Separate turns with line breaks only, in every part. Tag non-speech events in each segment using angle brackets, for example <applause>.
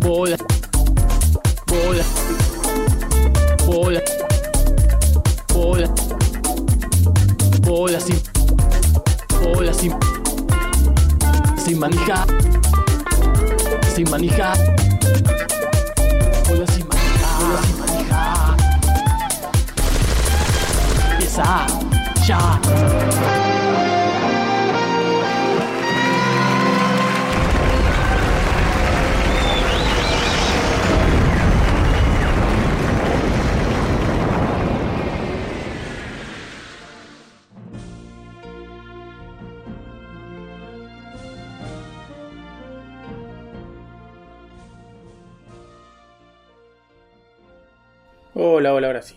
Bola. Bola. Bola. Bola. Bola sin. Bola sin. Sin manija. Sin manija. Bola sin manija. Bola sin manija. Empieza ya.
Hola, hola, ahora sí.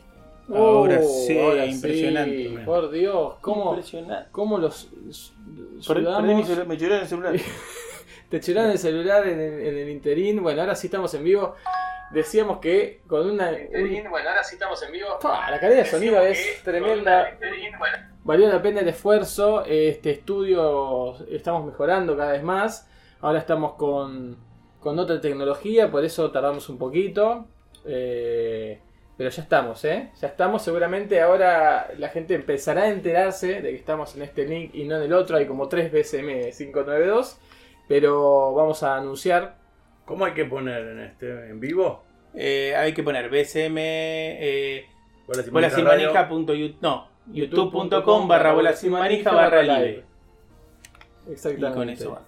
Ahora sí,
Oh, ahora sí,
impresionante.
Por Dios, ¿cómo,
Impresionante.
cómo los
Perdí-
sudamos?
perdí mi celu- me lloró en el celular.
Te chiraron el celular en el, en el interín. Bueno, ahora sí estamos en vivo. Decíamos que con una. un-
bueno, ahora sí estamos en vivo.
Pa, la calidad de sonido es tremenda. Valió la pena el esfuerzo. Este estudio estamos mejorando cada vez más. Ahora estamos con, con otra tecnología, por eso tardamos un poquito. Eh, pero ya estamos, ¿eh? Ya estamos. Seguramente ahora la gente empezará a enterarse de que estamos en este link y no en el otro. Hay como 3 BCM592. Pero vamos a anunciar.
¿Cómo hay que poner en este en vivo?
Eh, hay que poner bcm. Eh,
Bola sin
bola sin
manija radio.
manija punto yu- No, youtube.com barra bola sin manija barra live. Y
Exactamente.
con eso va.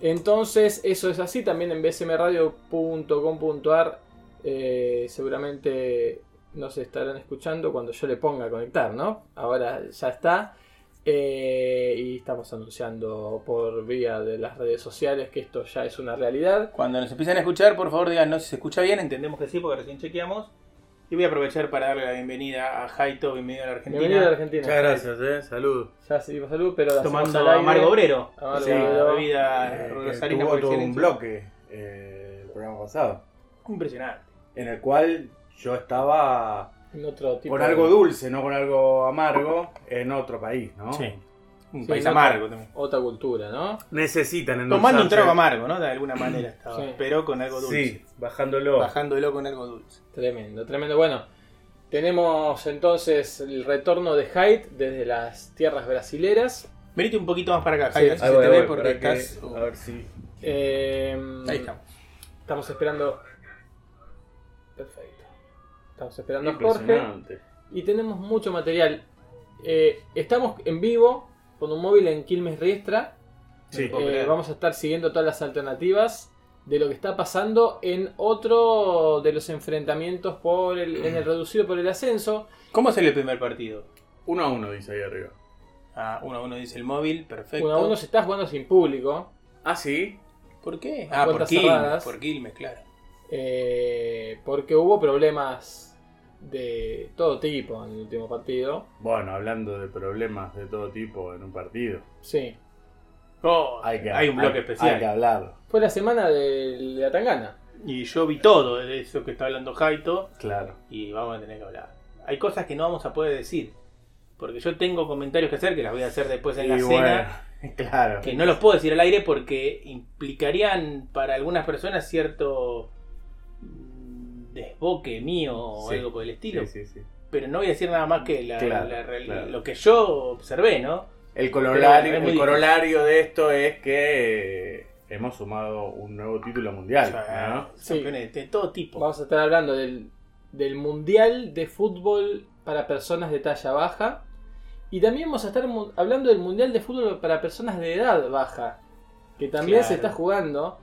Entonces, eso es así. También en bsmradio.com.ar eh, seguramente nos estarán escuchando cuando yo le ponga a conectar, ¿no? Ahora ya está. Eh, y estamos anunciando por vía de las redes sociales que esto ya es una realidad.
Cuando nos empiecen a escuchar, por favor díganos si se escucha bien. Entendemos que sí, porque recién chequeamos. Y voy a aprovechar para darle la bienvenida a Jaito, bienvenido a la Argentina.
Bienvenido a Argentina.
Muchas gracias, eh. Salud.
Ya seguimos salud, pero la hacemos al
Tomando
aire.
Amargo Obrero.
Amargo
Sí,
Obrero.
bebida
Eh,
rosarina
tuvo
por
todo un
excelencia.
bloque eh, el programa pasado,
Impresionante.
en el cual yo estaba
En otro tipo
con
de-
algo dulce, no con algo amargo, en otro país, ¿no?
Sí. Un
Sí,
país
no-
amargo también.
Otra cultura, ¿no?
Necesitan endulzarse.
Tomando un trago amargo, ¿no? De alguna manera estaba.
Sí.
Pero con algo dulce.
Sí, bajándolo.
Bajándolo con algo dulce.
Tremendo, tremendo. Bueno, tenemos entonces el retorno de Haidt desde las tierras brasileras.
Venite un poquito más para acá,
Sí,
Jairo,
ahí
si se
voy,
te
voy,
ve porque
para que-
estás. uh,
A ver si...
Eh,
Ahí estamos.
Estamos esperando. Perfecto. Estamos esperando a Jorge.
Impresionante.
Y tenemos mucho material. Eh, estamos en vivo con un móvil en Quilmes Riestra.
Sí.
Eh, vamos a estar siguiendo todas las alternativas de lo que está pasando en otro de los enfrentamientos por el, en el reducido por el ascenso.
¿Cómo sale el primer partido?
Uno a uno dice ahí arriba.
Ah, uno a uno dice el móvil, perfecto.
Uno a uno se está jugando sin público.
Ah, sí.
¿Por qué?
A
Ah, por
puertas
Quilmes,
cerradas.
por Quilmes, claro.
eh, porque hubo problemas de todo tipo en el último partido.
Bueno, hablando de problemas de todo tipo en un partido.
Sí.
Oh, Hay, que,
hay un bloque
hay-
especial.
Hay que hablarlo.
Fue la semana de la Tangana.
Y yo vi todo de eso que está hablando Jaito
Claro.
y vamos a tener que hablar. Hay cosas que no vamos a poder decir. Porque yo tengo comentarios que hacer que las voy a hacer después en la
Y
cena.
bueno,
<laughs>
claro.
Que no los puedo decir al aire porque implicarían para algunas personas cierto mm, desboque mío o
Sí.
algo por el estilo.
Sí, sí, sí.
Pero no voy a decir nada más que la-
Claro,
la real-
claro.
lo que yo observé, ¿no?
El
Pero
corolario,
es muy
el corolario de esto es que eh, hemos sumado un nuevo título mundial.
O sea,
¿no?
Sí.
campeones de todo tipo.
Vamos a estar hablando del, del Mundial de Fútbol para personas de talla baja. Y también vamos a estar mu- hablando del Mundial de Fútbol para personas de edad baja. Que también
Claro.
se está jugando.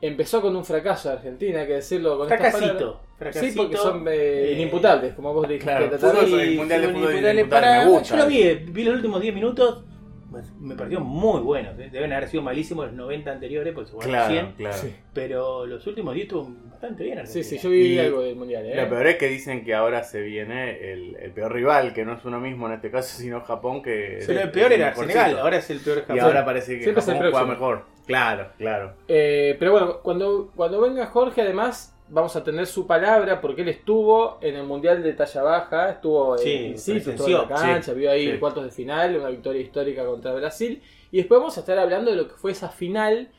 Empezó con un fracaso de Argentina, hay que decirlo con estas palabras.
Fracasito. fracasito.
Sí, porque son eh,
Eh,
inimputables, como vos dijiste.
claro,
Tatar.
fútbol el Mundial de
fútbol
Fútbol
inimputable.
inimputable,
Para-
me gusta.
Yo lo vi, vi los últimos 10 minutos. pues, Me pareció muy bueno. ¿eh? Deben haber sido malísimos los 90 anteriores, pues igual
Claro,
100.
claro.
Sí.
Pero los últimos 10 estuvo bastante bien.
Sí,
Argentina.
sí, yo vi
Y-
algo del mundial, ¿eh?
Lo peor es que dicen que ahora se viene el, el peor rival, que no es uno mismo en este caso, <laughs> sino Japón, que...
Pero el peor era
mejorcito.
Senegal, ahora es el peor
Eh, Y
Japón.
ahora parece que
Siempre es el
Japón juega
próximo.
mejor. Claro, claro.
Eh, pero bueno, cuando, cuando venga Jorge, además, vamos a tener su palabra porque él estuvo en el Mundial de talla baja, estuvo
Sí,
en Iquitos, estuvo en
presenció,
la cancha, vio ahí
sí.
el cuartos de final, una victoria histórica contra Brasil. Y después vamos a estar hablando de lo que fue esa final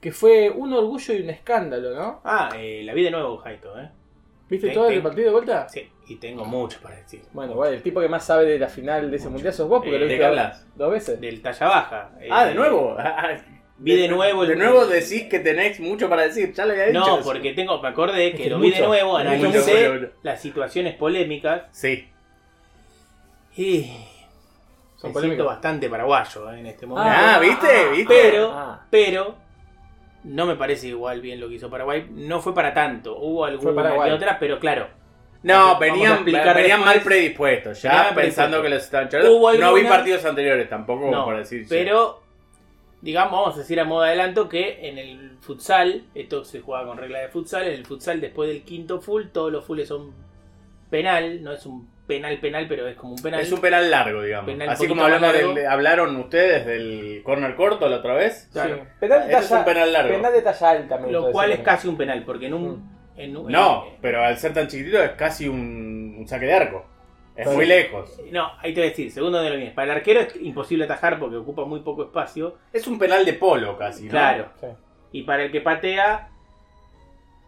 que fue un orgullo y un escándalo, ¿no?
Ah, eh, la vi de nuevo, Jaito, ¿eh?
¿Viste
Sí,
todo
sí.
el partido de vuelta?
Sí, y tengo mucho para decir.
Bueno, bueno, el tipo que más sabe de la final de ese
Mucho.
mundial sos vos, porque
Eh,
lo
¿de
qué
viste
hablas?
dos veces.
Del talla baja. eh,
Ah, de nuevo. <laughs>
Vi de nuevo el-
De nuevo decís que tenés mucho para decir. Ya lo había dicho.
No,
eso.
porque tengo, me acordé que
que
lo
es
vi de
mucho.
nuevo,
Mucho,
analicé
mucho, mucho.
las situaciones polémicas
Sí.
y
Son
me siento
polémicas.
bastante paraguayo eh, en este momento.
Ah, ¿viste? ¿Viste?
pero,
Ah.
pero no me parece igual bien lo que hizo Paraguay. No fue para tanto. Hubo alguna
Paraguay.
que otras, pero claro.
No,
Vamos a
venían,
explicar
venían
después.
mal predispuestos, ya
Venían
pensando
predispuestos.
que los estaban charlando.
Hubo
No vi
algunas-
partidos anteriores tampoco,
No,
para decir.
pero digamos, vamos a decir a modo de adelanto que en el futsal, esto se jugaba con regla de futsal, en el futsal después del quinto full, todos los fulls son penal, no es un penal penal, pero es como un penal.
es un penal largo, digamos.
Penal un
Así como
poquito más
hablamos
largo.
del- hablaron ustedes del corner corto la otra vez.
Claro.
Sí. Penal de
Este es un
talla,
penal largo.
penal de talla alta, me
Lo
gusta
cual es
decir.
casi un penal, porque en un... en un-
Mm. No,
en-
pero al ser tan chiquitito es casi un, un saque de arco. Es
Sí.
muy lejos.
no, ahí te voy a decir, segundo de lo mismo. Para el arquero es imposible atajar porque ocupa muy poco espacio.
Es un penal de polo casi, ¿no?
Claro.
Sí.
Y para el que patea,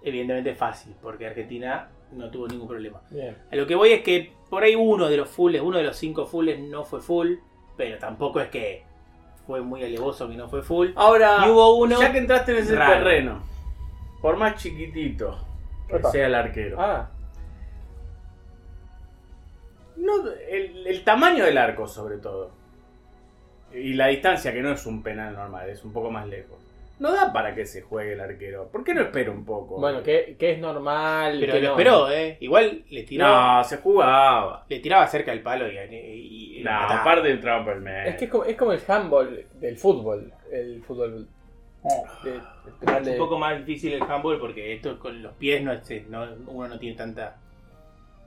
evidentemente es fácil, porque Argentina no tuvo ningún problema.
Bien.
A lo que voy es que por ahí uno de los fulls, uno de los cinco fulls no fue full, pero tampoco es que fue muy alevoso que no fue full.
Ahora,
Y hubo uno-
ya que entraste en ese
Raro.
terreno, por más chiquitito que
Epa.
sea el arquero,
Ah,
no, el, el tamaño del arco sobre todo, y la distancia que no es un penal normal, es un poco más lejos, no da para que se juegue el arquero. ¿Por qué no espera un poco?
bueno, que, que es normal.
Pero
que
lo
no.
esperó, ¿eh? Igual le tiraba,
No, se jugaba.
le tiraba cerca del palo y... y- y-
No,
mataba.
aparte del trampa el mes.
Es que es como, es como el handball del fútbol. El fútbol. de- el penal
Es un
de-
poco más difícil el handball porque esto con los pies no, es- no- uno no tiene tanta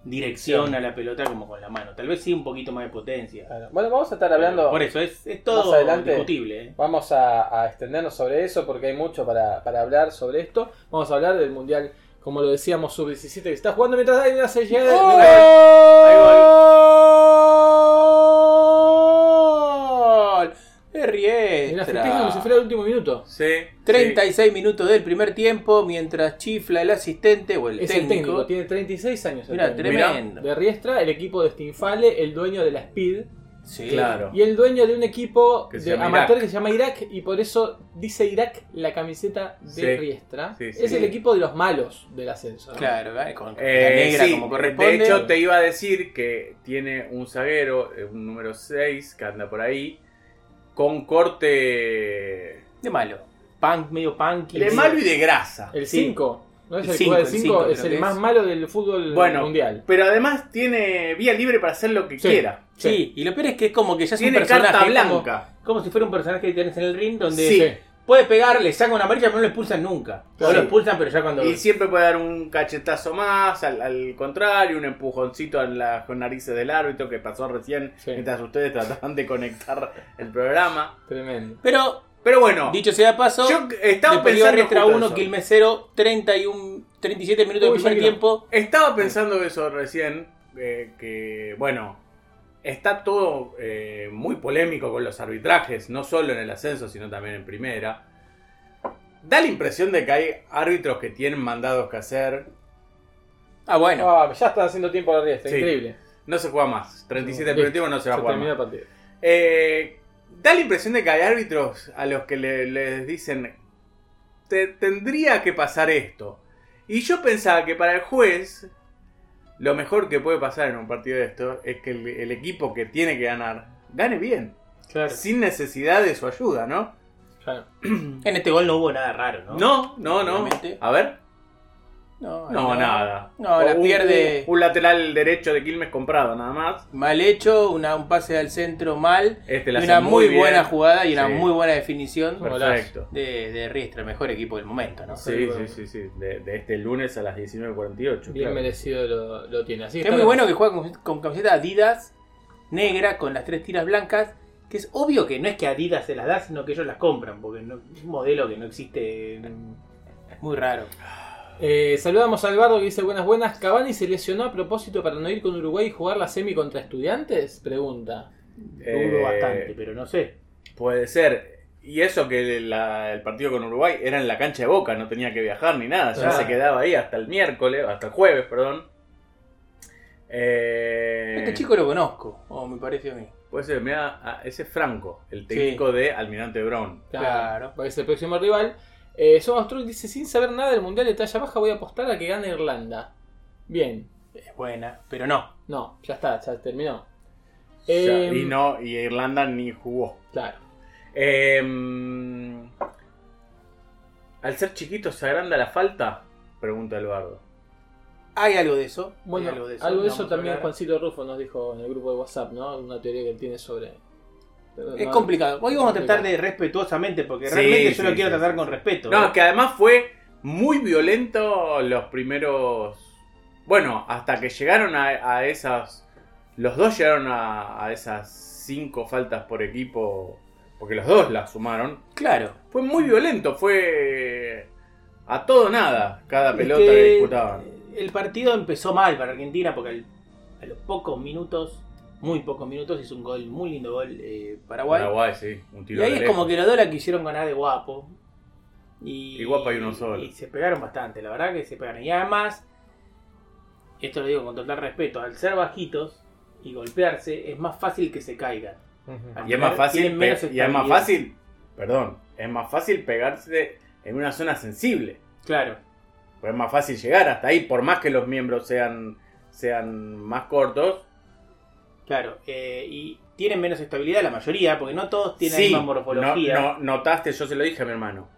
dirección a la pelota como con la mano. Tal vez sí un poquito más de potencia.
Claro. Ah, Bueno, vamos a estar hablando.
Por eso es, es todo
más adelante.
discutible. ¿eh?
Vamos a, a extendernos sobre eso porque hay mucho para, para hablar sobre esto. Vamos a hablar del Mundial, como lo decíamos, sub-17 que está jugando mientras hay una serie de-
¡Oh! ¡Gol! De
Mirá,
Riestra.
festeja como si fuera el último minuto.
Sí,
36 minutos del primer tiempo mientras chifla el asistente o el
Es el
técnico.
técnico, tiene 36 años. el
Mirá,
técnico.
tremendo.
De Riestra, el equipo de Stinfale, el dueño de la Speed.
Sí.
sí, claro.
Y el dueño de un equipo
Que se
de
llama
amateur
Irak.
que se llama Irak y por eso dice Irak la camiseta de
Sí.
Riestra.
Sí, sí.
es el equipo de los malos del ascenso. ¿no?
Claro, ¿eh? con la
Eh,
negra
sí,
como corresponde.
De hecho, te iba a decir que tiene un zaguero, eh, un número 6, que anda por ahí, con corte
De malo. Punk, medio punky.
de
Sí.
malo y de grasa.
El
Sí.
5. ¿No es
El
el,
cinco,
jugador
el
del
cinco
5? Es
creo
el
que
más
es.
malo del fútbol
Bueno,
mundial.
pero además tiene vía libre para hacer lo que
Sí.
quiera.
Sí, y lo peor es que es como que ya es un
Tiene
personaje.
carta
como-
blanca.
Como, si fuera un personaje que tenés en el ring donde
Sí.
puede pegar, le saca una amarilla, pero no lo expulsan nunca. No
Sí.
lo expulsan, pero ya cuando.
Y siempre puede dar un cachetazo más, al, al contrario, un empujoncito a las narices del árbitro que pasó recién
Sí.
mientras ustedes trataban de conectar el programa.
Tremendo.
Pero,
Pero bueno,
dicho sea de paso,
yo estaba
Deportivo
pensando.
Riestra
justo
1,
eso.
Quilmes 0, 31, 37 minutos
Uy,
del
ya
primer
que no.
tiempo.
Estaba pensando eso recién, eh, que bueno, está todo eh, muy polémico con los arbitrajes, no solo en el ascenso, sino también en primera. Da la impresión de que hay árbitros que tienen mandados que hacer.
Ah, bueno.
Ah, ya están haciendo tiempo de Riestra,
Sí.
increíble.
No se juega más. 37
Sí.
primer tiempo no se
Se
va a jugar
terminó el
más.
partido.
Eh, da la impresión de que hay árbitros a los que le- les dicen, "Te- tendría que pasar esto. Y yo pensaba que para el juez, lo mejor que puede pasar en un partido de esto es que el, el equipo que tiene que ganar, gane bien.
Claro.
Sin necesidad de su ayuda, ¿no?
claro.
En este gol no hubo nada raro, ¿no?
No, no, no.
Obviamente.
A ver.
No,
No, nada.
No, la
O un-
pierde
Un, lateral derecho de Quilmes comprado, nada más.
mal hecho, una, un pase al centro mal.
Este
Y
la
una
hace
muy,
bien.
buena jugada y una
Sí.
muy buena definición
Perfecto.
de, de Riestra, mejor equipo del momento, ¿no?
Sí, sí, sí, sí. De, de este lunes a las 19.48.
Bien
claro.
merecido lo, lo tiene. Así
Es
está
muy
la-
bueno que juega con, con camiseta Adidas negra con las tres tiras blancas. Que es obvio que no es que Adidas se las da, sino que ellos las compran, porque no- es un modelo que no existe. en- Muy raro.
Eh, saludamos a Albardo que dice buenas buenas. ¿Cavani se lesionó a propósito para no ir con Uruguay y jugar la semi contra estudiantes? Pregunta.
Dudo
Eh,
bastante, pero no sé.
Puede ser. Y eso que la- el partido con Uruguay era en la cancha de Boca, no tenía que viajar ni nada, ya
Claro.
se quedaba ahí hasta el miércoles, hasta el jueves, perdón. Eh,
Este chico lo conozco, o me parece a mí.
Puede ser, mirá, ah, ese es Franco, el técnico de Almirante Brown.
Claro.
Porque es el próximo rival. Eh, Somos Truck dice: Sin saber nada del mundial de talla baja, voy a apostar a que gane Irlanda. Bien.
Es buena, pero no.
No, ya está, ya terminó.
Ya,
Eh,
Em.
y no, y Irlanda ni jugó.
Claro.
Eh, ¿Al ser chiquito se agranda la falta? Pregunta Eduardo.
Hay algo de eso. hay
Bueno, algo de eso,
no vamos a
también
hablar.
Juancito Rufo nos dijo en el grupo de WhatsApp, ¿no? Una teoría que él tiene sobre.
Es
No,
complicado. Hoy vamos a tratar
complicado.
de respetuosamente, porque
Sí,
realmente yo
sí,
lo quiero
sí,
tratar
sí,
con
sí.
respeto.
No,
¿eh?
que además fue muy violento los primeros. Bueno, hasta que llegaron a, a esas. Los dos llegaron a, a esas cinco faltas por equipo. Porque los dos las sumaron.
Claro.
Fue muy violento, fue. A todo nada, cada
Es
pelota
que
que, disputaban.
El partido empezó mal para Argentina porque al- a los pocos minutos, muy pocos minutos, hizo un gol, muy lindo gol eh, Paraguay.
Paraguay, sí, un
Y
tiro
ahí
de
es
lejos.
como que los dos la quisieron ganar de guapo. Y,
Y guapo hay uno solo.
Y se pegaron bastante, la verdad que se pegaron. Y además, esto lo digo con total respeto, al ser bajitos y golpearse, es más fácil que se caigan.
Ujú.
Y es más fácil.
Tienen
pe-
menos
Y es más
estabilidad.
fácil. Perdón, es más fácil pegarse en una zona sensible.
Claro.
Pues es más fácil llegar hasta ahí, por más que los miembros sean, sean más cortos.
Claro, eh, y tienen menos estabilidad la mayoría, porque no todos tienen la misma morfología.
no- no- notaste, yo se lo dije a mi hermano.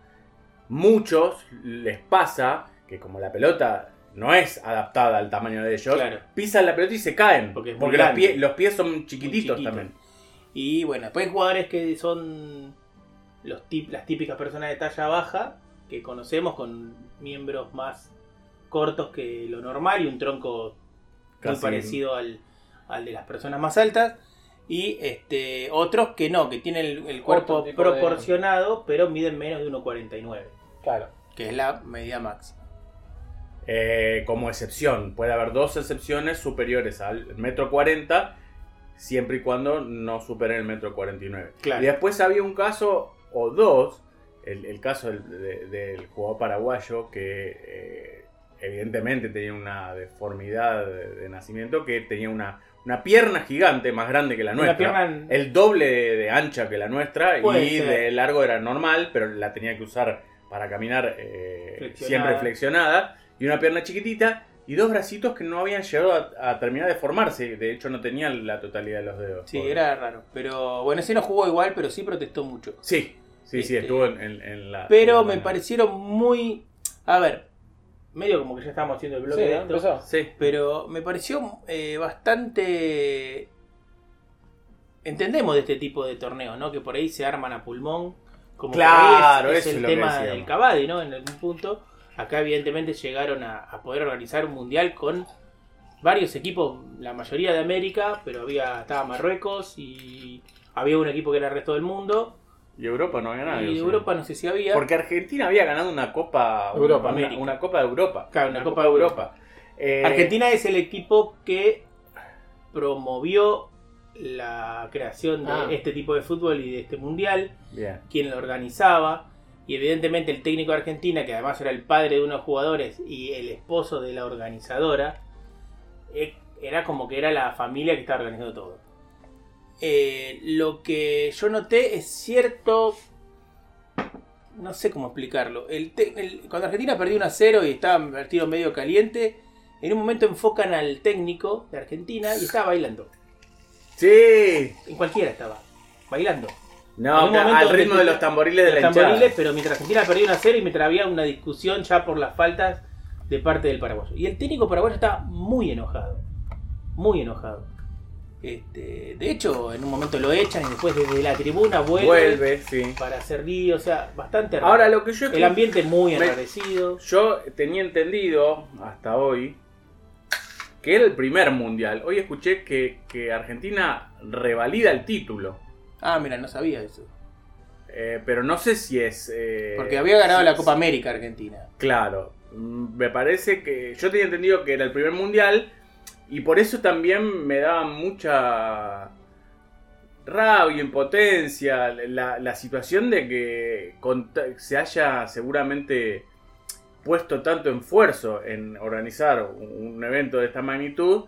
Muchos les pasa que como la pelota no es adaptada al tamaño de ellos,
Claro.
pisan la pelota y se caen.
Porque es muy
Porque los,
grande.
pie- los pies son chiquititos
chiquito.
también.
Y bueno, después hay jugadores que son los tip- las típicas personas de talla baja, que conocemos con miembros más cortos que lo normal y un tronco muy
Casi-
parecido al, al de las personas más altas. Y este otros que no, que tienen el, el cuerpo
Otro tipo de-
proporcionado, pero miden menos de 1,49,
Claro.
que es la medida máxima.
Eh, como excepción. Puede haber dos excepciones superiores al metro 40, siempre y cuando no superen el metro 49.
Claro.
Y después había un caso o dos, el, el caso del, de- del jugador paraguayo que eh, evidentemente tenía una deformidad de, de nacimiento, que tenía una, una pierna gigante más grande que la
Una
nuestra.
pierna
El doble de, de ancha que la nuestra
Puede
y
ser.
de largo era normal, pero la tenía que usar para caminar eh,
Flexionada.
siempre flexionada. Y una pierna chiquitita y dos bracitos que no habían llegado a, a terminar de formarse. De hecho, no tenían la totalidad de los dedos.
Sí,
Pobre.
era raro. Pero bueno, ese no jugó igual, pero sí protestó mucho.
Sí, sí, sí,
Este,
estuvo en, en- en la.
Pero
en la
me
banda.
parecieron muy. A ver, medio como que ya estábamos haciendo el bloque
Sí,
de
¿no?
esto,
Empezó.
Sí.
Pero me pareció eh, bastante. Entendemos de este tipo de torneos, ¿no? Que por ahí se arman a pulmón. Como
Claro,
por ahí es,
eso
es
es
el
lo que
tema
decíamos.
del Cavadi, ¿no? En algún punto. Acá, evidentemente, llegaron a, a poder organizar un mundial con varios equipos, la mayoría de América, pero había estaba Marruecos y había un equipo que era el resto del mundo.
Y Europa no había nadie.
y de
sí.
Europa no sé si había.
Porque Argentina había ganado una Copa.
Europa,
una- una,
América.
Copa de Europa.
Claro, una Copa de Europa.
Eh,
Argentina es el equipo que promovió la creación de
Ah.
este tipo de fútbol y de este mundial,
Bien.
quien lo organizaba y evidentemente el técnico de Argentina, que además era el padre de unos jugadores y el esposo de la organizadora, eh, era como que era la familia que estaba organizando todo. Eh, lo que yo noté es cierto... No sé cómo explicarlo. El te- el- cuando Argentina perdió 1 a 0 y estaba en partido medio caliente, en un momento enfocan al técnico de Argentina y estaba bailando.
Sí.
En cualquiera estaba. Bailando. En
No,
un
ca-
momento
al ritmo
te-
de los tamboriles de
los
la hinchada.
tamboriles, pero mientras Argentina perdió 1 a 0 y mientras había una discusión ya por las faltas de parte del paraguayo. Y el técnico paraguayo está muy enojado. Muy enojado. Este, de hecho, en un momento lo echan y después desde la tribuna vuelve,
Vuelve, sí.
para hacer lío. O sea, bastante raro.
Ahora lo que yo
El ambiente muy
Me-
enardecido.
yo tenía entendido hasta hoy que era el primer mundial. Hoy escuché que, que Argentina revalida el título.
Ah, mira, no sabía eso.
Eh, pero no sé si es. eh,
Porque había ganado
si-
la Copa América Argentina.
Claro, Mm, me parece que yo tenía entendido que era el primer mundial y por eso también me daba mucha rabia, impotencia, la, la situación de que con- se haya seguramente puesto tanto esfuerzo en organizar un, un evento de esta magnitud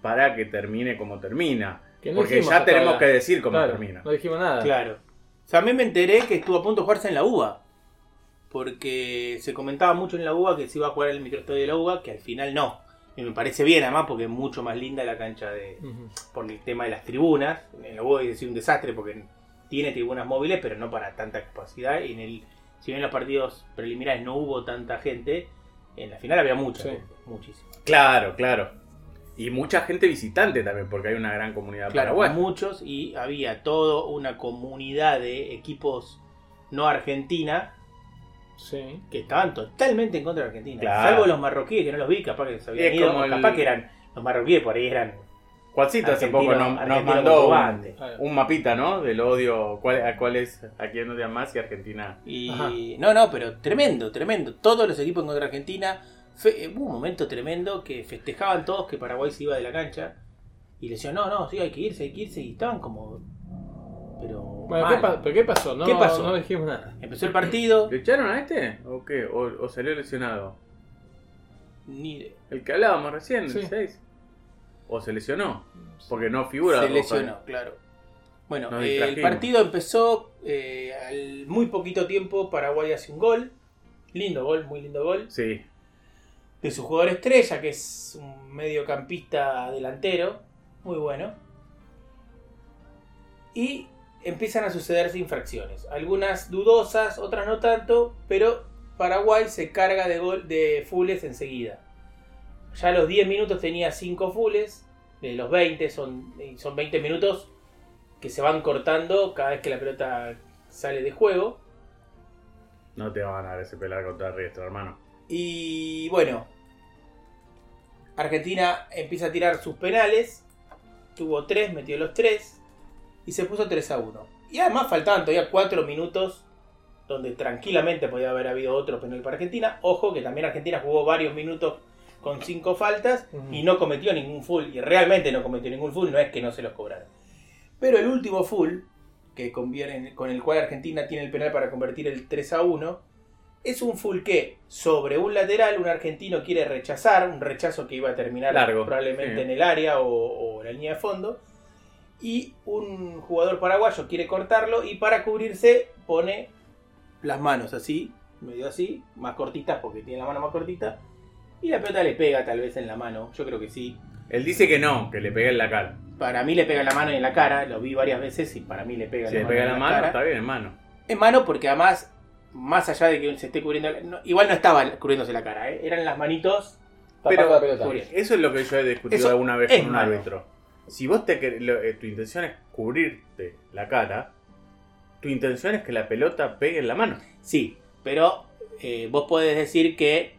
para que termine como termina.
Que no
Porque
dijimos
ya
hasta
tenemos
ahora.
que decir cómo
Claro,
termina.
No dijimos nada.
Claro. O sea, a mí me enteré que estuvo a punto de jugarse en la UBA. Porque se comentaba mucho en la UBA que se iba a jugar en el microestadio de la UBA, que al final no. Y me parece bien, además, porque es mucho más linda la cancha de.
Ujú.
por el tema de las tribunas. En la UBA es decir un desastre porque tiene tribunas móviles, pero no para tanta capacidad. Y en el, si bien en los partidos preliminares no hubo tanta gente, en la final había mucha
Sí.
gente, muchísima.
Claro, claro. Y mucha gente visitante también, porque hay una gran comunidad
Claro,
paraguaya.
muchos y había toda una comunidad de equipos no argentina
Sí.
que estaban totalmente en contra de Argentina.
Claro.
Salvo los marroquíes, que no los vi, capaz que se habían
Es
ido,
como
o
el-
capaz que eran los marroquíes, por ahí eran
Juancito hace poco
Argentino-
nos, nos
Argentino
mandó un,
comprobante.
un mapita, ¿no? Del odio, cuál, a cuál es, a quién odian más y Argentina.
Y
Ajá.
no, no, pero tremendo, tremendo. Todos los equipos en contra de Argentina. Fe- eh, hubo un momento tremendo que festejaban todos que Paraguay se iba de la cancha. Y le decían, no, no, sí, hay que irse, hay que irse. Y estaban como. Pero.
Bueno,
mal.
¿qué, pa- pero ¿qué pasó? No,
¿Qué pasó?
No dijimos nada.
Empezó el partido.
¿Lo echaron a este? ¿O qué? ¿O, o salió lesionado?
ni-
El que hablábamos recién,
Sí.
el 6. ¿O se lesionó? Porque no figura.
se
ojo,
lesionó, claro. Bueno,
Nos
eh, el
distrajimos.
partido empezó eh, al muy poquito tiempo. Paraguay hace un gol. Lindo gol, muy lindo gol.
eh. Sí.
de su jugador estrella, que es un mediocampista delantero, muy bueno. Y empiezan a sucederse infracciones, algunas dudosas, otras no tanto, pero Paraguay se carga de gol de fules enseguida. Ya a los 10 minutos tenía 5 fules, de los 20 son, son 20 minutos que se van cortando cada vez que la pelota sale de juego.
No te van a dar ese pelar contra Riestra, hermano.
Y bueno, Argentina empieza a tirar sus penales. Tuvo tres, metió los tres. Y se puso 3 a 1. Y además faltaban todavía 4 minutos donde tranquilamente podía haber habido otro penal para Argentina. Ojo que también Argentina jugó varios minutos con cinco faltas
Ujú.
y no cometió ningún full. Y realmente no cometió ningún full, no es que no se los cobraron. Pero el último full, que conviene- con el cual Argentina tiene el penal para convertir el 3 a 1, es un full que sobre un lateral un argentino quiere rechazar, un rechazo que iba a terminar
Largo,
probablemente
sí.
en el área o, o en la línea de fondo, y un jugador paraguayo quiere cortarlo y para cubrirse pone las manos así, medio así, más cortitas porque tiene la mano más cortita, y la pelota le pega tal vez en la mano, yo creo que sí,
Él dice que no, que le pegué en la cara.
para mí le pega en la mano y en la cara, lo vi varias veces y para mí le pega
Si
en
le
la
pega
mano. y
en
en
la
la
mano,
cara.
está bien, hermano.
En mano porque además, más allá de que se esté cubriendo... no, igual no estaba cubriéndose la cara, ¿eh? eran las manitos
Tapando la pelota.
cubriendo.
Eso es lo que yo he discutido
Eso
alguna vez
es
con un
malo.
árbitro. Si vos te quer- lo- eh, tu intención es cubrirte la cara, tu intención es que la pelota pegue en la mano.
Sí, pero eh, vos podés decir que...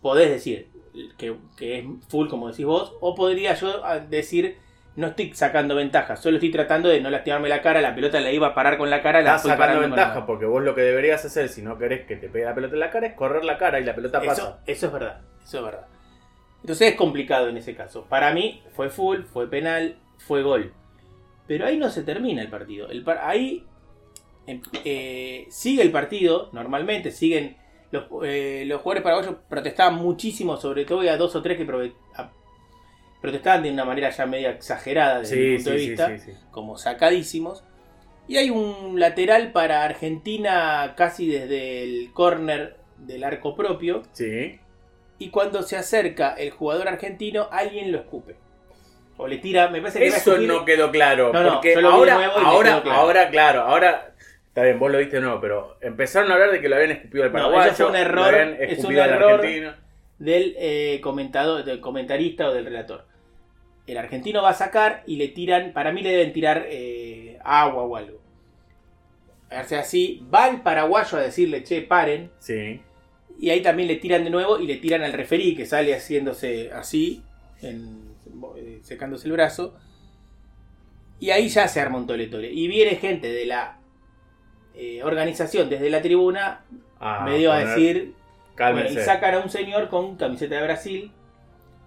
Podés decir que, que es full como decís vos, o podría yo ah, decir... No estoy sacando ventaja, solo estoy tratando de no lastimarme la cara, la pelota la iba a parar con la cara, la
Estás
estoy
sacando
parando con la
ventaja porque vos lo que deberías hacer si no querés que te pegue la pelota en la cara es correr la cara y la pelota
Eso,
pasa.
eso es verdad, eso es verdad. Entonces es complicado en ese caso. Para mí fue full, fue penal, fue gol. Pero ahí no se termina el partido. El par- ahí em- eh, sigue el partido, normalmente siguen... Los, eh, los jugadores paraguayos protestaban muchísimo, sobre todo había dos o tres que prove- a- protestaban de una manera ya media exagerada desde mi
Sí,
punto
sí,
de
sí,
vista
sí, sí.
como sacadísimos. Y hay un lateral para Argentina casi desde el córner del arco propio.
Sí.
Y cuando se acerca el jugador argentino, alguien lo escupe. O le tira, me parece que
Eso
iba a escupir-
no quedó claro.
No, no,
porque
yo lo vi de
ahora,
nuevo y me
ahora,
quedó claro.
ahora, claro, ahora. Está bien, vos lo viste no, pero empezaron a hablar de que lo habían escupido al
No,
paraguayo.
eso fue un
lo
error,
habían
es un
escupido al
error.
argentino.
del eh, comentador, del comentarista o del relator. El argentino va a sacar y le tiran, para mí le deben tirar eh, agua o algo. Hace así, va el paraguayo a decirle, che, paren.
Sí.
Y ahí también le tiran de nuevo y le tiran al referí que sale haciéndose así, en- eh, secándose el brazo. Y ahí ya se arma un tole tole. Y viene gente de la eh, organización desde la tribuna,
Ah,
me dio a
poner-
decir, bueno,
Cálmense.
y sacan a un señor con camiseta de Brasil,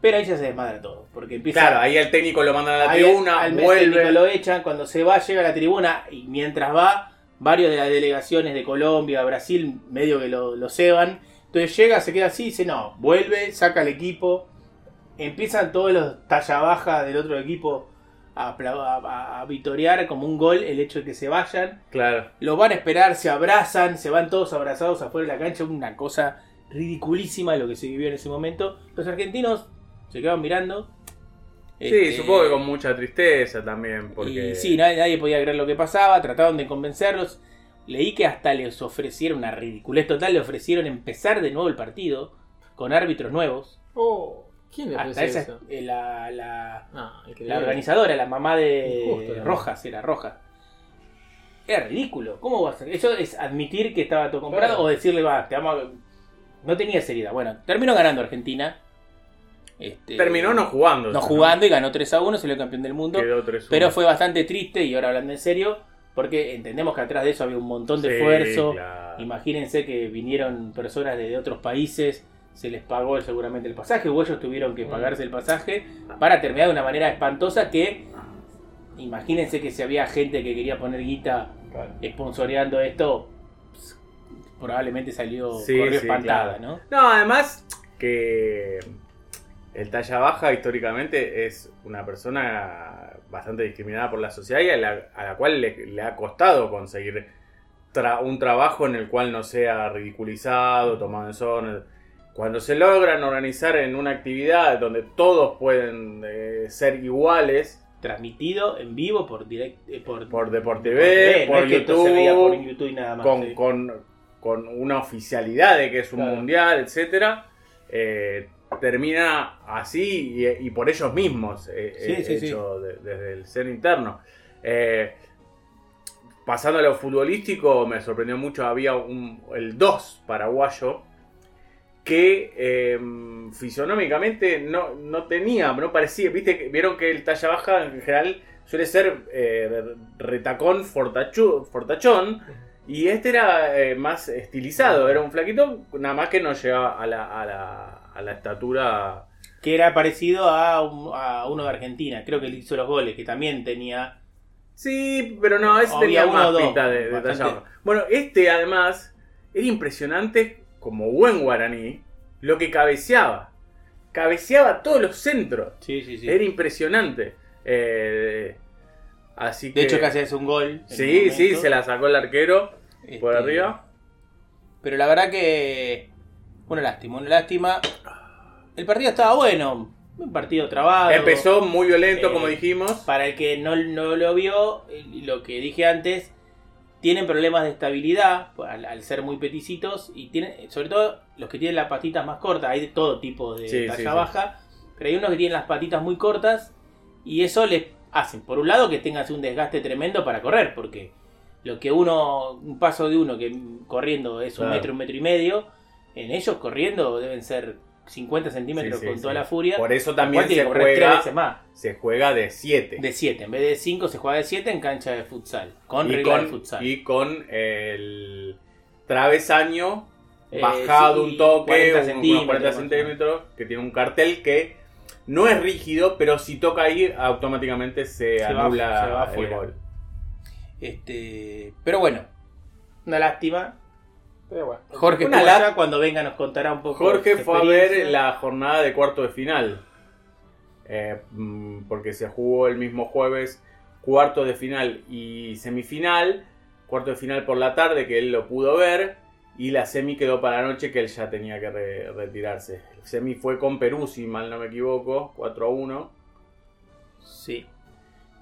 Pero ahí ya se desmadra todo. Porque empieza.
Claro, ahí al técnico lo mandan a la
ahí
tribuna,
al mes técnico
vuelve.
lo echan. Cuando se va, llega a la tribuna. Y mientras va, varios de las delegaciones de Colombia, Brasil, medio que lo, lo ceban. Entonces llega, se queda así, dice no, vuelve, saca al equipo. Empiezan todos los talla baja del otro equipo a, apla- a- a- a vitorear como un gol el hecho de que se vayan.
Claro.
Los van a esperar, se abrazan, se van todos abrazados afuera de la cancha, una cosa ridiculísima lo que se vivió en ese momento. Los argentinos se quedaban mirando.
Sí,
Este,
supongo que con mucha tristeza también, porque...
Y sí, nadie, nadie podía creer lo que pasaba, trataron de convencerlos. Leí que hasta les ofrecieron una ridiculez total, le ofrecieron empezar de nuevo el partido con árbitros nuevos.
Oh, ¿quién le
Hasta
ofrece
esa
eso?
eh, la- la,
Ah, increíble.
la organizadora, la mamá de
Injusto, la
Rojas, era Rojas. Era ridículo. ¿Cómo vas a hacer? Eso es admitir que estaba todo comprado
Claro.
o decirle, va, te vamos a- No tenía seriedad. Bueno, terminó ganando Argentina. Este,
Terminó no jugando.
no
eh, ¿no?
jugando y ganó 3 a 1, salió campeón del mundo.
Quedó 3-1.
Pero fue bastante triste, y ahora hablando en serio, porque entendemos que atrás de eso había un montón de
Sí,
esfuerzo.
claro.
Imagínense que vinieron personas de de otros países, se les pagó seguramente el pasaje, o ellos tuvieron
Mm.
que pagarse el pasaje para terminar de una manera espantosa que imagínense que si había gente que quería poner guita
Claro.
esponsoreando esto, pues, probablemente salió
Sí,
corrió
sí,
espantada, ¿no?
No, además que el talla baja históricamente es una persona bastante discriminada por la sociedad y a la, a la cual le, le ha costado conseguir tra- un trabajo en el cual no sea ridiculizado, tomado en son. Cuando se logran organizar en una actividad donde todos pueden eh, ser iguales
Transmitido en vivo por direct, eh, por,
por Deporte
por TV,
TV,
no
por
es que esto se veía por
YouTube,
YouTube y nada más.
con,
sí.
con- con una oficialidad de que es un
Claro.
mundial, etcétera, eh, termina así y, y por ellos mismos, eh,
Sí,
eh,
sí, sí.
hecho de- desde el seno interno. Eh, pasando a lo futbolístico, me sorprendió mucho, había un, el 2 paraguayo que eh, fisionómicamente no, no tenía, no parecía, viste, que- vieron que el talla baja en general suele ser eh, retacón fortachu- fortachón, y este era eh, más estilizado, era un flaquito, nada más que no llegaba a la, a la, a la estatura.
Que era parecido a, un- a uno de Argentina, creo que le hizo los goles, que también tenía
Sí, pero no, ese tenía
Había uno o
más
dos,
pinta de, de
bastante.
tallado. Bueno, este además era impresionante, como buen guaraní, lo que cabeceaba. Cabeceaba todos los centros.
Sí, sí, sí.
Era impresionante. Eh, así
De
que.
hecho, casi hace un gol. en
Sí,
un
sí,
momento.
se la sacó el arquero
Este,
por arriba.
Pero la verdad que. Una lástima, una lástima. El partido estaba bueno. Un partido trabado.
Empezó muy violento,
Eh,
como dijimos.
Para el que no, no lo vio, eh, lo que dije antes, tienen problemas de estabilidad pues, al, al ser muy peticitos. Y tienen, sobre todo los que tienen las patitas más cortas. Hay de todo tipo de
Sí,
talla
sí, sí.
baja. Pero hay unos que tienen las patitas muy cortas. Y eso les hacen, por un lado, que tengas un desgaste tremendo para correr. Porque lo que uno, un paso de uno que mm, corriendo es un
Claro.
metro, un metro y medio, en ellos corriendo deben ser 50 centímetros
Sí, sí,
con toda
sí.
la furia.
Por eso
Lo cual
también
tiene
se
que correr tres
juega,
veces más.
se juega de 7.
De 7, en vez de 5 se juega de 7 en cancha de futsal, con
Y
regla de
con,
futsal.
y con el travesaño
Eh,
bajado
sí,
un toque,
40
unos
centímetros,
40
más o menos.
centímetros, que tiene un cartel que no es rígido, pero si toca ahí automáticamente se,
Se va-
anula
se va
el
afuera.
gol.
Este, pero bueno, una lástima.
Pero bueno.
Jorge
Una
estuvo
lá-
allá, cuando venga nos contará un poco.
Jorge
su
fue a ver
experiencia.
la jornada de cuarto de final, Eh, mm, porque se jugó el mismo jueves cuarto de final y semifinal, cuarto de final por la tarde que él lo pudo ver y la semi quedó para la noche que él ya tenía que re- retirarse. El semi fue con Perú, si mal no me equivoco, 4 a 1.
Sí.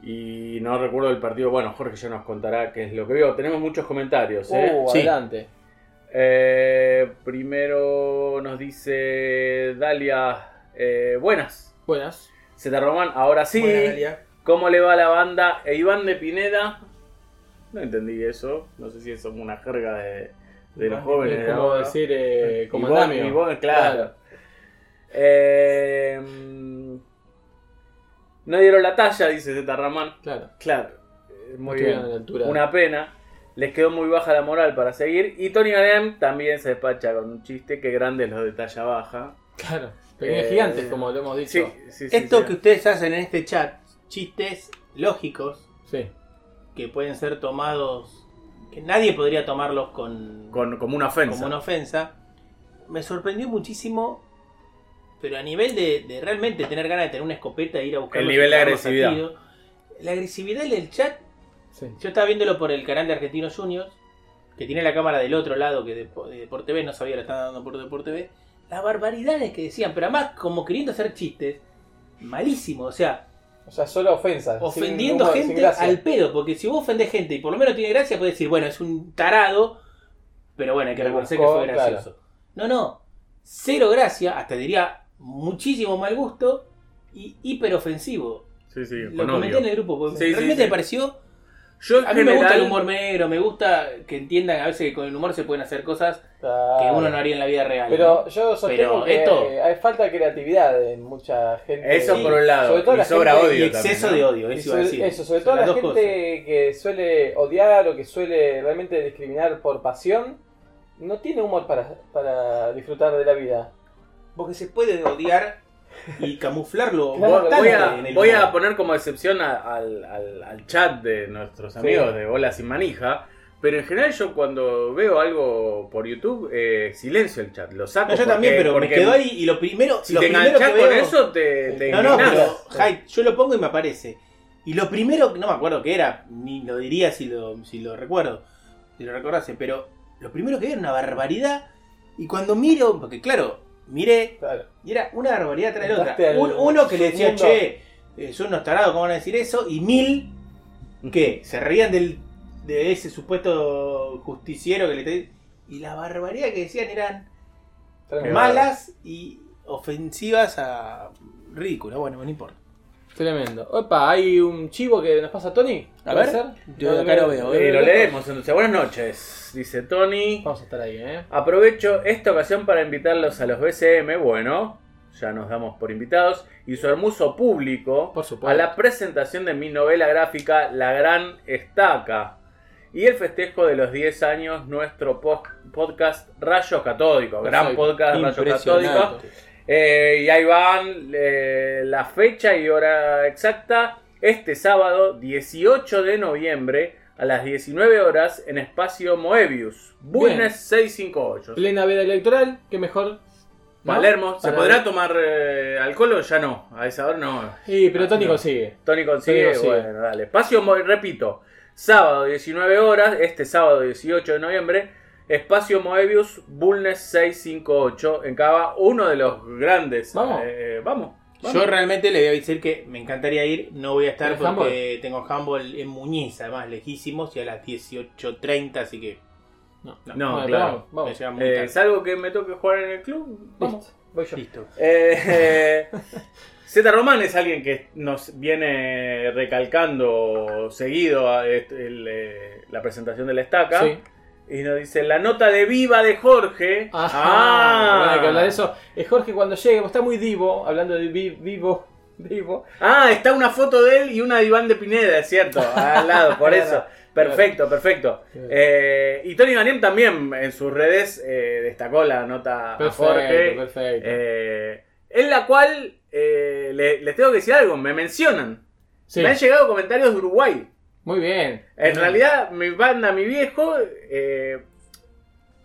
Y no recuerdo el partido, bueno, Jorge ya nos contará qué es lo que vio. Tenemos muchos comentarios. ¿eh?
Oh,
Sí.
adelante.
Eh, primero nos dice Dalia, eh, buenas.
Buenas.
Zetarroman, ahora sí.
Buenas, Dalia.
¿Cómo le va a la banda? E Iván de Pineda. No entendí eso. No sé si eso es una jerga de, de los jóvenes.
Es
de
como
ahora.
decir eh,
Iván,
comandamio.
Iván, claro. Eh, mm, no dieron la talla, dice Zetarroman.
Claro.
Claro. eh,
Estuvieron
Muy bien.
a la altura.
Una pena. Les quedó muy baja la moral para seguir. Y Tony Ganem también se despacha con un chiste. que grande los de talla baja.
Claro, pequeños
Eh,
gigantes, como lo hemos
Sí,
dicho.
sí, sí,
Esto
sí.
que ustedes hacen en este chat, chistes lógicos
Sí.
que pueden ser tomados, que nadie podría tomarlos con,
Con- como una ofensa.
como una ofensa, me sorprendió muchísimo, pero a nivel de, de realmente tener ganas de tener una escopeta e ir a buscar
El
los
nivel de
carros a
agresividad.
tiro. La agresividad del chat,
sí.
yo estaba viéndolo por el canal de Argentinos Juniors, que tiene la cámara del otro lado que de, de Deporte TV, no sabía la estaban dando por Deporte TV, las barbaridades que decían, pero además como queriendo hacer chistes, malísimo, o sea,
O sea, solo ofensas.
ofendiendo gente al pedo, porque si vos ofendés gente y por lo menos tiene gracia, puedes decir, bueno, es un tarado, pero bueno, hay que
Lo
reconocer
buscó,
que fue gracioso. No, no, cero gracia, hasta diría muchísimo mal gusto y hiperofensivo.
Sí, sí,
Lo
con
comenté en
odio.
el grupo, porque
Sí, sí,
realmente
sí.
me pareció...
Yo en
A mí me gusta
general-
el humor negro, me gusta que entiendan a veces que con el humor se pueden hacer cosas que uno no haría en la vida real.
Ah, Pero yo sostengo
Pero
que
esto-
eh, hay falta de creatividad en mucha gente.
Eso
Sí,
por un lado.
sobre todo
y
la
sobra
gente-
¿no? Y
odio.
exceso
también,
de
¿no?
odio,
Y
eso iba a
sobre-
decir.
eso, sobre
Son
todo la
las
gente
dos
que suele odiar o que suele realmente discriminar por pasión, no tiene humor para, para disfrutar de la vida.
Porque se puede odiar y <laughs> camuflarlo
Claro,
Voy- Voy
bastante en
a,
el
voy a
humor.
poner como excepción a- al, al- al chat de nuestros amigos de Bola Sin Manija. Pero en general yo cuando veo algo por YouTube, eh, silencio el chat. Lo saco.
No, Ah, yo
porque-
también, pero
porque
me quedo ahí y lo primero,
Si
lo
te
primero
enganchas
que
con
veo-
eso, te, te
No, no,
indignás.
pero Hyde, yo lo pongo y me aparece. Y lo primero, no me acuerdo qué era, ni lo diría si lo, si lo recuerdo, si lo recordase, pero lo primero que vi era una barbaridad. Y cuando miro, porque claro, miré
Claro.
y era una barbaridad tras la otra.
Entraste al
Un- uno que le decía,
submundo.
che, eh, son unos tarados, ¿cómo van a decir eso? Y mil que se reían del, de ese supuesto justiciero que le te- Y la barbaridad que decían eran
Tremendo.
malas y ofensivas a ridículas. Bueno, no importa.
Tremendo. Opa, hay un chivo que nos pasa Tony.
A
¿Puede
ver,
ser?
yo acá lo veo,
Eh, lo
veo.
leemos entonces. Buenas noches, dice Tony.
Vamos a estar ahí, ¿eh?
Aprovecho esta ocasión para invitarlos a los BCM, bueno, ya nos damos por invitados, y su hermoso público
Por supuesto.
a la presentación de mi novela gráfica La Gran Estaca y el festejo de los 10 años nuestro po- podcast Rayo Catódico, gran
Perfecto.
podcast Rayo Catódico.
Impresionante.
Eh, y ahí van eh, la fecha y hora exacta. Este sábado, 18 de noviembre, a las 19 horas, en Espacio Moebius, Bulnes 658.
Plena veda electoral, qué mejor. ¿no?
Palermo, ¿se
Para-
podrá tomar eh, alcohol o ya no? A esa hora no.
Sí, pero Tony
Ah, No.
consigue.
Tony consigue,
Tony consigue.
bueno, dale. Espacio Moebius, repito, sábado 19 horas, este sábado 18 de noviembre, Espacio Moebius, Bulnes 658, en Cava, uno de los grandes.
Vamos.
eh, vamos. vamos.
Yo realmente le voy a decir que me encantaría ir, no voy a estar
¿Tenés
porque tengo handball en Muñiz, además lejísimos, y a las 18.30, así que
No,
Bueno,
claro.
pero
me
Vamos,
llega muy
Eh,
tarde.
salvo que me toque jugar en el club.
vamos. <laughs> Listo,
Vamos.
voy yo.
Listo.
Eh, eh, <laughs> Zeta Román es alguien que nos viene recalcando seguido a- est- el, eh, la presentación de la estaca.
Sí.
Y nos dice la nota de viva de Jorge.
Ajá,
Ah.
bueno, hay que hablar de eso. Eh, Jorge cuando llegue, está muy divo, hablando de vi- vivo, <laughs> vivo.
Ah, está una foto de él y una de Iván de Pineda,
<laughs>
es cierto, al lado, por eso. Perfecto, perfecto. Eh, y Tony Daniel también en sus redes eh, destacó la nota
Perfecto,
a Jorge.
perfecto.
Eh, en la cual eh, le- les tengo que decir algo, me mencionan.
Sí,
Me han llegado comentarios de Uruguay.
muy bien.
En realidad me manda mi viejo eh,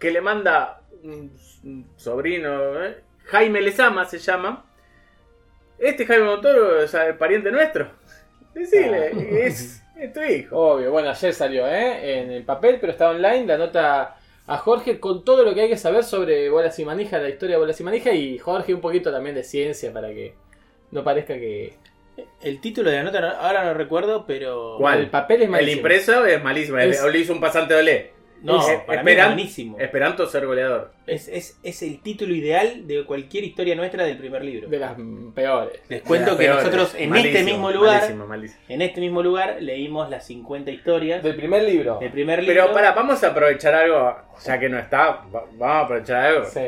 que le manda un, un sobrino, eh, Jaime Lezama se llama. Este Jaime Montoro es eh, pariente nuestro.
Ah.
Decile, es, es tu hijo.
Obvio, bueno, ayer salió ¿eh? en el papel, pero está online la nota a Jorge con todo lo que hay que saber sobre bolas y manija, la historia de bolas y manija y Jorge un poquito también de ciencia para que no parezca que...
El título de la nota no- ahora no recuerdo, pero...
¿Cuál?
El papel es
El
malísimo.
impreso es malísimo,
Es-
lo hizo un pasante de olé.
No,
Es-
para mí es
esperan-
buenísimo.
Esperanto ser goleador.
Es, es, es el título ideal de cualquier historia nuestra del primer libro.
De las mm, peores.
Les cuento que
Peor,
nosotros en
malísimo,
este mismo lugar,
malísimo, malísimo.
en este mismo lugar, leímos las 50 historias
Del primer libro.
del primer libro.
Pero para, vamos a aprovechar algo, ya que no está, va- vamos a aprovechar algo.
Sí.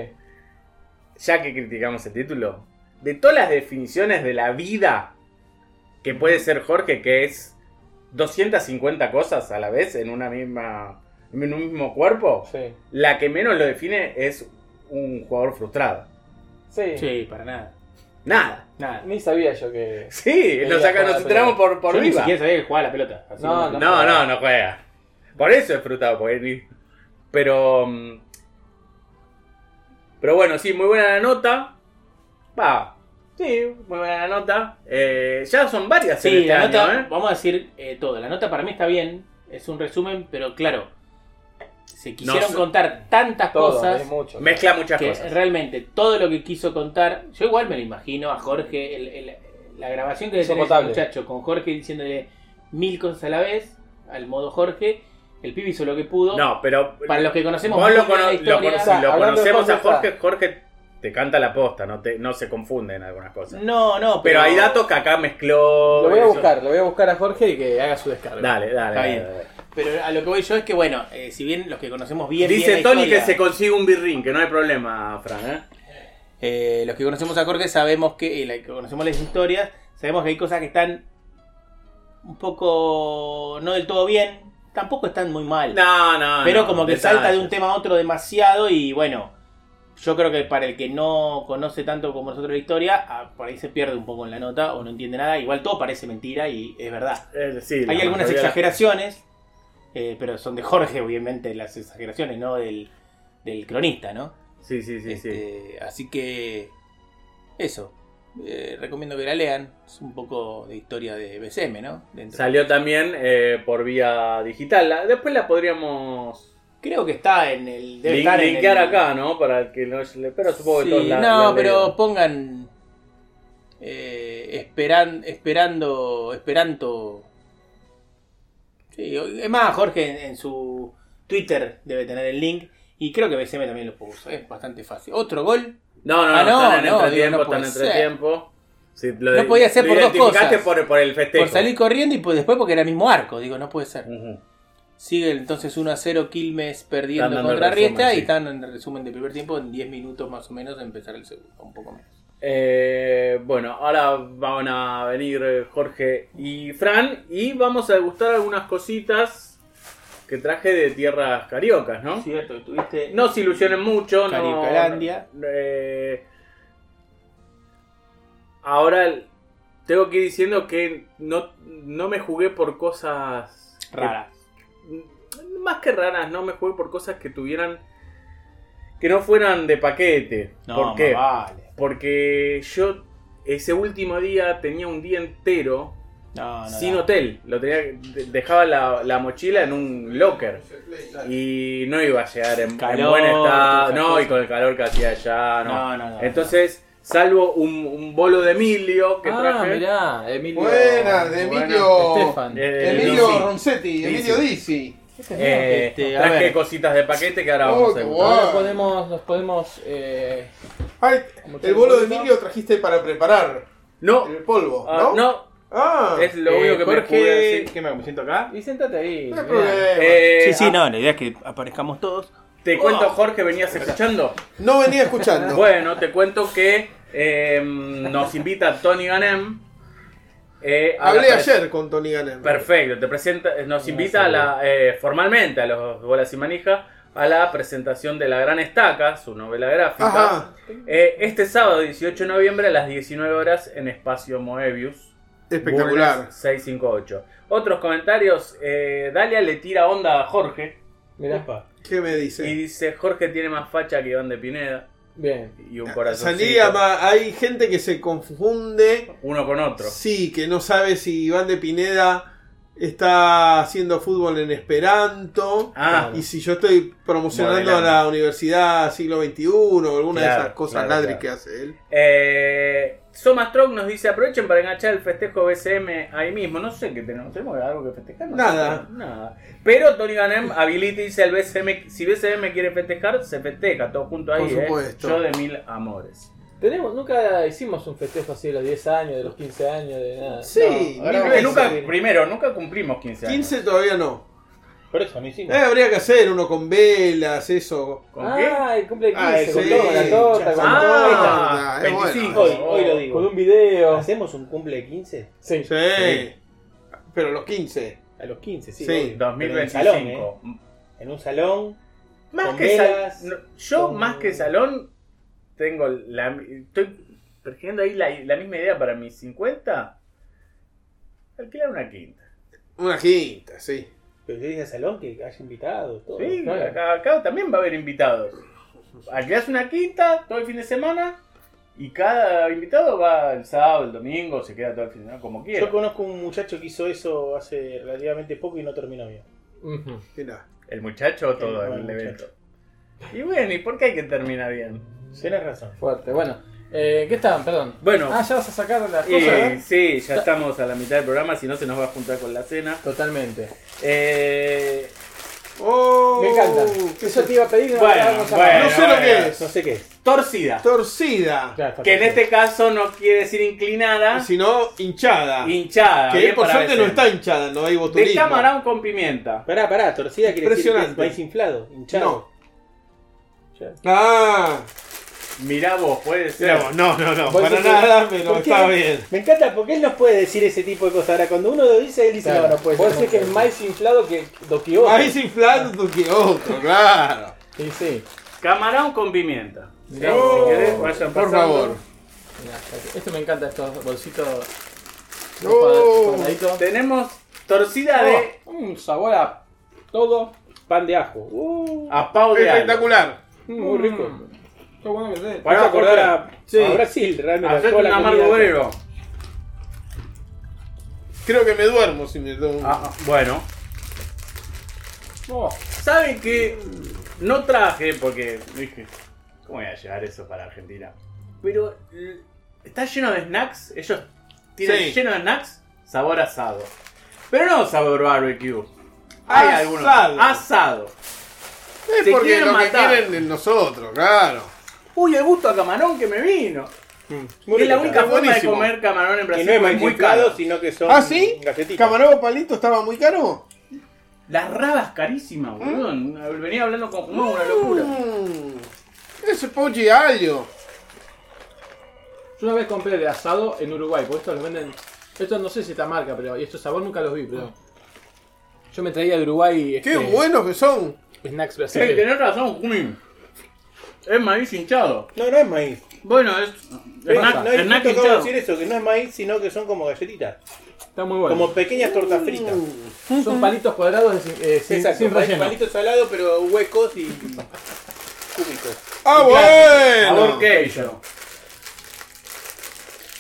ya que criticamos el título, de todas las definiciones de la vida que puede ser Jorge, que es 250 cosas a la vez en una misma en un mismo cuerpo,
Sí.
la que menos lo define es un jugador frustrado.
Sí.
Sí, para nada.
Nada.
Nada.
Ni sabía yo que.
Sí,
Quería
nos, saca-
jugar a
nos
la
enteramos por, por
Yo ni
viva.
siquiera sabía que jugaba a la pelota. así
No,
que-
no.
No, no, no juega. Por eso es frutado, porque ni- Pero. mm, Pero bueno, sí, muy buena la nota. Va. Sí, muy buena la nota. Eh, ya son varias en
Sí,
este
la
año,
nota,
¿eh?
vamos a decir eh, todo. La nota para mí está bien, es un resumen, pero claro, se quisieron
sé.
contar tantas
Todo,
cosas
es mucho.
Mezcla muchas
que
cosas.
realmente todo lo que quiso contar, yo igual me lo imagino a Jorge, el- el- la grabación que tenés
Insoportable.
muchacho con Jorge diciéndole mil cosas a la vez, al modo Jorge, el pibe hizo lo que pudo.
No, pero.
Para los que conocemos
Vos
muy
lo,
bien
cono-
la
lo
historia-
cono- si
O sea,
lo
hablando de
conocemos a
Jorge,
Jorge. Jorge te canta la posta, no, te, no se confunden algunas cosas.
no, no,
Pero hay datos que acá mezcló.
Lo voy a
eso.
buscar, lo voy a buscar a Jorge y que haga su descarga.
Dale, dale.
Está
dale,
bien.
dale.
Pero a lo que voy yo es que, bueno, eh, si bien los que conocemos bien. bien
Dice
la
Tony que
historia-
se consigue un birrín, que no hay problema, Fran, ¿eh?
Eh, los que conocemos a Jorge sabemos que, y la- que conocemos las historias, sabemos que hay cosas que están un poco no del todo bien, tampoco están muy mal,
No, no.
pero
no,
como que
detalles.
salta de un tema a otro demasiado y bueno, yo creo que para el que no conoce tanto como nosotros la historia, ah, por ahí se pierde un poco en la nota o no entiende nada, igual todo parece mentira y es verdad.
Eh, sí, la
Hay algunas
mayoría-
exageraciones, eh, pero son de Jorge obviamente las exageraciones, no del, del cronista, ¿no?
Sí, sí, sí, sí.
Este, Así que eso. Eh, recomiendo que la lean. Es un poco de historia de BCM, ¿no? Dentro.
Salió también eh, por vía digital. La- Después la podríamos
Creo que está en el. Debe
lin-
estar en
linkear
el-
acá, ¿no? Para el que no se le- Pero supongo que
Sí,
todos la-
no,
la
pero
lean.
pongan. eh, esperan, esperando. Esperanto. Sí, o- es más, Jorge en, en su Twitter debe tener el link. Y creo que BCM también lo puso. Es bastante fácil. Otro gol.
No, no, no,
Ah, no,
están en
no,
entretiempo,
digo, no
están en
puede ser.
entretiempo. Sí, lo
No
de-
podía ser
lo
por dos
identificaste
cosas.
Por, por el festejo.
Por salir corriendo y pues después porque era el mismo arco. Digo, no puede ser.
Ujú.
Sigue entonces 1 a 0 Quilmes
Están
perdiendo
dando el
contra
resumen,
Riestra
sí.
y están en el resumen del primer tiempo en 10 minutos más o menos de empezar el segundo, un poco menos.
Eh, bueno, ahora van a venir eh, Jorge y Fran y vamos a degustar algunas cositas que traje de tierras cariocas, ¿no?
Cierto, estuviste
No se ilusionen mucho. no-
Caricalandia.
eh, ahora el- tengo que ir diciendo que no, no me jugué por cosas que- Mm,
rara.
más que raras, no me jugué por cosas que tuvieran. que no fueran de paquete. ¿Por qué?
vale.
Porque yo ese último día tenía un día entero
No, no.
sin
da.
hotel. Lo tenía, de- dejaba la, la mochila en un locker. Y no iba a llegar en, en
Calor,
buen
todas
estado.
esas
No,
cosas.
y con el calor que hacía allá. No.
No, no, no,
Entonces, salvo un, un bolo de Emilio que
ah,
traje.
mirá, Emilio.
Buenas, de Emilio.
Estefan.
Eh,
Emilio
Dizzy.
Roncetti, Emilio Dizzy.
eh,
Este, a
traje
ver.
cositas de paquete que ahora
Oh,
vamos a
qué
gustar.
guay.
Ahora podemos, nos podemos. Eh,
Ay,
como te
el bolo de
gusta.
Emilio trajiste para preparar
No,
el polvo,
ah,
¿no?
no,
Ah,
es
Eh,
lo único que me jugué. así.
¿Qué me siento acá?
Eh, Y sentate ahí.
no hay
mirá.
problema.
Eh,
sí, sí,
ah,
no, la idea es que aparezcamos todos.
Te cuento, Jorge, venías escuchando.
No venía
<laughs>
escuchando.
Bueno, te cuento que eh, nos invita Tony Ganem. eh, a la
<laughs> Hablé
pre-
ayer con Tony Ganem.
Perfecto, te presenta, nos
No,
invita a la, eh, formalmente a los Bolas y Manija a la presentación de La Gran Estaca, su novela gráfica,
Ajá,
eh, este sábado 18 de noviembre a las 19 horas en Espacio Moebius.
espectacular.
Bulnes 658. Otros comentarios, eh, Dalia le tira onda a Jorge
Mirá.
¿Qué me
y
dice?
dice, Jorge tiene más facha que Iván de Pineda
Bien.
y un corazón.
Ah, Salía, ma- hay gente que se confunde.
Uno con otro.
Sí, que no sabe si Iván de Pineda está haciendo fútbol en Esperanto.
Ah,
Y si yo estoy promocionando
Modelando.
a la universidad siglo XXI o alguna
Claro,
de esas cosas
claro,
ladri
claro.
que hace él.
Eh, Soma Strong nos dice, aprovechen para enganchar el festejo BCM ahí mismo. No sé qué tenemos, tenemos algo que festejar. No
Nada.
sé, nada. Pero Tony Ganem habilita y dice al BCM, si BCM quiere festejar, se festeja, todo junto ahí.
Por
eh.
supuesto.
Yo de mil amores.
Tenemos, nunca hicimos un festejo así de los 10 años, de los 15 años, de nada.
Sí,
Ahora,
mil
que
veces.
nunca, primero, nunca cumplimos 15 años.
15 todavía no.
Por eso, no
Eh, habría que hacer uno con velas, eso.
¿Con qué?
ah, el cumple de 15,
Ah,
con,
sí.
todo, con la torta, con
Ah,
todo.
Ah,
es bueno.
25.
Hoy-
lo
Ahí está.
digo.
Con un video.
¿Hacemos un cumple de 15?
Sí.
Sí. Pero los 15.
A los 15,
Sí,
obvio, pero en el
2025.
salón, ¿eh? En un salón.
Más
Con
que sal-
velas,
no, yo
con-
más que salón tengo la. Estoy perdiendo ahí la, la misma idea para mis 50. Alquilar una quinta.
Una quinta, sí.
Pero yo dije al salón que haya invitados, todo.
Sí,
claro.
acá, acá también va a haber invitados. Alquilás una quinta todo el fin de semana y cada invitado va el sábado, el domingo, se queda todo el fin de semana como quiera.
Yo conozco un muchacho que hizo eso hace relativamente poco y no terminó bien.
Ujú.
Mirá.
El muchacho o todo
El
el,
muchacho.
evento. Y bueno, ¿y por qué hay que terminar bien?
Tienes razón.
Fuerte. Bueno, eh, ¿qué estaban? Perdón.
Bueno,
Ah, ya vas a sacar las cosas.
y-
¿eh?
¿verdad?
sí, ya estamos a la mitad del programa, si no se nos va a juntar con la cena.
Totalmente.
Eh,
¡Oh!
Me encanta. Eso te iba a pedir. no
Bueno,
lo vamos a-
bueno.
No sé lo que es.
No sé qué es.
torcida,
Torcida.
Ya está
que en
perfecto.
este caso no quiere decir inclinada,
Sino hinchada.
hinchada.
que
bien
por
para
suerte no
Becerra.
está hinchada, no hay
De
botulismo.
camarón con pimienta.
Pará, pará, torcida quiere decir que es
Impresionante.
país inflado, hinchado.
No. Ah,
Mirá vos, puede ser.
Digamos, no, no, no,
Vos
para
decís-
nada, pero
¿Por qué?
está bien.
Me encanta porque él nos puede decir ese tipo de cosas. Ahora, cuando uno lo dice, él dice,
Claro.
no, no puede
Vos
ser.
decís que es más inflado que Doquio.
Más inflado que otro, claro.
Sí, sí.
Camarón con pimienta.
Mirá,
Oh,
si querés, vayan
por
pasando.
favor.
Mirá, este me encanta estos bolsitos.
Oh.
Cuadraditos.
Tenemos torcida de
Oh, un sabor a todo.
Pan de ajo. Uh,
a pau de algo.
Oh, Espectacular.
mm, muy rico.
Mm. Qué bueno que te.
Para
Pará,
acordar
Jorge.
a,
Sí.
a Brasil, realmente.
Hacete
toda
un
la
amargo
comida.
obrero.
Creo que me duermo si me tomo. un-
Ah, bueno.
Oh,
¿Saben que No traje porque dije, ¿cómo voy a llevar eso para Argentina? Pero eh, está lleno de snacks. Ellos tienen
Sí.
lleno de snacks sabor asado. Pero no sabor barbecue. Hay algunos.
Asado.
Asado.
es
te
porque
quieren
lo
matar.
que quieren en nosotros, claro.
Uy, el gusto a camarón que me vino.
Mm, Muy
es la
rico,
única
está
forma
buenísimo.
de comer camarón en
Que
Brasil.
no es
porque
más
es muy caro.
sino que son
¿Ah, sí?
galletitas.
¿Camarón palito estaba muy caro?
Las rabas
¿Mm?
carísimas, boludo. Venía hablando con Juan, una locura.
Mm, Ese pochi alio.
Yo una vez compré de asado en Uruguay, porque estos los venden. Estos no sé si esta marca, pero. Y estos sabor nunca los vi, pero. Yo me traía de Uruguay.
Qué
este,
buenos que son.
Snacks
Sí,
brasileños.
tenés razón, Jumín. Es maíz hinchado.
No, no es maíz.
Bueno, es.
No,
Snack,
no es
snack
justo acabo de
hinchado.
decir eso, que no es maíz, sino que son como galletitas.
Está muy bueno.
Como pequeñas tortas fritas.
Son palitos cuadrados de sin- eh, sin,
Exacto,
sin
palitos
relleno.
salados, pero huecos <laughs> y cúbicos.
Ah,
Sabor
bueno.
queso.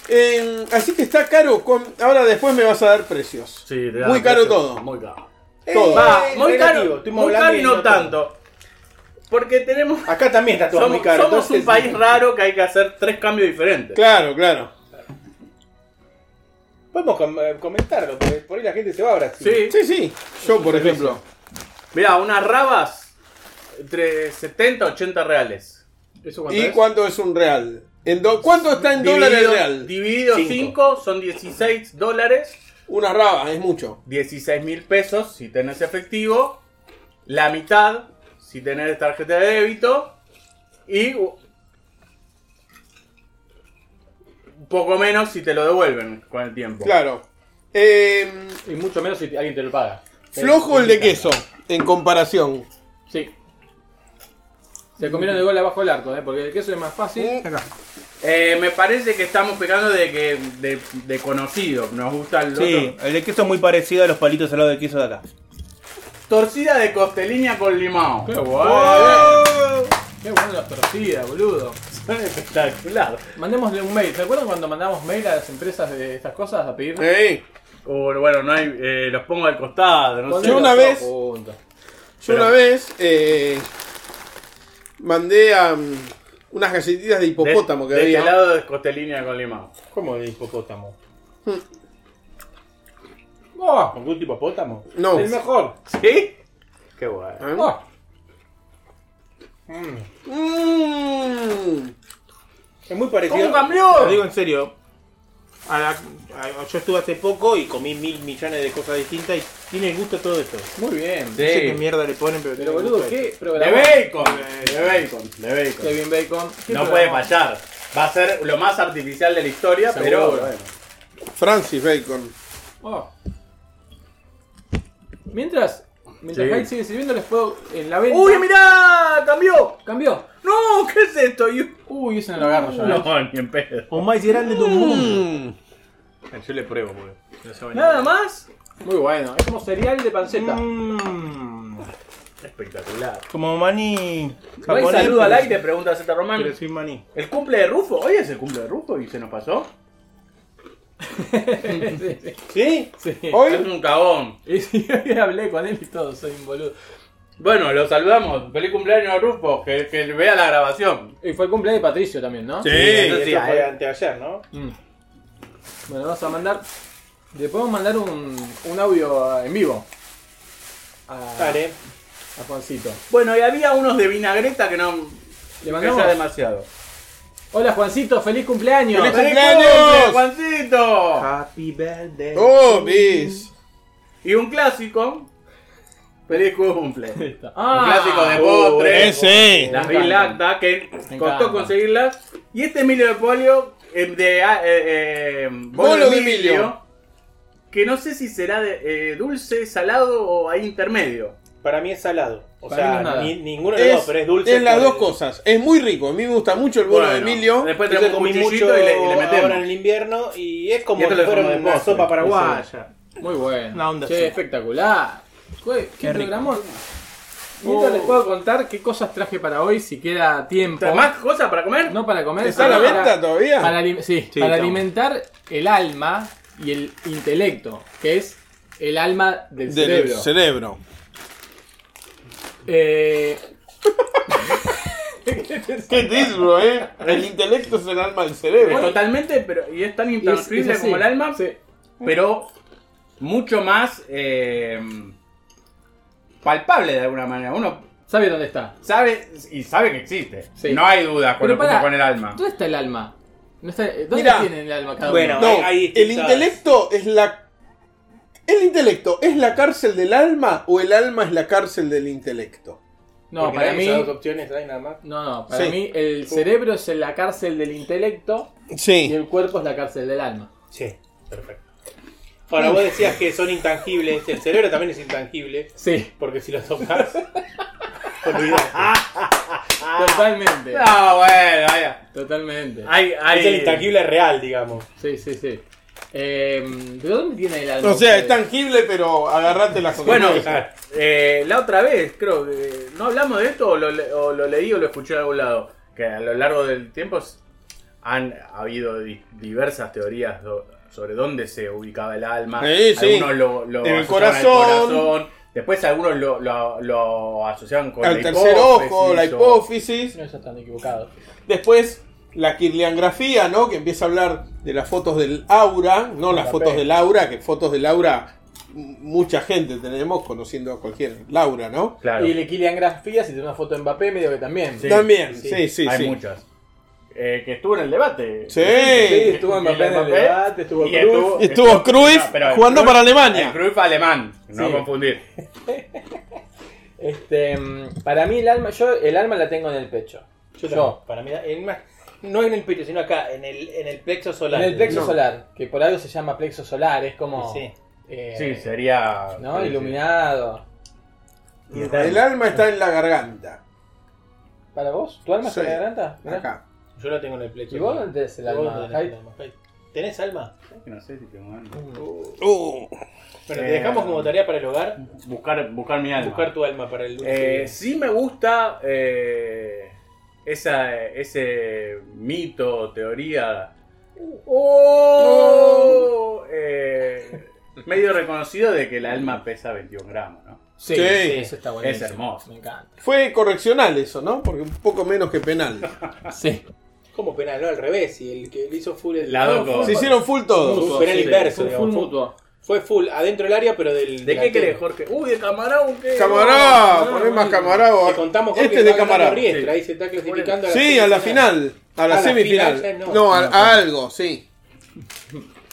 Eh, así que está caro. con- Ahora después me vas a dar precios.
Sí, te da
muy caro
precio.
todo.
Muy caro.
Todo.
Va,
Eh,
muy
relativo,
caro.
estuvimos
Muy
hablando
caro y
de
no
no
tanto. Porque tenemos.
Ah,
Acá también está todo
Somos,
muy caro.
somos
entonces-
un país raro que hay que hacer tres cambios diferentes.
Claro, claro.
Podemos com- eh, comentarlo, porque por ahí la gente se va a Brasil.
Sí.
Sí, sí. Yo, por ejemplo.
Mirá, unas rabas entre 70 y 80 reales.
¿Eso cuánto
¿Y
es?
cuánto es un real? En do- ¿Cuánto está en dólares el
Dividido-
real?
Dividido
Cinco.
5 son 16 dólares.
Una raba, es mucho.
16 mil pesos si tenés efectivo, la mitad si tenés tarjeta de débito y u- un poco menos si te lo devuelven con el tiempo.
Claro. Eh,
Y mucho menos si te- alguien te lo paga.
flojo
Eh,
el de queso, en comparación.
Sí. Se comieron el gol abajo del arco, ¿eh? porque el queso es más fácil.
Mm.
Acá.
Eh, me parece que estamos pegando de que de, de conocido, nos gusta el
Sí,
otro.
el de queso es muy parecido a los palitos salados de queso de acá.
Torcida de costeliña con limón.
Qué bueno. eh.
Oh.
Qué bueno las torcidas, boludo.
<laughs> Espectacular.
Mandémosle un mail. ¿Se acuerdan cuando mandamos mail a las empresas de estas cosas a pedir?
Eh,
O, bueno, no hay, eh, los pongo al costado, no sé.
Yo una vez-
Punto.
yo una vez eh, mandé a, mm, unas galletitas de
De-
hipopótamo que
de
había.
este lado de costeliña con limón.
¿Cómo de hipopótamo?
Hmm.
¡Oh!
¿Algún tipo hipopótamo?
No.
El mejor.
¿Sí? Qué bueno.
Ah.
¡Oh!
Mm.
Es muy parecido.
¿Cómo cambió?
Lo digo en serio.
a la- a- yo estuve hace poco y comí mil millones de cosas distintas y tiene el gusto todo esto.
Muy bien.
No sé qué mierda le ponen, pero...
Pero boludo, ¿qué
De
programa?
bacon, eh, de de bacon, de bacon.
Kevin Bacon. ¿Qué
No
programa?
puede fallar. Va a ser lo más artificial de la historia, pero
Seguro.
bueno.
Francis Bacon.
Oh. Mientras Mientras
Sí.
Hyde sigue sirviendo, les puedo. En la venta.
¡Uy, mirá! ¡Cambió!
¡Cambió!
¡No! ¿Qué es esto? Y-
Uy, eso no lo agarro yo. eh.
<laughs>
No, ni en pedo.
O más grande del mundo.
Eh, Yo le pruebo, porque no sabe
Nada más. Muy bueno. Es como cereal de panceta.
Mm,
Mm,
Espectacular.
Como maní.
Buen
japonés,
saludo al
pero-
aire, pregunta
este
Z Román.
Pero sin maní.
¿El cumple de Rufo? Hoy es el cumple de Rufo y se nos pasó.
¿Sí?
Sí. Mm.
Es
¿Hoy?
un cagón.
<laughs> Y sí, <laughs> hoy hablé con él y todo, soy un boludo.
Bueno, lo saludamos. Feliz cumpleaños a Rufo. Que, que vea la grabación.
Y fue el cumpleaños de Patricio también, ¿no?
Sí.
eso
sí,
sí,
ahí-
anteayer, ¿no?
Mm. Bueno, vamos a mandar. Le podemos mandar un, un audio a- en vivo. A,
Dale.
a Juancito.
eh. Bueno, y había unos de vinagreta que no.
Le
que
mandamos.
sea demasiado.
Hola Juancito, feliz cumpleaños.
¡Feliz
¡Feliz
cumpleaños!
cumple, Juancito!
Happy birthday.
¡Oh, mis!
Y un clásico. Feliz cumple. Un
Ah,
clásico de
Oh,
postre.
¡Ese!
Las
Me encanta.
Bilacta, que
Me
costó
encanta.
conseguirlas. Y este Emilio de Polio, eh, de. ah, eh, eh,
Bolo de Emilio.
Que no sé si será de, eh, dulce, salado o ahí intermedio.
Para mí es salado. O
Para mí no es
sea,
nada.
ni- ninguno de los
Es,
dos, pero es dulce.
es las
por-
dos cosas. Es muy rico. A mí me gusta mucho el bolo de
Bueno,
Emilio.
Después
Yo
tenemos un
comí
cuchillito
mucho
y le, y le metemos.
ahora en el invierno y es
Y
como
esto
si
lo
fuera
dejamos de
una
postre.
sopa paraguaya.
muy bueno.
Una onda
Che,
así.
espectacular. Güey, qué, programón. Mientras
Uh.
les puedo contar qué cosas traje para hoy si queda tiempo.
¿Más cosas para comer?
No para comer,
¿Está a la
sino para-
venta todavía?
Para, alim- sí,
Sí,
para
estamos.
alimentar el alma y el intelecto, que es el alma del,
Del
cerebro.
cerebro.
Eh, <laughs>
¿Qué disro, eh? El intelecto es el alma del
Es
cerebro.
Totalmente, pero y es tan
y es-
intangible
es así.
como el alma,
Sí.
pero mucho más eh, palpable de alguna manera. Uno
¿Sabe dónde está?
sabe y sabe que existe.
Sí.
No hay duda con
Pero
lo que
pará.
pasa con el alma.
¿Dónde está el alma? No está- ¿Dónde
Mirá.
tienen el alma cada
Bueno,
uno?
No,
ahí- ahí
el
está.
intelecto es la. ¿El intelecto es la cárcel del alma o el alma es la cárcel del intelecto?
No, para mí.
Esas dos opciones hay nada más.
No, no, para
Sí. Uh.
mí el cerebro es la cárcel del intelecto y
Sí.
el cuerpo es la cárcel del alma.
Sí, perfecto. Ahora vos decías que son intangibles. El cerebro también es intangible.
Sí,
Porque si
<laughs>
lo tocas. olvidás.
Ah.
totalmente.
No, bueno, vaya.
Totalmente.
Hay, hay...
Es
Eh.
el intangible real, digamos.
Sí, sí, sí. Eh, ¿De dónde tiene el alma?
O sea, es
ustedes?
tangible, pero agarrate las
Bueno,
Claro.
eh, la otra vez, creo que. ¿No hablamos de esto o lo, le- o lo leí o lo escuché de algún lado? Que a lo largo del tiempo s- han habido di- diversas teorías do- sobre dónde se ubicaba el alma.
Sí, sí.
algunos lo, lo
En el
asociaban al
corazón.
corazón. Después algunos lo, lo, lo asociaban con
Al
la
tercer
hipófisis
ojo, la
o-
hipófisis.
No, ellos están equivocados.
Después, la kirliangrafía, ¿no? Que empieza a hablar de las fotos del aura, no las fotos del aura, que fotos del aura m- mucha gente tenemos conociendo a cualquier Laura, ¿no?
Claro.
Y le Kylian Grafía, si tiene una foto de Mbappé, medio que también.
Sí.
También,
sí,
sí, sí, sí.
hay muchas. Eh, que estuvo en el debate.
Sí.
estuvo Mbappé en el
Mbappé.
debate, estuvo
Y
Cruz.
Estuvo Cruyff
No, pero el
jugando
Cruyff-
para
El
Alemania.
Cruyff alemán, no
Sí.
confundir.
Este, mm, para mí el alma, yo el alma la tengo en el pecho.
Yo,
Yo.
también, para mí, en más- no en el pecho, sino acá, en el, en el plexo solar.
En el plexo
No.
solar, que por algo se llama plexo solar, es como
Sí.
eh,
Sí, sería.
¿no?
sí, sí.
iluminado.
Y está-
El alma está en la garganta.
¿Para vos? ¿Tu alma está
Sí.
en la garganta? Mirá.
Acá.
Yo lo tengo en el plexo.
¿Y vos dónde tenés el
¿Y vos
alma?
dónde tenés el
Jai?
alma, Jai? ¿Tenés alma?
No sé si tengo ganas.
Uh,
Bueno,
Eh,
te dejamos como tarea para el hogar
Buscar, buscar mi alma.
buscar tu alma para el dulce.
Eh, sí me gusta eh, esa, ese mito, teoría. Oh, eh, medio reconocido de que el alma pesa 21 gramos, ¿no?
Sí,
Sí.
sí, eso está bueno.
Es hermoso.
Me encanta.
Fue correccional eso, ¿no? Porque un poco menos que penal.
Sí.
Como penal, no al revés. Y el que le hizo full el.
La
no,
doco.
Se
fue,
hicieron full todos.
Mutuo, penal inverso,
Fue
digamos.
full mutuo.
fue full adentro del área, pero del.
¿De qué querés,
querés,
Jorge? Uy, de camarón, ¿qué?
Camará, poné más camará.
Te contamos Jorge,
Este
que
es de
va ganando
camará.
Riestra, Ahí se está clasificando.
Sí, a la final. A la
A la
semifinal.
final ya no.
No, a, a algo, sí.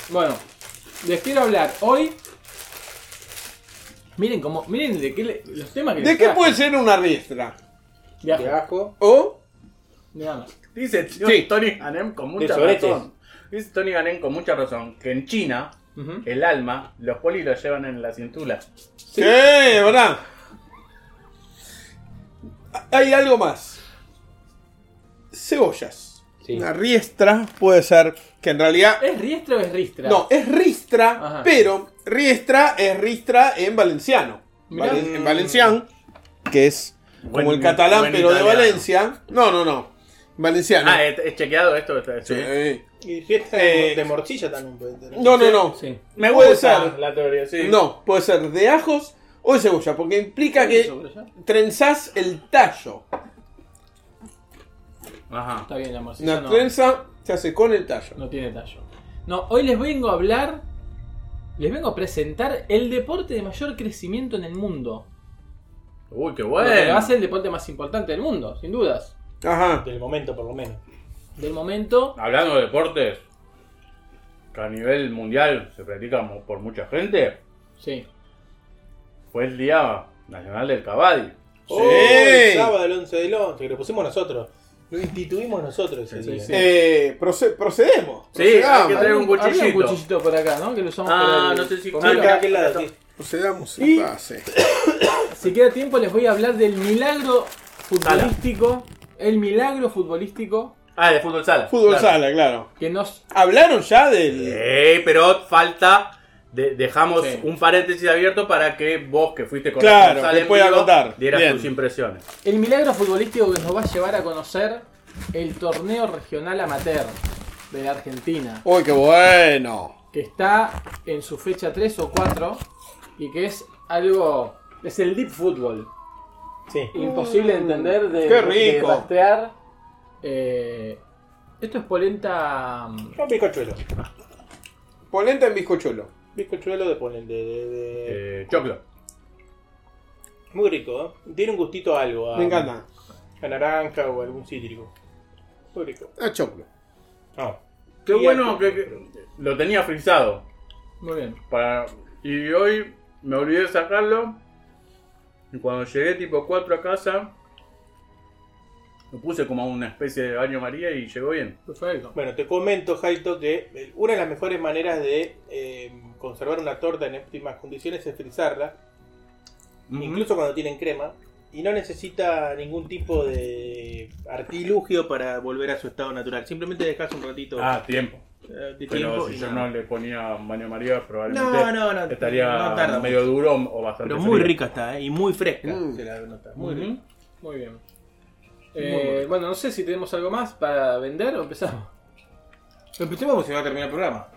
Bueno, les quiero hablar hoy. Miren cómo, miren de qué le- los temas que
¿De
les
qué
traje.
puede ser una riestra?
De ajo,
De ajo.
¿O?
nada más.
Dice el señor
Sí.
Tony Ganem con mucha
De sobrete.
razón. Dice Tony Ganem con mucha razón que en China
Ujú.
el alma, los polis lo llevan en la cintura.
Sí, es ¿verdad? Hay algo más. Cebollas.
Sí.
Una riestra puede ser que en realidad
¿Es riestra o es ristra?
No, es ristra,
Ajá.
pero riestra es ristra en valenciano.
Mirá.
Valen- en valencián, que es como
Buen-
el catalán,
buen
pero de
italiano.
Valencia. No, no, no. Valenciano.
Ah, ¿es, es chequeado esto? Está-
Sí.
Y fiesta
Eh,
de morcilla también puede tener.
No, no, no.
Sí.
Me puede ser.
La teoría, sí.
No, puede ser de ajos o de cebolla, porque implica que trenzás el tallo.
Ajá.
Está bien, la morcilla
Una
no,
trenza se hace con el tallo.
no tiene tallo. No, hoy les vengo a hablar, les vengo a presentar el deporte de mayor crecimiento en el mundo.
Uy, qué
Lo
bueno.
que lo hace el deporte más importante del mundo, sin dudas.
Ajá.
Del momento, por lo menos.
Del momento,
Hablando de deportes, que a nivel mundial se practica mu- por mucha gente,
sí.
fue el Día Nacional del Caballo.
Oh, el sábado, el 11 del 11, que lo pusimos nosotros. Lo instituimos nosotros ese día.
Eh, proce- procedemos.
Sí, hay que
procedamos,
traer un
Había
cuchillito.
un cuchillito por acá, ¿no? Que lo usamos
Ah,
para el-
no sé si-
comer.
Ah, acá, aquel lado, sí.
procedamos
Y-
en pase.
Si queda tiempo les voy a hablar del milagro futbolístico. El milagro futbolístico
Ah, de fútbol sala.
Fútbol
Claro.
sala, claro.
que nos...
Hablaron ya del.
Eh, pero falta. de- dejamos
Sí.
un paréntesis abierto para que vos, que fuiste con
Claro,
sala
que
en
pueda
vivo,
contar.
dieras
Bien.
tus impresiones.
El milagro futbolístico que nos va a llevar a conocer el torneo regional amateur de la Argentina.
Uy, qué bueno.
Que está en su fecha 3 o 4 y que es algo... Es el deep football.
Sí.
Imposible de entender de,
qué rico.
de rastrear. Eh, esto es polenta... mm,
Un bizcochuelo.
Polenta en bizcochuelo.
Bizcochuelo de ponen de, de- de-
Eh, choclo.
Muy rico, ¿eh? Tiene un gustito a algo. A,
Me encanta.
A naranja o algún cítrico. Muy rico. Ah.
A Ah, choclo.
No.
Qué
Y
bueno
al-
que, que- lo tenía frisado.
Muy bien.
Para, y hoy me olvidé de sacarlo. Y cuando llegué tipo 4 a casa, lo puse como una especie de baño María y llegó bien.
Perfecto.
Bueno, te comento, Jaito, que eh, una de las mejores maneras de eh, conservar una torta en óptimas condiciones es frizarla, incluso cuando tienen crema, y no necesita ningún tipo de artilugio para volver a su estado natural. Simplemente dejas un ratito
Ah, tiempo.
eh, de
Pero
tiempo
si
y
yo
nada.
no le ponía baño María, probablemente
no, no, no,
estaría
no tarda
medio
mucho.
duro o bastante
Pero muy
frío.
rica está, ¿eh? y muy fresca.
Mm.
Se la nota, muy
Muy
rica.
bien. Muy bien. Eh, bueno, no sé si tenemos algo más para vender o empezamos.
Empecemos porque se va a terminar el programa.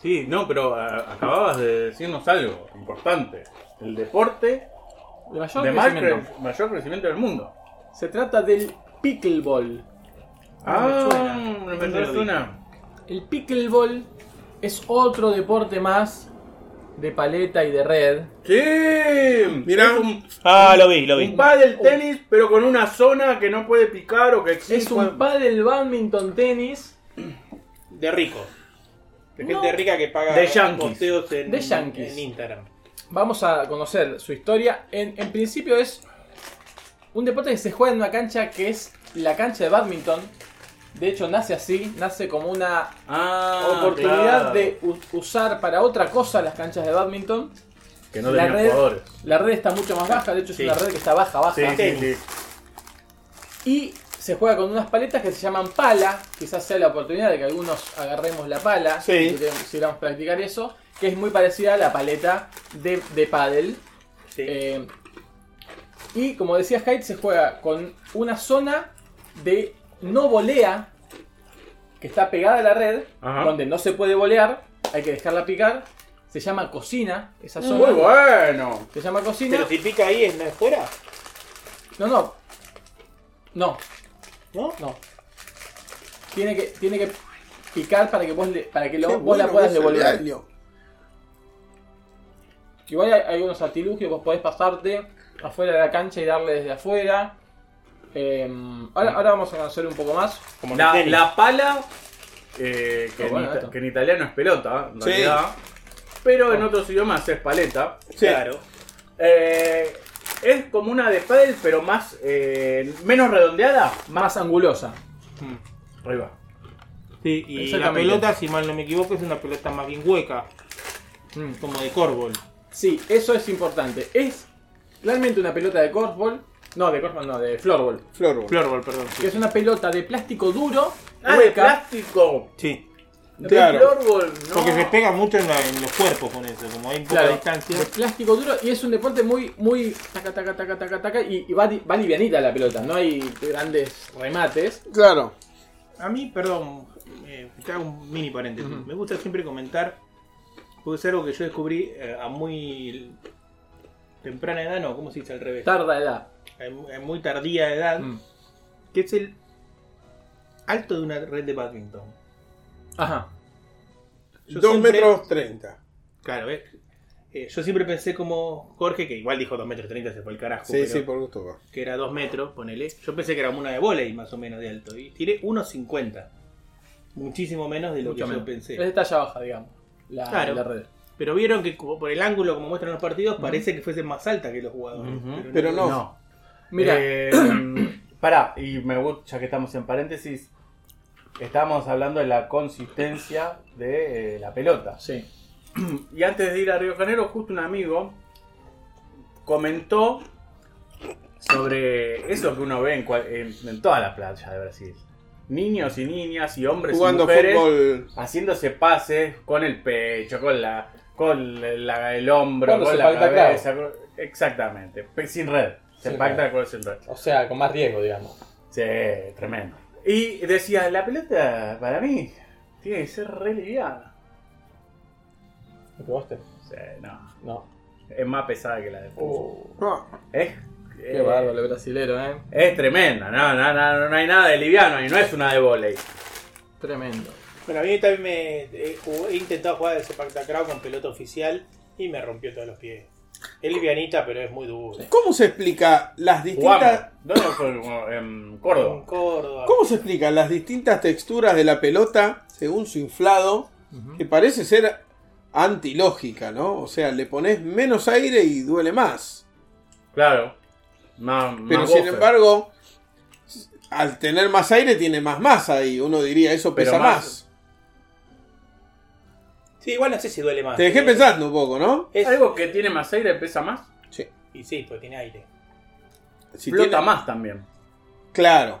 Sí, no, pero ah, acababas de decirnos algo importante. El deporte
De mayor
de más
crecimiento.
cre- mayor crecimiento del mundo.
Se trata del pickleball.
Ah, me
Este
¿Dónde lo
metiste una.
El pickleball es otro deporte más de paleta y de red.
Sí,
Mirá.
mira un,
Ah, lo vi, lo
un del tenis, pero con una zona que no puede picar o que existe.
Uh. Es un pádel badminton tenis
De ricos. De gente
No.
rica que paga
De yanquis.
posteos en,
De yanquis.
en Instagram.
Vamos a conocer su historia. En, en principio es un deporte que se juega en una cancha que es la cancha de badminton. De hecho nace así, nace como una
Ah,
oportunidad
claro.
de u- usar para otra cosa las canchas de badminton.
que no
la
tenía
red-
jugadores.
La red está mucho más baja, de hecho es
Sí.
una red que está baja, baja.
Sí, sí, sí.
Y se juega con unas paletas que se llaman pala, quizás sea la oportunidad de que algunos agarremos la pala,
Sí.
si queremos- si queramos practicar eso, que es muy parecida a la paleta de, de pádel.
Sí.
Eh, y como decía Hyde, se juega con una zona de no volea que está pegada a la red,
Ajá.
donde no se puede volear, hay que dejarla picar. Se llama cocina, esa zona.
Muy bueno.
Se llama cocina.
Pero si pica ahí es afuera,
No, no. No,
¿no?
no. Tiene que, tiene que picar para que vos, le- para que lo-
Qué
vos
bueno
la puedas
que es el
devolver.
diario.
Igual hay, hay unos artilugios, vos podés pasarte afuera de la cancha y darle desde afuera. Eh, ahora, ahora vamos a conocer un poco más.
Como en el
La,
tenis.
la pala, eh, que,
Qué bueno
en, ita-
esto. Oh.
que en italiano es pelota, en
Sí.
realidad, pero en otros idiomas es paleta.
Sí.
Claro.
Eh, es como una de pádel, pero más eh, menos redondeada.
Más angulosa.
Ahí va.
Sí, y la
Exactamente.
pelota, si mal no me equivoco, es una pelota más bien hueca,
Mm.
como de córbol.
Sí, eso es importante. Es realmente una pelota de corfball No, de Cosman no, de Floorball.
Floorball.
Floorball, perdón.
Que es una pelota de plástico duro,
Ah, de
hueca.
plástico.
Sí.
De
Claro.
floorball, no.
Porque se pega mucho en, la- en los cuerpos con eso, como hay poca
Claro,
distancia.
de plástico duro y es un deporte muy, muy taca, taca, taca, taca, taca y, y va, di- va livianita la pelota, no hay grandes remates.
Claro.
A mí, perdón, eh, te hago un mini paréntesis. Me gusta siempre comentar, porque es algo que yo descubrí eh, a muy temprana edad, no, ¿cómo se dice al revés?
Tarda edad.
A mu- a muy tardía
Ah.
edad,
Mm.
que es el alto de una red de badminton.
Ajá.
Yo
2
siempre-
metros 30.
Claro, ¿ves? Eh, yo siempre pensé como Jorge, que igual dijo 2 metros 30, se fue el carajo.
Sí,
pero
sí, por gusto. va.
Que era 2 metros, ponele. Yo pensé que era una de volei más o menos de alto. Y tiré 1,50. Muchísimo menos de lo que yo pensé.
Es de talla baja, digamos. La,
Claro.
la red.
Pero vieron que como por el ángulo como muestran los partidos parece que fuese más alta que los jugadores.
Pero no.
No.
Mira,
Eh,
<clears throat>
pará, y me gusta, ya que estamos en paréntesis, estábamos hablando de la consistencia de eh, la pelota.
sí.
<clears throat> Y antes de ir a Río de Janeiro, justo un amigo comentó sobre eso que uno ve en, cual- en- en toda la playa de Brasil. Niños y niñas y hombres y
Jugando
mujeres
fútbol.
haciéndose pases con el pecho, con la con la- el hombro,
Cuando
con
se
la
pacta,
cabeza. con- Exactamente, pe- sin red. Se
Sin
pacta
red.
con sin red.
O sea, con más riesgo, digamos.
Sí, tremendo. Y decía, la pelota para mí tiene que ser re liviana.
¿Me probaste?
Sí, no.
No.
Es más pesada que la de fútbol.
Ah,
Es,
Qué
eh,
bárbaro el brasilero, eh.
es tremenda, no, no, no, no hay nada de liviano y no es una de volei.
Tremendo.
Bueno, a mí también me he, jugado- he intentado jugar ese Pactacrao con pelota oficial y me rompió todos los pies. Es livianita, pero es muy duro.
¿Cómo se explica las distintas...
Jugamos. ¿Dónde fue? En
En
Córdoba.
Córdoba.
¿Cómo se explican las distintas texturas de la pelota según su inflado? Que parece ser antilógica, ¿no? O sea, le pones menos aire y duele más.
Claro. Más, más
Pero sin
gofer.
embargo, al tener más aire tiene más masa y uno diría, eso
Pero
pesa
más-
más.
Sí, igual no sé si duele más. ¿eh?
Te dejé pensando un poco, ¿no?
Es-
Algo que tiene más aire pesa más.
Sí.
Y sí, porque tiene aire.
Si
Flota
tiene-
más también.
Claro.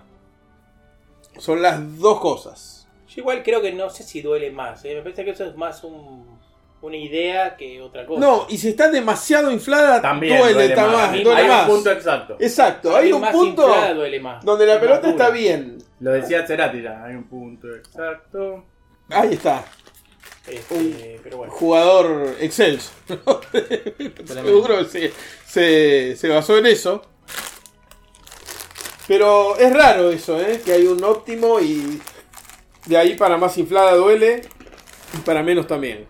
Son las dos cosas.
Yo igual creo que no sé si duele más. ¿eh? Me parece que eso es más un- una idea que otra cosa.
No, y si está demasiado inflada,
También.
duele,
duele
ta-
más.
más, duele
Hay
más.
un punto exacto.
Exacto, hay
Es
un
más
punto
inflada, duele más.
donde la
Es más
pelota está
dura.
bien.
Lo decía Cerati ya. Hay un punto exacto.
Ahí está,
Este, pero bueno.
jugador excelso. Seguro que se, se, se basó en eso. Pero es raro eso, ¿eh? que hay un óptimo y de ahí para más inflada duele y para menos también.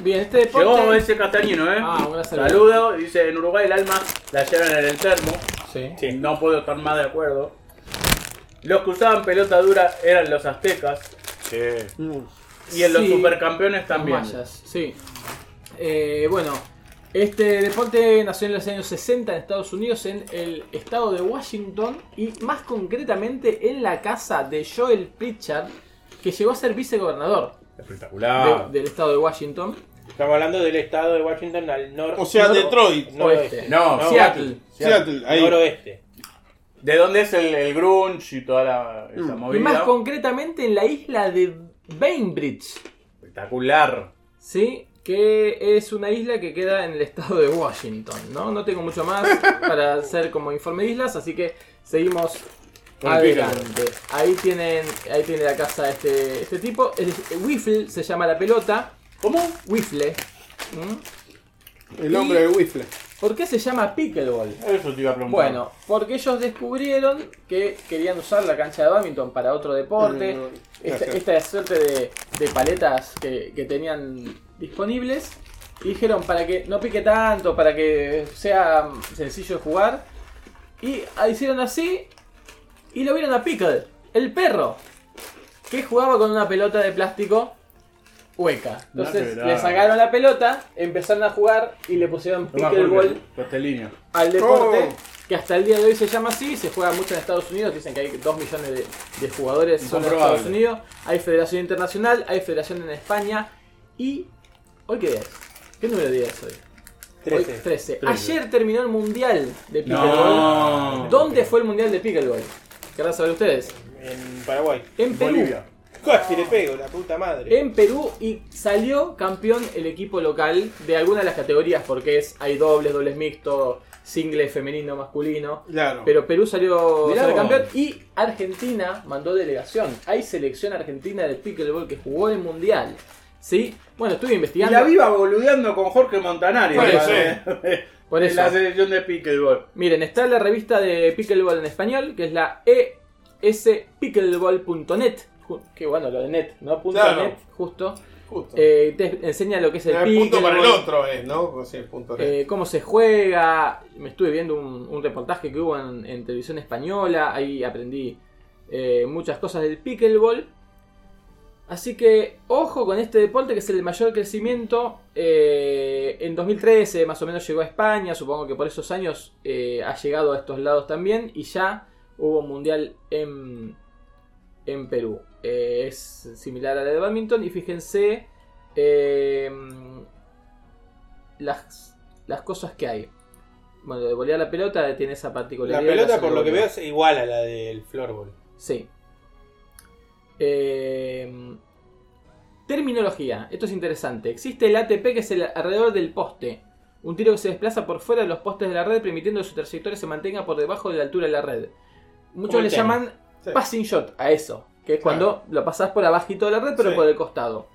Bien, este deporte.
Llegó ese castañino, ¿eh?
Ah, una cerveza.
Saludo. Dice, en Uruguay el alma la llevan en el termo.
Sí.
Sí.
No puedo estar más de acuerdo. Los que usaban pelota dura eran los aztecas. Y en los
Sí.
supercampeones también.
Los mayas, sí. Eh, bueno, este deporte nació en los años 60 en Estados Unidos, en el estado de Washington, y más concretamente en la casa de Joel Pritchard, que llegó a ser vicegobernador de-
Espectacular.
del estado de Washington.
Estamos hablando del estado de Washington al norte.
O sea, Detroit,
Noroeste.
Oeste.
No,
No,
Seattle.
Seattle, ahí.
este,
Noroeste.
¿De dónde es el, el grunge y toda la, esa
Mm. Y
movida?
más concretamente en la isla de Bainbridge,
Espectacular.
¿sí? Que es una isla que queda en el estado de Washington, ¿no? No tengo mucho más para hacer como informe de islas, así que seguimos
Bueno,
adelante. Ahí tienen, ahí tiene la casa este, este tipo. El, el Wiffle se llama la pelota.
¿Cómo?
Wiffle. ¿Mm?
el hombre de Whistler.
¿Por qué se llama pickleball?
Eso te iba a preguntar.
Bueno, porque ellos descubrieron que querían usar la cancha de badminton para otro deporte.
Mm,
esta,
gracias.
esta suerte de, de paletas que, que tenían disponibles. Y dijeron para que no pique tanto, para que sea sencillo de jugar. Y ah, hicieron así. Y lo vieron a Pickle, el perro. Que jugaba con una pelota de plástico hueca. Entonces
Natural.
le sacaron la pelota, empezaron a jugar y le pusieron
No me acuerdo,
pickleball
Costelinho.
al deporte,
Oh.
que hasta el día de hoy se llama así, se juega mucho en Estados Unidos, dicen que hay 2 millones de, de jugadores solo en
Incomprobable.
Estados Unidos, hay federación internacional, hay federación en España y... ¿Hoy qué día es? ¿Qué número de día es hoy?
este,
Hoy,
13.
13.
Trece.
Ayer terminó el mundial de pickleball.
No.
¿Dónde fue el mundial de pickleball? Querrán saber ustedes.
En
<laughs>
Paraguay.
En Perú.
Bolivia.
Casi le pego, la puta madre.
En Perú y salió campeón el equipo local de alguna de las categorías, porque es hay dobles, dobles mixtos, singles femenino, masculino.
Claro.
Pero Perú salió,
Mirá
salió
vos.
campeón y Argentina mandó delegación. Hay selección argentina de pickleball que jugó el mundial. ¿Sí? Bueno, estuve
Y
investigando.
la viva boludeando con Jorge Montanari.
Puede
hermano.
Por
En
eso.
la selección de pickleball.
Miren, está la revista de Pickleball en español, que es la E espickleball.net. Ju- Qué bueno lo de net, ¿no? Punto
Claro.
.net, justo.
Justo.
Eh, te enseña lo que es el,
Eh,
el punto para el
pickleball,
otro es, ¿no? Sí, el punto de-
eh, cómo se juega. Me estuve viendo un, un reportaje que hubo en, en televisión española. Ahí aprendí eh, muchas cosas del pickleball. Así que ojo con este deporte que es el de mayor crecimiento. Eh, en 2013 más o menos llegó a España. Supongo que por esos años eh, ha llegado a estos lados también. Y ya hubo un mundial en, en Perú. Eh, es similar al de badminton. Y fíjense eh, las, las cosas que hay. Bueno, de volear la pelota tiene esa
la
particularidad.
Eh,
de
pelota,
hacer
por lo que
volea.
veo, es igual a la del floorball.
Sí. Eh, terminología. Esto es interesante. Existe el ATP que es el alrededor del poste. Un tiro que se desplaza por fuera de los postes de la red permitiendo que su trayectoria se mantenga por debajo de la altura de la red. Muchos
Como el
le
tenis.
llaman
Sí.
passing shot a eso. Que es cuando lo pasás por abajito de la red pero
Sí.
por el costado.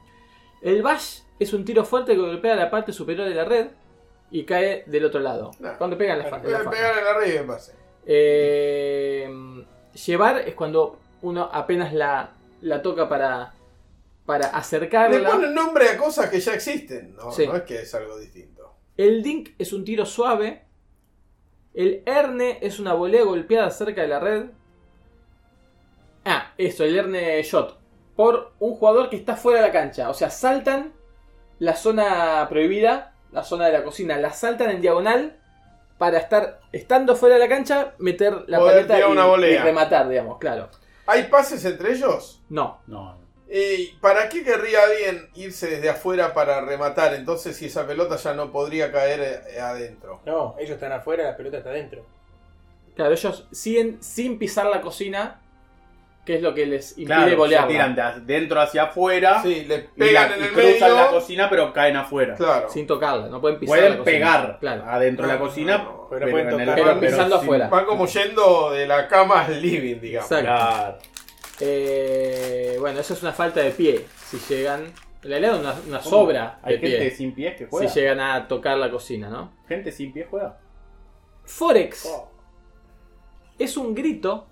El bash es un tiro fuerte que golpea la parte superior de la red y cae del otro lado.
Claro.
Cuando pegan la, fa-
Voy
la
a
faja.
pegar en la red y me pase.
Eh, llevar es cuando uno apenas la, la toca para, para
Le
acercarla.
ponen nombre a cosas que ya existen, ¿no?
Sí.
No es que es algo distinto.
El dink es un tiro suave. El erne es una volea golpeada cerca de la red. Ah, eso, el erne shot. Por un jugador que está fuera de la cancha. O sea, saltan la zona prohibida, la zona de la cocina, la saltan en diagonal para estar, estando fuera de la cancha, meter la
Poder
paleta
tirar
y-
una volea.
y rematar, digamos, claro.
¿Hay pases entre ellos?
No,
No.
Eh, ¿Para qué querría alguien irse desde afuera para rematar? Entonces, si esa pelota ya no podría caer eh, adentro.
No, ellos están afuera, la pelota está adentro.
Claro, ellos siguen sin pisar la cocina, que es lo que les impide
Claro,
volear.
se tiran de dentro hacia afuera.
Sí, le
y la-
pegan
y
en el
cruzan
medio.
la cocina, pero caen afuera.
Claro.
Sin tocarla, no pueden pisar. la
Pueden
cocina.
pegar Ah,
Claro.
adentro de la
No,
cocina,
no, no.
pero,
Pero pueden
en el
tocar.
bar,
Pero pisando
sin-
afuera.
Van como yendo de la cama al living, digamos.
Exacto.
Claro.
Eh, bueno, eso es una falta de pie. Si llegan. En realidad, una, una sobra
Hay
de
gente
pie.
sin pies que
Si
juega.
llegan a tocar la cocina, ¿no?
Gente sin pies juega.
Forex
Oh.
es un grito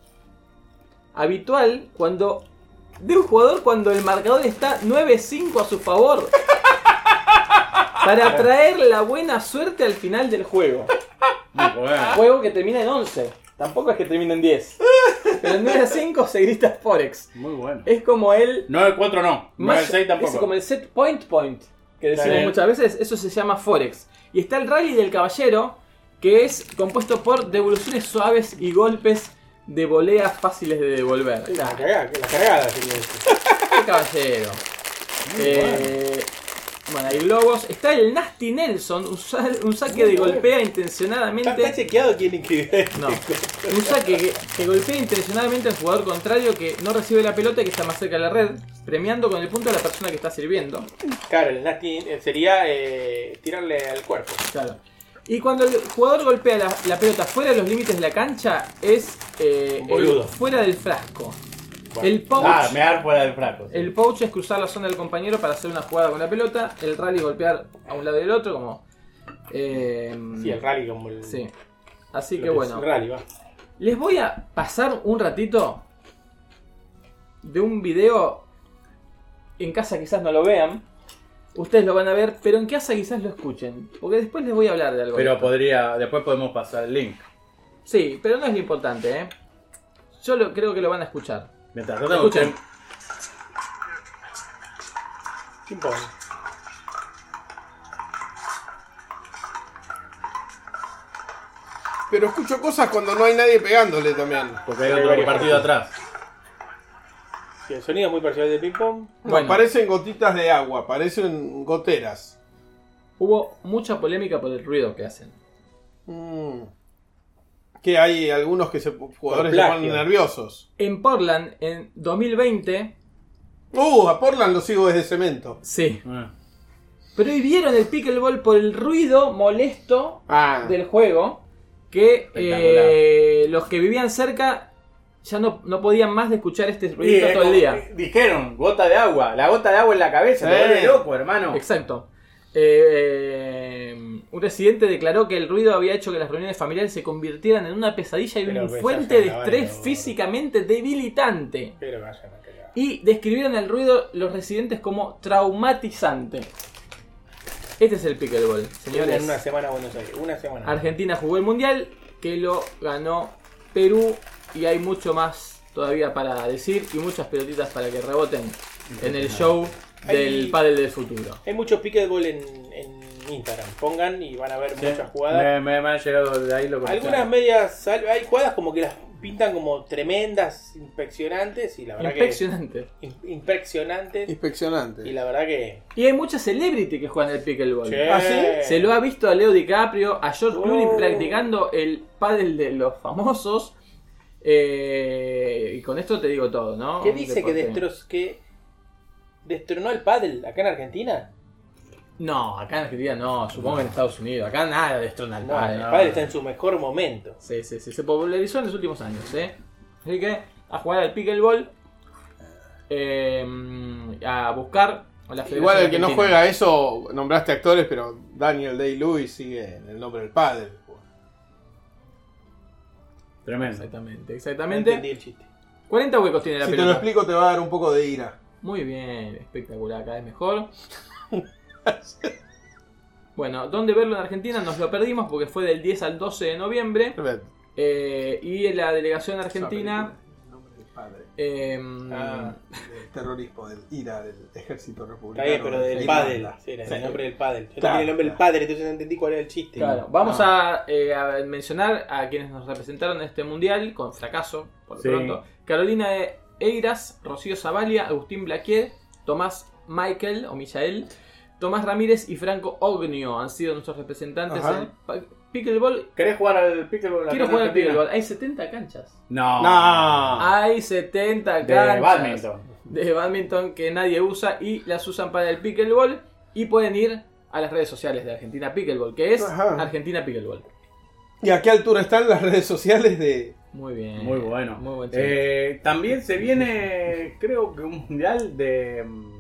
habitual cuando. De un jugador cuando el marcador está 9-5 a su <laughs> favor. Para traer la buena suerte al final del juego.
Muy bueno.
Juego que termina en 11. Tampoco es que termine en 10. Pero en 9 a 5 se grita Forex.
Muy bueno.
Es como el.
9-4 no.
Eh, más-
9-6 tampoco.
Es como el set point point. Que decimos
Claro.
muchas veces. Eso se llama Forex. Y está el Rally del Caballero. Que es compuesto por devoluciones suaves y golpes de voleas fáciles de devolver.
La
Claro,
cagada, la cagada sería eso.
el caballero. Eh, bueno, hay globos. Está el Nasty Nelson. Un, sa- un saque de golpea intencionadamente.
¿Está, está chequeado quién que
No. Un saque que, que golpea intencionadamente al jugador contrario que no recibe la pelota y que está más cerca de la red, premiando con el punto a la persona que está sirviendo.
Claro, el nasty eh, sería eh, tirarle al cuerpo.
Claro. Y cuando el jugador golpea la, la pelota fuera de los límites de la cancha, es eh,
Un boludo.
el fuera del frasco.
Bueno.
El pouch.
Ah, me dar fuera del fraco. sí.
El pouch es cruzar la zona del compañero para hacer una jugada con la pelota. El rally golpear a un lado del otro, como. eh,
Sí, el rally como el.
sí. Así
lo
que
es
bueno.
El rally, va.
Les voy a pasar un ratito de un video. En casa quizás no lo vean. Ustedes lo van a ver, pero en casa quizás lo escuchen. Porque después les voy a hablar de algo.
Pero podría. Después podemos pasar el link.
Sí, pero no es lo importante, ¿eh? Yo lo- creo que lo van a escuchar.
Mientras tanto,
Ah, Escuchen.
usted-
Ping pong.
Pero escucho cosas cuando no hay nadie pegándole también.
Porque hay otro partido atrás.
Sí, el sonido es muy parcial de ping pong.
No,
Bueno.
parecen gotitas de agua, parecen goteras.
Hubo mucha polémica por el ruido que hacen.
Mm. Que hay algunos que se, jugadores se
plagio.
ponen nerviosos.
En Portland, en 2020,
Uh, a Portland lo sigo desde cemento.
sí,
Ah.
prohibieron el pickleball por el ruido molesto
Ah,
del juego que
Espectacular.
eh, los que vivían cerca ya no, no podían más de escuchar este
Y
ruido
es
todo el
como-
día.
Dijeron, gota de agua, la gota de agua en la cabeza, te
Sí.
vuelve loco, hermano.
Exacto. Eh, eh, un residente declaró que el ruido había hecho que las reuniones familiares se convirtieran en una pesadilla y
Pero
una
que se
fuente de
hacen la
estrés
vaina,
físicamente debilitante.
Pero vayan a cagar.
Y describieron el ruido los residentes como traumatizante. Este es el pickleball,
En una
señores.
semana a Buenos Aires. Una semana.
Argentina jugó el mundial, que lo ganó Perú y hay mucho más todavía para decir y muchas pelotitas para que reboten en el show del
Hay-
pádel del futuro.
Hay mucho pickleball en, en Instagram. Pongan y van a ver muchas jugadas.
Me, me- me han llegado de ahí lo que
Algunas medias. sal- Hay jugadas como que las pintan como tremendas, inspeccionantes. Y la verdad
Impresionante.
que. in- Impresionantes. Y
inspeccionante.
la verdad que.
Y hay muchas celebrity que juegan el pickleball.
Che.
¿Ah, sí?
Se lo ha visto a Leo DiCaprio, a George
Oh.
Clooney practicando el pádel de los famosos. Eh, y con esto te digo todo, ¿no?
¿Qué
Un
dice que,
deporte-
destro- que destronó el pádel acá en Argentina?
No, acá en Argentina no, supongo que en Estados Unidos. Acá nada destrona el
No,
pádel.
el pádel está en su mejor momento.
Sí, sí, sí, se popularizó en los últimos años, ¿eh? Así que a jugar al pickleball, eh, a buscar a la Federación
Igual el que no
Argentina.
juega eso, nombraste actores, pero Daniel Day-Lewis sigue en el nombre del padre.
Tremendo.
Exactamente,
No
exactamente.
entendí el chiste.
40 huecos tiene la
Si te lo
pelota.
explico te va a dar un poco de ira.
Muy bien, espectacular, cada vez mejor. Bueno, ¿dónde verlo en Argentina? Nos lo perdimos porque fue del 10 al 12 de noviembre.
Tremendo.
eh, y la delegación argentina...
El nombre del padre.
eh,
Ah.
Del terrorismo, del ira, del ejército
Está
republicano.
bien, pero del
de
pádel.
Irlanda.
Sí, era
Sí.
el nombre del pádel. Yo
Claro,
tenía el nombre del
claro.
padre, entonces no entendí cuál era el chiste.
Claro, vamos a, eh, a mencionar a quienes nos representaron en este mundial con fracaso, por lo
Sí.
pronto. Carolina Eiras, Rocío Zavalia, Agustín Blaquier, Tomás Michael o Michael, Tomás Ramírez y Franco Ognio han sido nuestros representantes
Ajá.
en el pa- pickleball.
¿Querés jugar al pickleball?
Quiero jugar al pickleball. Hay 70 canchas.
No.
No. Ah.
Hay 70
De
canchas
badminton.
de badminton que nadie usa y las usan para el pickleball y pueden ir a las redes sociales de Argentina Pickleball, que es
Ajá.
Argentina Pickleball.
¿Y a qué altura están las redes sociales de.?
Muy bien.
Muy bueno.
Muy buen chico.
Eh, también se viene, creo que un mundial de. mm,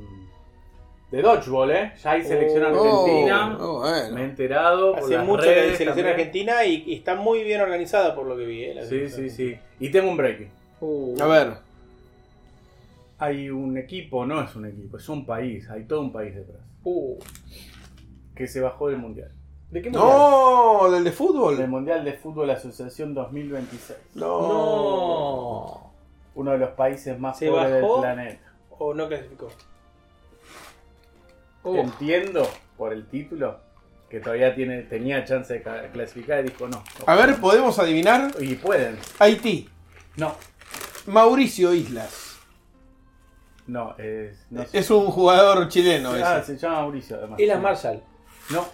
de dodgeball, ¿eh? Ya hay selección argentina.
Oh, oh,
Me he
bueno.
enterado. por
Hace
las
mucho que hay
redes
selección
también.
argentina y, y está muy bien organizada por lo que vi. eh, la
Sí, sí,
selección.
sí. Y tengo un breaking.
Uh,
A ver.
Hay un equipo, no es un equipo, es un país. Hay todo un país detrás.
uh,
Que se bajó del mundial.
¿De qué manera?
No, del de
Del
fútbol.
Mundial de Fútbol Asociación 2026.
No.
no.
Uno de los países más
Se
pobres
bajó.
del planeta.
¿O no clasificó?
Uh,
Entiendo por el título que todavía tiene, tenía chance de ca- clasificar y dijo no. no.
A ver, podemos adivinar.
Y pueden.
Haití.
No,
Mauricio Islas.
no, es. No sé.
Es un jugador chileno
Ah,
ese.
se llama Mauricio, además.
Islas Marshall.
No,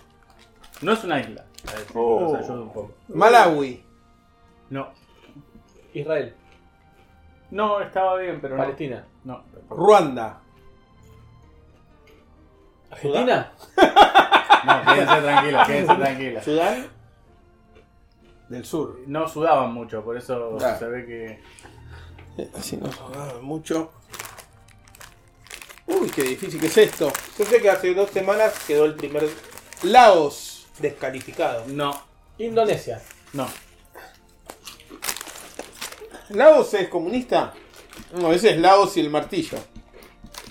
no es una isla. A ver, si
Oh.
nos ayuda un poco.
Malawi.
No,
Israel.
no, estaba bien, pero no.
Palestina.
No,
Ruanda.
¿Argentina?
no, quédense tranquila,
<laughs>
quédense tranquila.
¿Sudán?
Del sur.
No sudaban mucho, por eso
Claro.
se ve que.
Así no
Ah,
sonaba mucho. Uy, qué difícil que es esto.
Yo sé que hace dos semanas quedó el primer
Laos.
descalificado.
No,
Indonesia.
no.
¿Laos es comunista? No, ese es Laos y el martillo.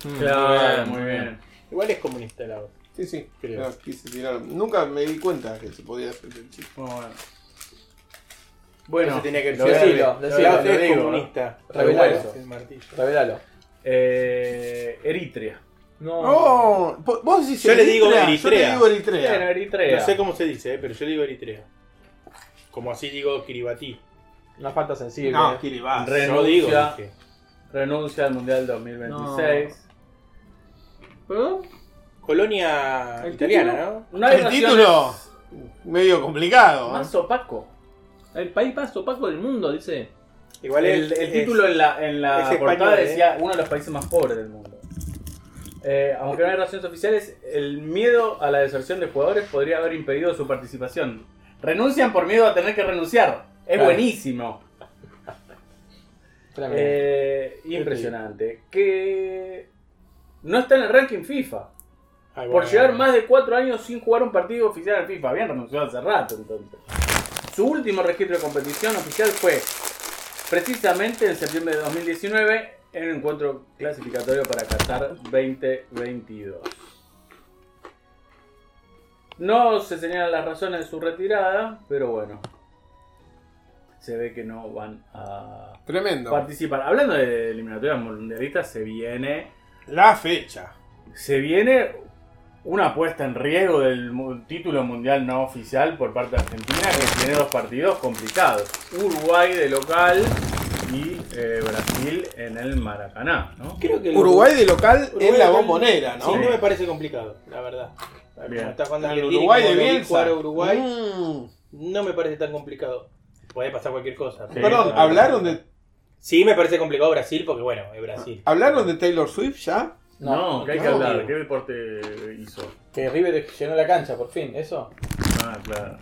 Mm.
Claro, muy bien.
Igual es comunista la otra.
Sí, sí.
Creo.
No, quise tirar. Nunca me di cuenta que se podía hacer el chiste.
Muy Bueno,
Eso
bueno
tenía que
lo voy a-
Decilo,
lo voy a-
decilo,
lo
La otra es
digo,
comunista.
Revelalo.
Revuelto. El martillo.
Revelalo.
Eh, Eritrea.
No.
Oh, po- vos decís
Yo le digo
Yo le
Eritrea.
digo Eritrea.
Bueno, Eritrea.
No sé cómo se dice, eh, pero yo digo Eritrea. Como así digo Kiribati.
Una falta sensible.
No, Kiribati.
Yo digo.
Renuncia,
dije.
renuncia al Mundial 2026.
¿Perdón?
colonia
El
italiana,
título.
¿no?
No hay
El
naciones
título medio complicado. ¿eh?
más opaco. El país más opaco del mundo, dice.
Igual
el,
es-
el
es-
título en la, en la
es español,
portada
eh.
decía uno de los países más pobres del mundo. Eh, aunque no hay razones oficiales, el miedo a la deserción de jugadores podría haber impedido su participación. Renuncian por miedo a tener que renunciar. Es
Claro.
buenísimo.
Espérame.
Eh, impresionante. Que no está en el ranking FIFA. Por llevar más de cuatro años sin jugar un partido oficial al FIFA. Habían renunciado hace rato entonces. Su último registro de competición oficial fue precisamente en septiembre de 2019 en el encuentro clasificatorio para Qatar 2022. No se señalan las razones de su retirada, pero bueno. Se ve que no van a
Tremendo.
participar. Hablando de eliminatorias mundialistas, se viene
La fecha.
se viene una puesta en riesgo del mu- título mundial no oficial por parte de Argentina, que tiene dos partidos complicados. Uruguay de local y eh, Brasil en el Maracaná, ¿no?
Creo que el-
Uruguay de local
Uruguay
es la
local-
bombonera, ¿no?
Sí, no me parece complicado, la verdad.
Bien.
Como está jugando
Al
Argentina y
Uruguay
como
de
lo vi
Bielsa.
jugar a Uruguay,
Mm.
no me parece tan complicado. Puede pasar cualquier cosa.
Sí.
Perdón,
claro.
¿hablaron de,
Sí, me parece complicado Brasil, porque bueno, es Brasil.
¿hablaron de Taylor Swift ya?
No, que hay que
no.
hablar. ¿Qué deporte hizo?
Que River llenó la cancha, por fin, eso.
Ah, claro.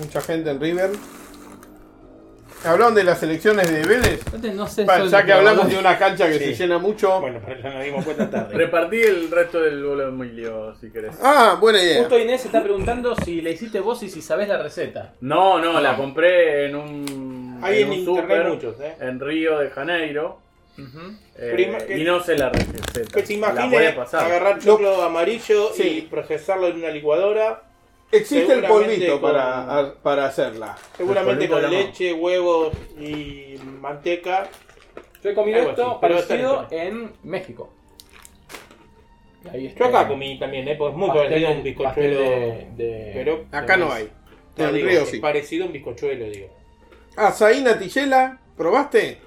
Mucha gente en River. ¿Hablaron de las elecciones de Vélez?
Entonces no sé
Bueno,
soy
ya que
programador.
hablamos de una cancha que
Sí.
se llena mucho.
Bueno, pero ya nos dimos cuenta tarde.
Repartí el resto del bolo milio, si querés.
Ah, buena idea.
Justo Inés está preguntando si le hiciste vos y si sabés la receta.
No, no, la compré en un.
Hay Ah. en
un
internet
súper
muchos, ¿eh?
En Río de Janeiro. Eh,
Prima- que-
y no sé la receta.
Que se
la voy a
imagine
pasar.
agarrar choclo amarillo y
Sí.
procesarlo en una licuadora,
Existe el
seguramente
polvito
con-
para, a- para hacerla.
seguramente
polvito
con
de la mano.
leche, huevos y manteca.
Yo he comido
Algo
esto
así, pero
parecido
está
en México. Y ahí está.
Yo acá comí también, ¿eh? Porque es muy
Pastel
parecido a
de-
un
pastel
bizcochuelo.
de- de-
Pero
Acá no hay.
No,
En
digo,
Río
es
sí.
parecido a un bizcochuelo, digo.
Azaí Natillela, ¿probaste?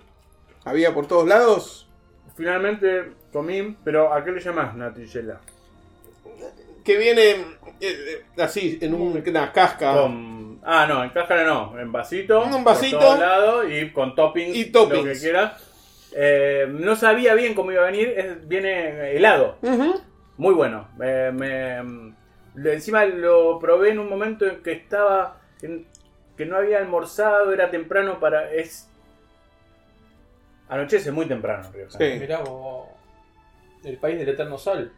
Había por todos lados.
Finalmente comí, pero ¿a qué le llamás natillela?
Que viene eh, eh, así, en un- una casca.
Con... Ah, no, en cáscara no, en vasito.
En un vasito.
Por todos lados y con toppings.
Y toppings.
Lo que quieras. Eh, no sabía bien cómo iba a venir, es- viene helado.
Ujú.
Muy bueno. Eh, me- de- encima lo probé en un momento en que estaba. en- que no había almorzado, era temprano para. Es. Anochece muy temprano, en Río Grande.
Sí.
Mirá vos. El país del eterno sol.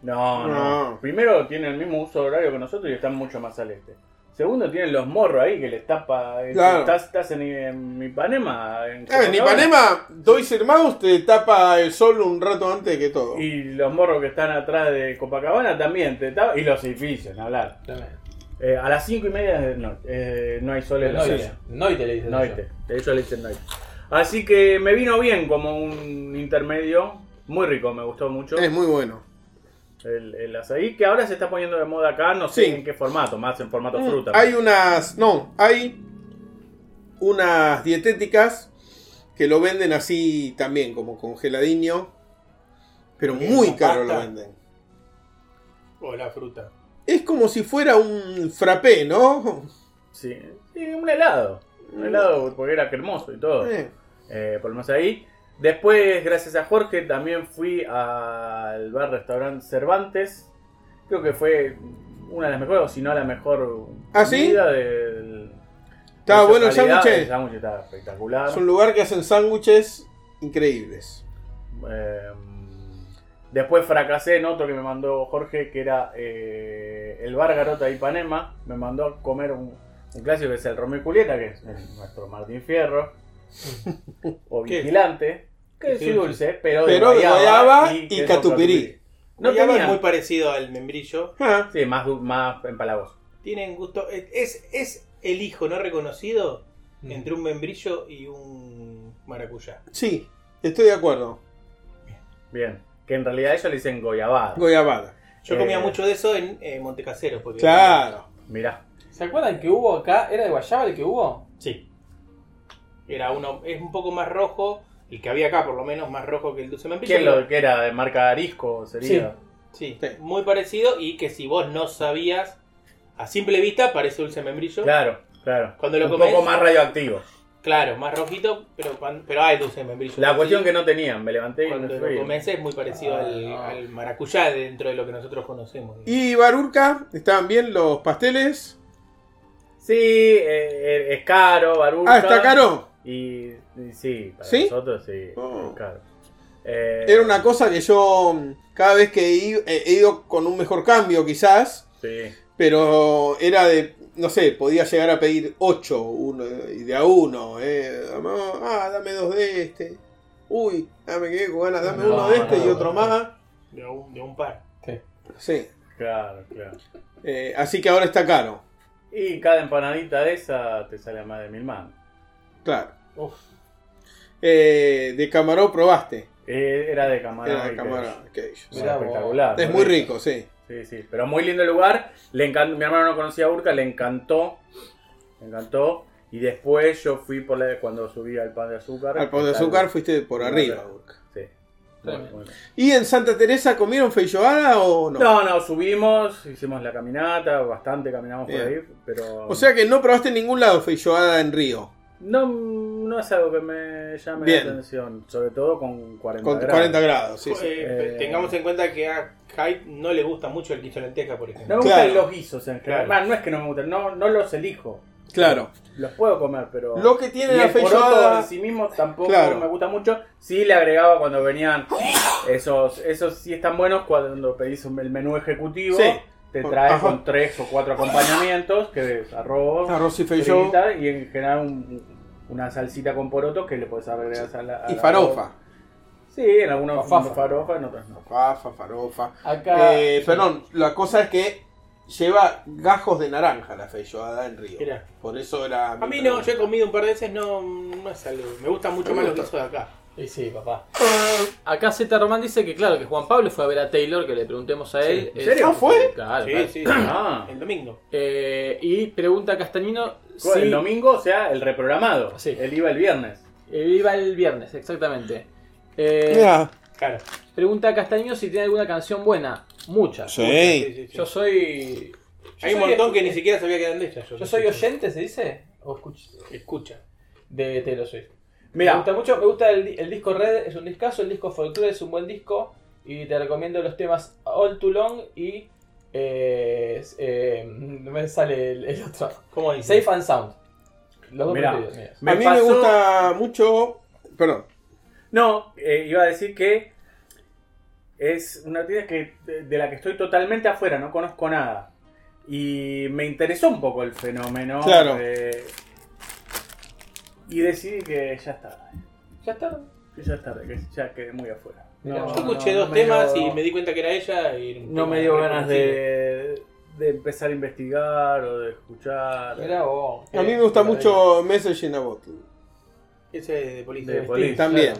No, no,
No.
Primero tienen el mismo uso horario que nosotros y están mucho más al este. Segundo, tienen los morros ahí que les tapa. eh,
Claro.
Estás, estás en, en Ipanema. En,
Ah, en Ipanema, Dois Hermanos te tapa el sol un rato antes que todo.
Y los morros que están atrás de Copacabana también te tapa. Y los edificios, ni hablar.
Tremendo.
Eh, a las 5 y media de noche. eh, no hay sol en la
Noite. Noite le dicen.
Noite. De hecho, le dicen noite. Así que me vino bien como un intermedio. Muy rico, me gustó mucho.
Es muy bueno.
El, el azaí, que ahora se está poniendo de moda acá, no sé
Sí. Mm.
en qué formato, más en formato fruta.
Hay unas. No, hay unas dietéticas que lo venden así también, como congeladiño. Pero muy
con
caro lo
pasta.
venden.
O la fruta.
Es como si fuera un frappé, ¿no?
Sí, sí, un helado. Un helado, porque era hermoso y todo.
Eh,
Eh, por lo menos ahí. Después, gracias a Jorge, también fui al bar restaurante Cervantes. Creo que fue una de las mejores, o si no la mejor
¿Ah, sí?
comida del.
Estaba
de esa
bueno el
calidad.
sándwich.
El sándwich estaba espectacular.
Es un lugar que hacen sándwiches increíbles.
Eh, después fracasé en otro que me mandó Jorge, que era eh, el bar Garota de Ipanema. Me mandó a comer un, un clásico que es el Romeo y Julieta, que es eh, nuestro Martín
<laughs>
Fierro. o
¿Qué?
Vigilante. Que es
Sí, sí.
dulce, pero,
Pero de guayaba y
queso
catupirí.
No
No
tenía-
es muy parecido al membrillo.
Ah,
Sí, más, du- más empalagoso.
Tienen gusto. es- Es, es el hijo no reconocido entre un membrillo y un maracuyá.
sí, estoy de acuerdo.
Bien. Que en realidad ellos le dicen goyabada.
Goyabada.
Yo
Eh.
comía mucho de eso en eh, Montecasero. Porque
Claro.
Mirá.
¿Se acuerdan que hubo acá? ¿Era de Guayaba el que hubo?
Sí. Era uno, es un poco más rojo el que había acá por lo menos, más rojo que el dulce
¿Qué
membrillo.
es lo que era? ¿De marca Arisco sería?
Sí, muy parecido y que si vos no sabías, a simple vista parece dulce membrillo.
Claro, claro.
Cuando lo
Un
comés-
poco más radioactivo.
Claro, más rojito, pero, cuan- pero hay dulce de membrillo.
La cuestión
Sí,
que no tenían, me levanté y
cuando
me
lo
fui.
comés es muy parecido al, al maracuyá dentro de lo que nosotros conocemos.
Y Barurca, ¿estaban bien los pasteles?
Sí, eh, eh, es caro, Baruca.
Ah, ¿está caro?
Y, y sí, para
¿Sí?
nosotros sí,
Oh.
es caro. Eh,
Era una cosa que yo mm, cada vez que he ido, eh, he ido con un mejor cambio quizás,
Sí.
pero era de, no sé, podía llegar a pedir 8 uno, y de a uno. Eh, dame- ah, dame dos de este. Uy, dame que con ganas, dame
No,
uno de este
no,
y
no.
otro más.
De un, de un par.
Sí,
Claro, claro.
eh, así que ahora está caro,
Y cada empanadita de esa te sale a más de mil manos.
claro.
Uf.
Eh, de camarón probaste.
Eh, era de camarón.
Era de
y
camarón,
queso.
aquello.
Era espectacular.
Es muy rico, sí.
Sí, sí. Pero muy lindo el lugar. Le encantó, mi hermano no conocía a Urca, le encantó. Le encantó. Y después yo fui por la, cuando subí al pan de azúcar.
Al pan de
Tal-
azúcar fuiste por arriba.
Sí. Muy, muy bien.
¿Y en Santa Teresa comieron feijoada o no?
No, no, subimos, hicimos la caminata, bastante caminamos por
Bien.
ahí, pero...
O sea que no probaste en ningún lado feijoada en Río.
No, no es algo que me llame
Bien.
la atención, sobre todo con 40
Con
grados.
40 grados, sí, sí.
Eh,
Eh,
Tengamos en cuenta que a Hyde no le gusta mucho el quiso lenteja, por
No
ejemplo.
me
Claro.
gustan los guisos en general.
Claro.
Va, no es que no me gusten, no, no los elijo.
Claro.
Los puedo comer, pero...
Lo que tiene
Y
la
el poroto en
feijoada.
sí mismo tampoco
Claro.
me gusta mucho. Sí le agregaba cuando venían esos, esos sí están buenos cuando pedís un- el menú ejecutivo.
Sí.
Te trae
Ajá.
con tres o cuatro acompañamientos, que es arroz,
Arroz y feijó.
frita y en general un- una salsita con porotos que le puedes agregar a la. a
Y
la-
farofa.
Sí, en algunos
Fafafa.
farofa, en otros no.
Farofa, farofa.
Acá.
Eh, perdón, la cosa es que lleva gajos de naranja la feijoada en Río.
Mirá.
Por eso era.
A mí no, yo he comido un par de veces, no, no es algo. Me gustan mucho más los guisos de acá.
Y sí, papá. Acá Z Román dice que claro, que Juan Pablo fue a ver a Taylor, que le preguntemos a él. Eh,
¿En serio? ¿Ah, fue?
Claro,
Sí,
claro.
sí, sí.
Ah. <coughs>
El domingo.
Eh, y pregunta a Castañino
Con El
si
domingo, o sea, el reprogramado.
Sí.
Él iba el viernes.
eh, iba el viernes, exactamente. Eh,
Mira,
Claro.
pregunta a Castañino si tiene alguna canción buena. Muchas.
sí.
Sí, sí, sí.
Yo soy. yo
Hay un
soy-
montón que ni siquiera sabía que eran de ellas.
Yo soy oyente, ¿se dice? ¿O escuch-
Escucha.
De Taylor Swift.
Mira.
Me gusta mucho, me gusta el, di- el disco Red, es un discazo, el disco Folklore es un buen disco y te recomiendo los temas All Too Long y... eh, es- eh, no me sale el, el otro.
¿Cómo dice?
Safe and Sound. Los dos
Mirá.
preferidos míos.
a mí me
pasó-
gusta mucho. Perdón.
No, eh, iba a decir que es una artista que, de de la que estoy totalmente afuera, no conozco nada. Y me interesó un poco el fenómeno.
Claro.
eh, y decidí que ya está.
Ya está.
Que ya está, que ya quedé muy afuera.
Mirá,
Yo
No,
escuché
no,
dos
no me
temas
dio-
y me di cuenta que era ella y era un
No
tema
me dio ganas
reconocido.
de, de empezar a investigar o de escuchar.
Mirá vos.
A mí me gusta mucho Message in a Bottle.
Ese es de Police.
De Police.
También.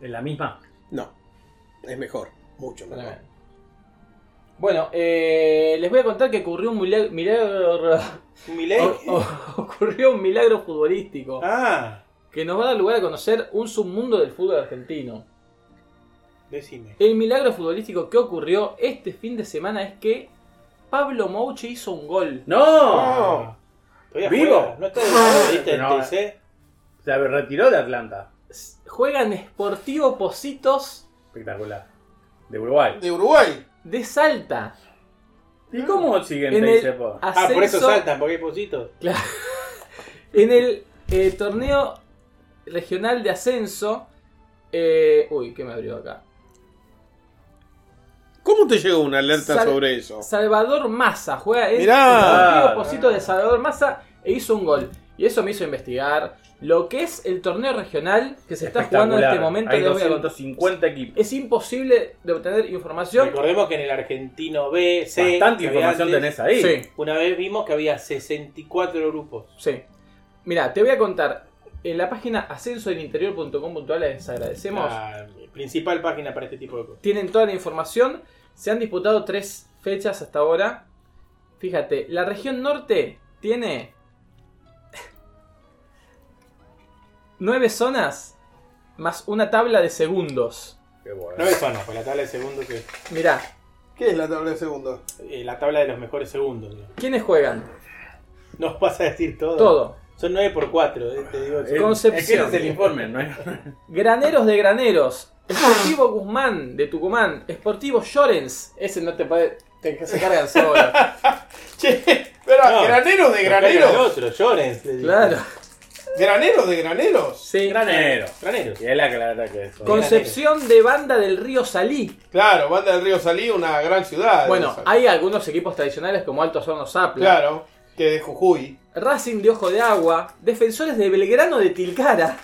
¿Es la misma?
No. Es mejor. Mucho mejor.
Tremendo. Bueno, eh, les voy a contar que ocurrió un milagro... milagro
Milei.
<laughs> ocurrió un milagro futbolístico.
Ah,
que nos va a dar lugar a conocer un submundo del fútbol argentino.
decime.
El milagro futbolístico que ocurrió este fin de semana es que Pablo Mouche hizo un gol.
¡No!
Oh.
¿Todavía
¿Vivo?
juega? ¿No está
<laughs>
de lista del
No, eh.
TC?
Se retiró de Atlanta.
S- Juega en Sportivo Positos
Espectacular. De Uruguay.
De Uruguay.
de Salta.
¿Y cómo siguen
Ah. En
Teis,
el
eh, po?
Ah, por eso
ascenso-
saltan, porque hay positos.
En el eh, torneo regional de ascenso. eh, uy, ¿qué me abrió acá?
¿Cómo te llegó una alerta
Sal-
sobre eso?
Salvador Massa juega en
Mirá.
Deportivo Positos de Salvador Massa e hizo un gol. Y eso me hizo investigar lo que es el torneo regional que se está jugando en este
Espectacular.
momento.
Hay
Les voy a contar.
250 equipos.
Es imposible de obtener información.
Recordemos que en el argentino B, C.
Bastante
que había
información
antes,
tenés ahí.
Sí,
Una vez vimos que había 64 grupos.
sí. Mira, te voy a contar. En la página ascensodelinterior.com.ar les agradecemos.
Ah.
La principal página para este tipo de cosas.
Tienen toda la información. Se han disputado tres fechas hasta ahora. Fíjate, la región norte <laughs> tiene nueve zonas más una tabla de segundos.
No es no, pues la tabla de segundos que.
Mirá,
¿Qué es la tabla de segundos?
eh, la tabla de los mejores segundos. ¿no?
¿quiénes juegan?
Nos vas a decir todo.
Todo.
Son 9 por 4 te digo.
Eh, Es que
Concepción.
ese es el informe, ¿no?
<laughs>
Graneros de Graneros. Esportivo Guzmán de Tucumán. Esportivo Llorens. Ese no te puede. Te, se cargan solo.
<laughs> Che, pero
No.
graneros de
El
graneros.
otro, Llorens. le digo.
Claro.
Graneros de graneros.
Sí.
Granero.
Graneros.
Y es la clara que es.
Concepción de Banda del Río Salí.
Claro, Banda del Río Salí, una gran ciudad.
Bueno,
Esa-
hay algunos equipos tradicionales como Altos Hornos Zapla.
Claro, que de Jujuy.
Racing de Ojo de Agua. Defensores de Belgrano de Tilcara.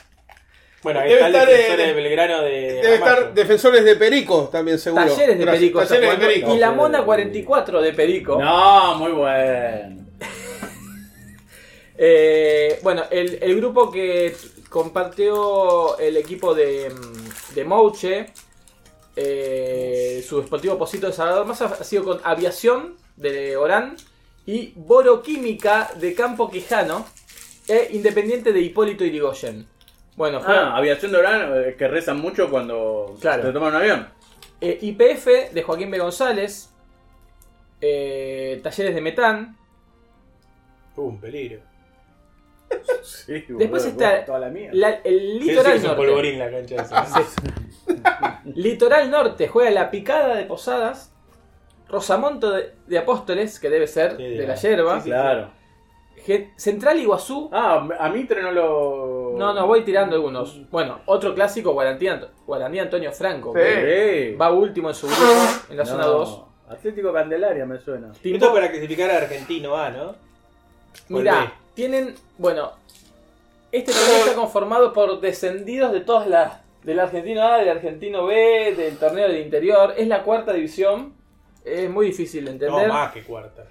Bueno, ahí
Debe
está el
estar,
defensor
eh,
de Belgrano de.
Debe
Ramallo.
estar defensores de Perico también, seguro.
Talleres de
Gracias.
Perico. está
Talleres de
jugando.
Perico.
Y la Mona 44 de Perico.
No, muy bueno.
Eh, bueno, el, el grupo que compartió el equipo de, mm, de Mouche, eh, su deportivo Posito de Salvador Massa, ha sido con Aviación de Orán y Boroquímica de Campo Quijano e Independiente de Hipólito Irigoyen. Bueno, juega-
Ah, aviación de Orán eh, que rezan mucho cuando
Claro.
te toman un avión.
Eh, IPF de Joaquín B. González, eh, Talleres de Metán.
Uh, un peligro.
<laughs> Sí,
Después está
toda la mía.
la-
Yo
el
sé que
Litoral
es un
Norte.
polvorín la cancha
<laughs>
esa.
Litoral Norte juega la picada de Posadas. Rosamonto de, de Apóstoles, que debe ser
Sí,
de
de-
la yerba.
Claro.
Gen- Central Iguazú.
Ah, a Mitre no lo.
No, no, voy tirando algunos. Bueno, otro clásico, Guarantí, Anto- Guarantí Antonio Franco. que
Eh,
Va último en su grupo, en la
no.
zona 2.
Atlético Candelaria me suena.
Esto es para clasificar a Argentino A, ¿no? Volvé.
Mirá, tienen. Bueno, este torneo está conformado por descendidos de todas las. Del argentino A, del argentino B, del torneo del interior. Es la cuarta división. Es muy difícil de entender. Eh.
No, más que cuarta.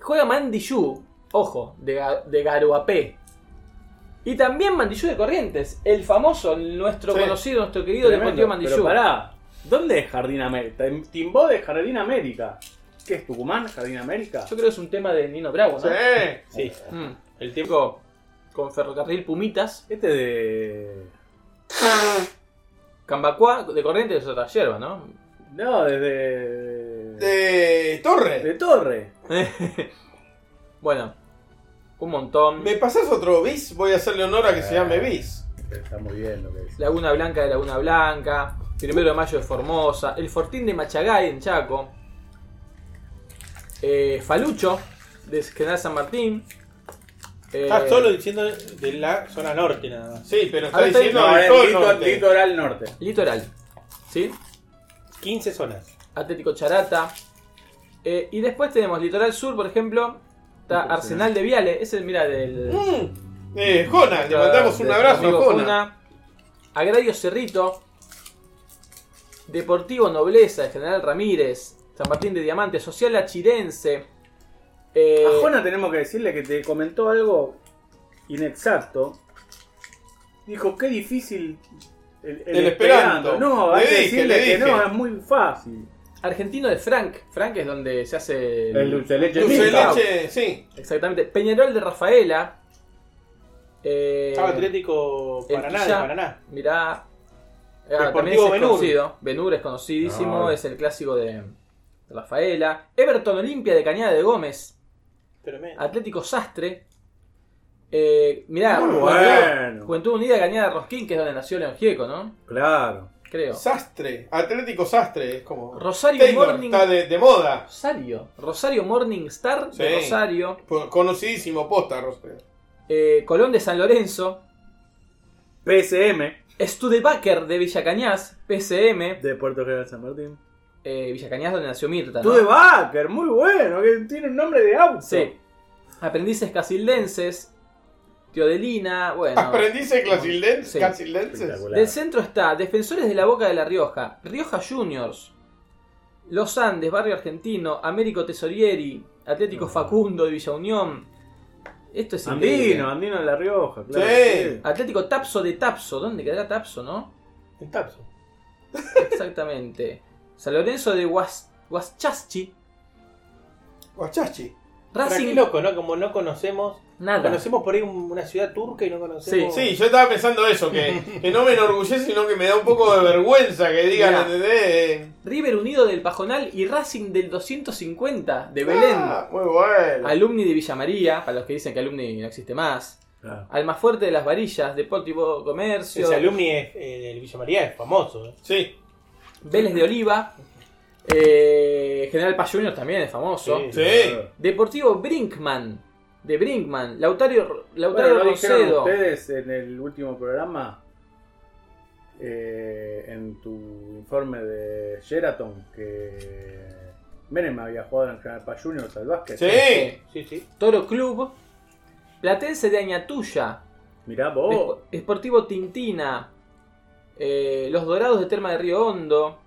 Juega Mandiyú, ojo, de, Ga- de Garuapé. Y también Mandiyú de Corrientes, el famoso, nuestro
Sí.
conocido, nuestro querido Deportivo Mandiyú.
Pero pará, ¿dónde es Jardín América? Tim- Timbó de Jardín América. ¿Qué es Tucumán? ¿Jardín América?
Yo creo que es un tema de Nino Bravo, ¿no?
Sí.
Sí.
Mm.
El tiempo.
Chico, Con Ferrocarril Pumitas,
Este de.
Cambacuá, de Corrientes es otra yerba, ¿no?
No, desde.
De Torre.
de Torre.
<laughs> Bueno, un montón.
¿Me pasás otro bis? Voy a hacerle honor a que se llame bis.
Está muy bien lo que dice.
Laguna Blanca de Laguna Blanca, Primero de Mayo de Formosa, El Fortín de Machagay en Chaco, eh, Falucho de General San Martín. eh,
Estás Ah, solo diciendo de la zona norte nada más.
Sí, pero está
Ahora está
diciendo
No,
de
es
todo el
Lito-
norte.
Litoral Norte.
Litoral, ¿sí?
15 zonas.
Eh,
Atlético Charata. eh, y después tenemos Litoral Sur, por ejemplo, está Arsenal de Viale, ese mira del...
Mm. Eh, Jona, le
Está-
mandamos un
de-
abrazo a
Eh, amigo
Jona.
Jona. Agrario Cerrito. Deportivo Nobleza de General Ramírez. San Martín de Diamante. Social Achirense. eh,
A Jona tenemos que decirle que te comentó algo inexacto. Dijo, qué difícil el,
El esperanto.
No,
Le
hay que
dije,
decirle
le
que
dije.
no, es muy fácil.
Argentino de Frank. Frank es donde se hace. el-
dulce de leche.
Dulce de
Milka.
leche, sí.
Exactamente. Peñarol de Rafaela. Eh,
Ah,
Estaba Atlético
el
Paraná de
Quillá.
Paraná.
Mirá. Ah,
Deportivo
también ese es
Benur.
conocido. Benur es conocidísimo.
No.
Es el clásico de Rafaela. Everton Olimpia de Cañada de Gómez.
Tremendo.
Atlético Sastre. Eh, mirá,
Muy
Juventud-
bueno.
Juventud Unida Cañada Rosquín, que es donde nació León Gieco, ¿no?
Claro.
Creo.
Sastre, Atlético Sastre, es como.
Rosario
Taylor,
Morning.
está de, de moda.
Rosario. Rosario Morning Star de
Sí.
Rosario.
Conocidísimo posta, Rosario.
Eh, Colón de San Lorenzo.
PSM
Studebaker de Villa Cañas, PCM.
de Puerto General San Martín.
Eh, Villa Cañas donde nació Mirta.
Tú
¿no?
de Baker, muy bueno, que tiene un nombre de auto.
Sí. Aprendices Casildenses. Teodelina. Bueno.
<laughs> Aprendices clasildenses.
Sí.
clasildenses.
Espectacular.
Del centro está Defensores de la Boca de la Rioja, Rioja Juniors, Los Andes, Barrio Argentino, Américo Tesorieri,
Mm.
Atlético Facundo de Villa Unión. Esto es increíble.
Andino, Andino de La Rioja, claro.
Sí.
Atlético Tapso de Tapso. ¿Dónde quedará Tapso, no?
<laughs> En Tapso.
Exactamente. San Lorenzo de Huas- Huachachi.
Guachachi.
Racing.
Racing,
loco, ¿no? Como no conocemos.
Nada.
Conocemos por ahí un- una ciudad turca y no conocemos.
Sí, yo estaba pensando eso, que, que no me enorgullece, sino que me da un poco de vergüenza que digan,
Mirá.
¿entendés? Eh,
River Unido del Pajonal y Racing del 250 de Belén.
ah, muy bueno.
Alumni de Villa María, para los que dicen que alumni no existe más. Almafuerte de las Varillas, Deportivo Comercio.
Ese alumni es, eh, el Villa María es famoso. ¿eh?
Sí,
Vélez de Oliva. eh, General Paz Junior también es famoso.
sí.
Deportivo Brinkman. De Brinkman. Lautaro, Lautaro
Bueno, lo dijeron
Rosedo.
ustedes en el último programa, eh, en tu informe de Sheraton, que Menem había jugado en el Canal Paz Juniors al básquet.
Sí,
Sí, sí.
Toro Club. Platense de Añatuya.
Mirá vos.
Espo- Esportivo Tintina. eh, Los Dorados de Terma de Río Hondo.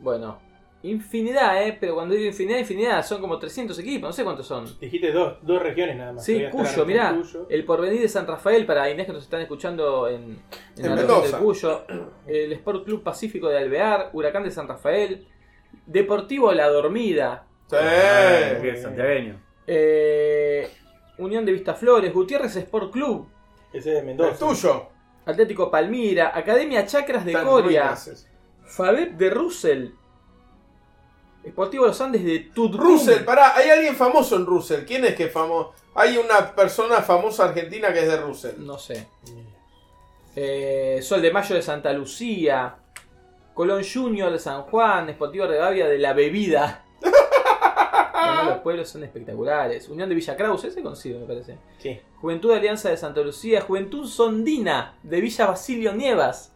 Bueno, infinidad, ¿eh? Pero cuando digo infinidad, infinidad. Son como 300 equipos, no sé cuántos son.
Dijiste dos, dos regiones nada más.
Sí,
Todavía está la
Cuyo,
región
mirá.
Cuyo.
El porvenir de San Rafael, para Inés que nos están escuchando en,
En
la región
Mendoza.
de Cuyo. El Sport Club Pacífico de Alvear, Huracán de San Rafael, Deportivo La Dormida,
Ah,
sí.
bien, santiagueño.
eh, Unión de Vistaflores, Gutiérrez Sport Club,
Ese es de
El
Mendoza.
tuyo.
Atlético Palmira, Academia Chacras de
Están
Coria,
ruinas esas.
Fabet de Russell, Sportivo Los Andes de Tudrum.
Russell, pará, hay alguien famoso en Russell. ¿Quién es que es famoso? Hay una persona famosa argentina que es de Russell.
No sé. Eh, Sol de Mayo de Santa Lucía. Colón Junior de San Juan. Esportivo Rivadavia de La Bebida. Además, los pueblos son espectaculares. Unión de Villa Kraus, ese consigo me parece.
Sí.
Juventud Alianza de Santa Lucía. Juventud Sondina de Villa Basilio Nievas.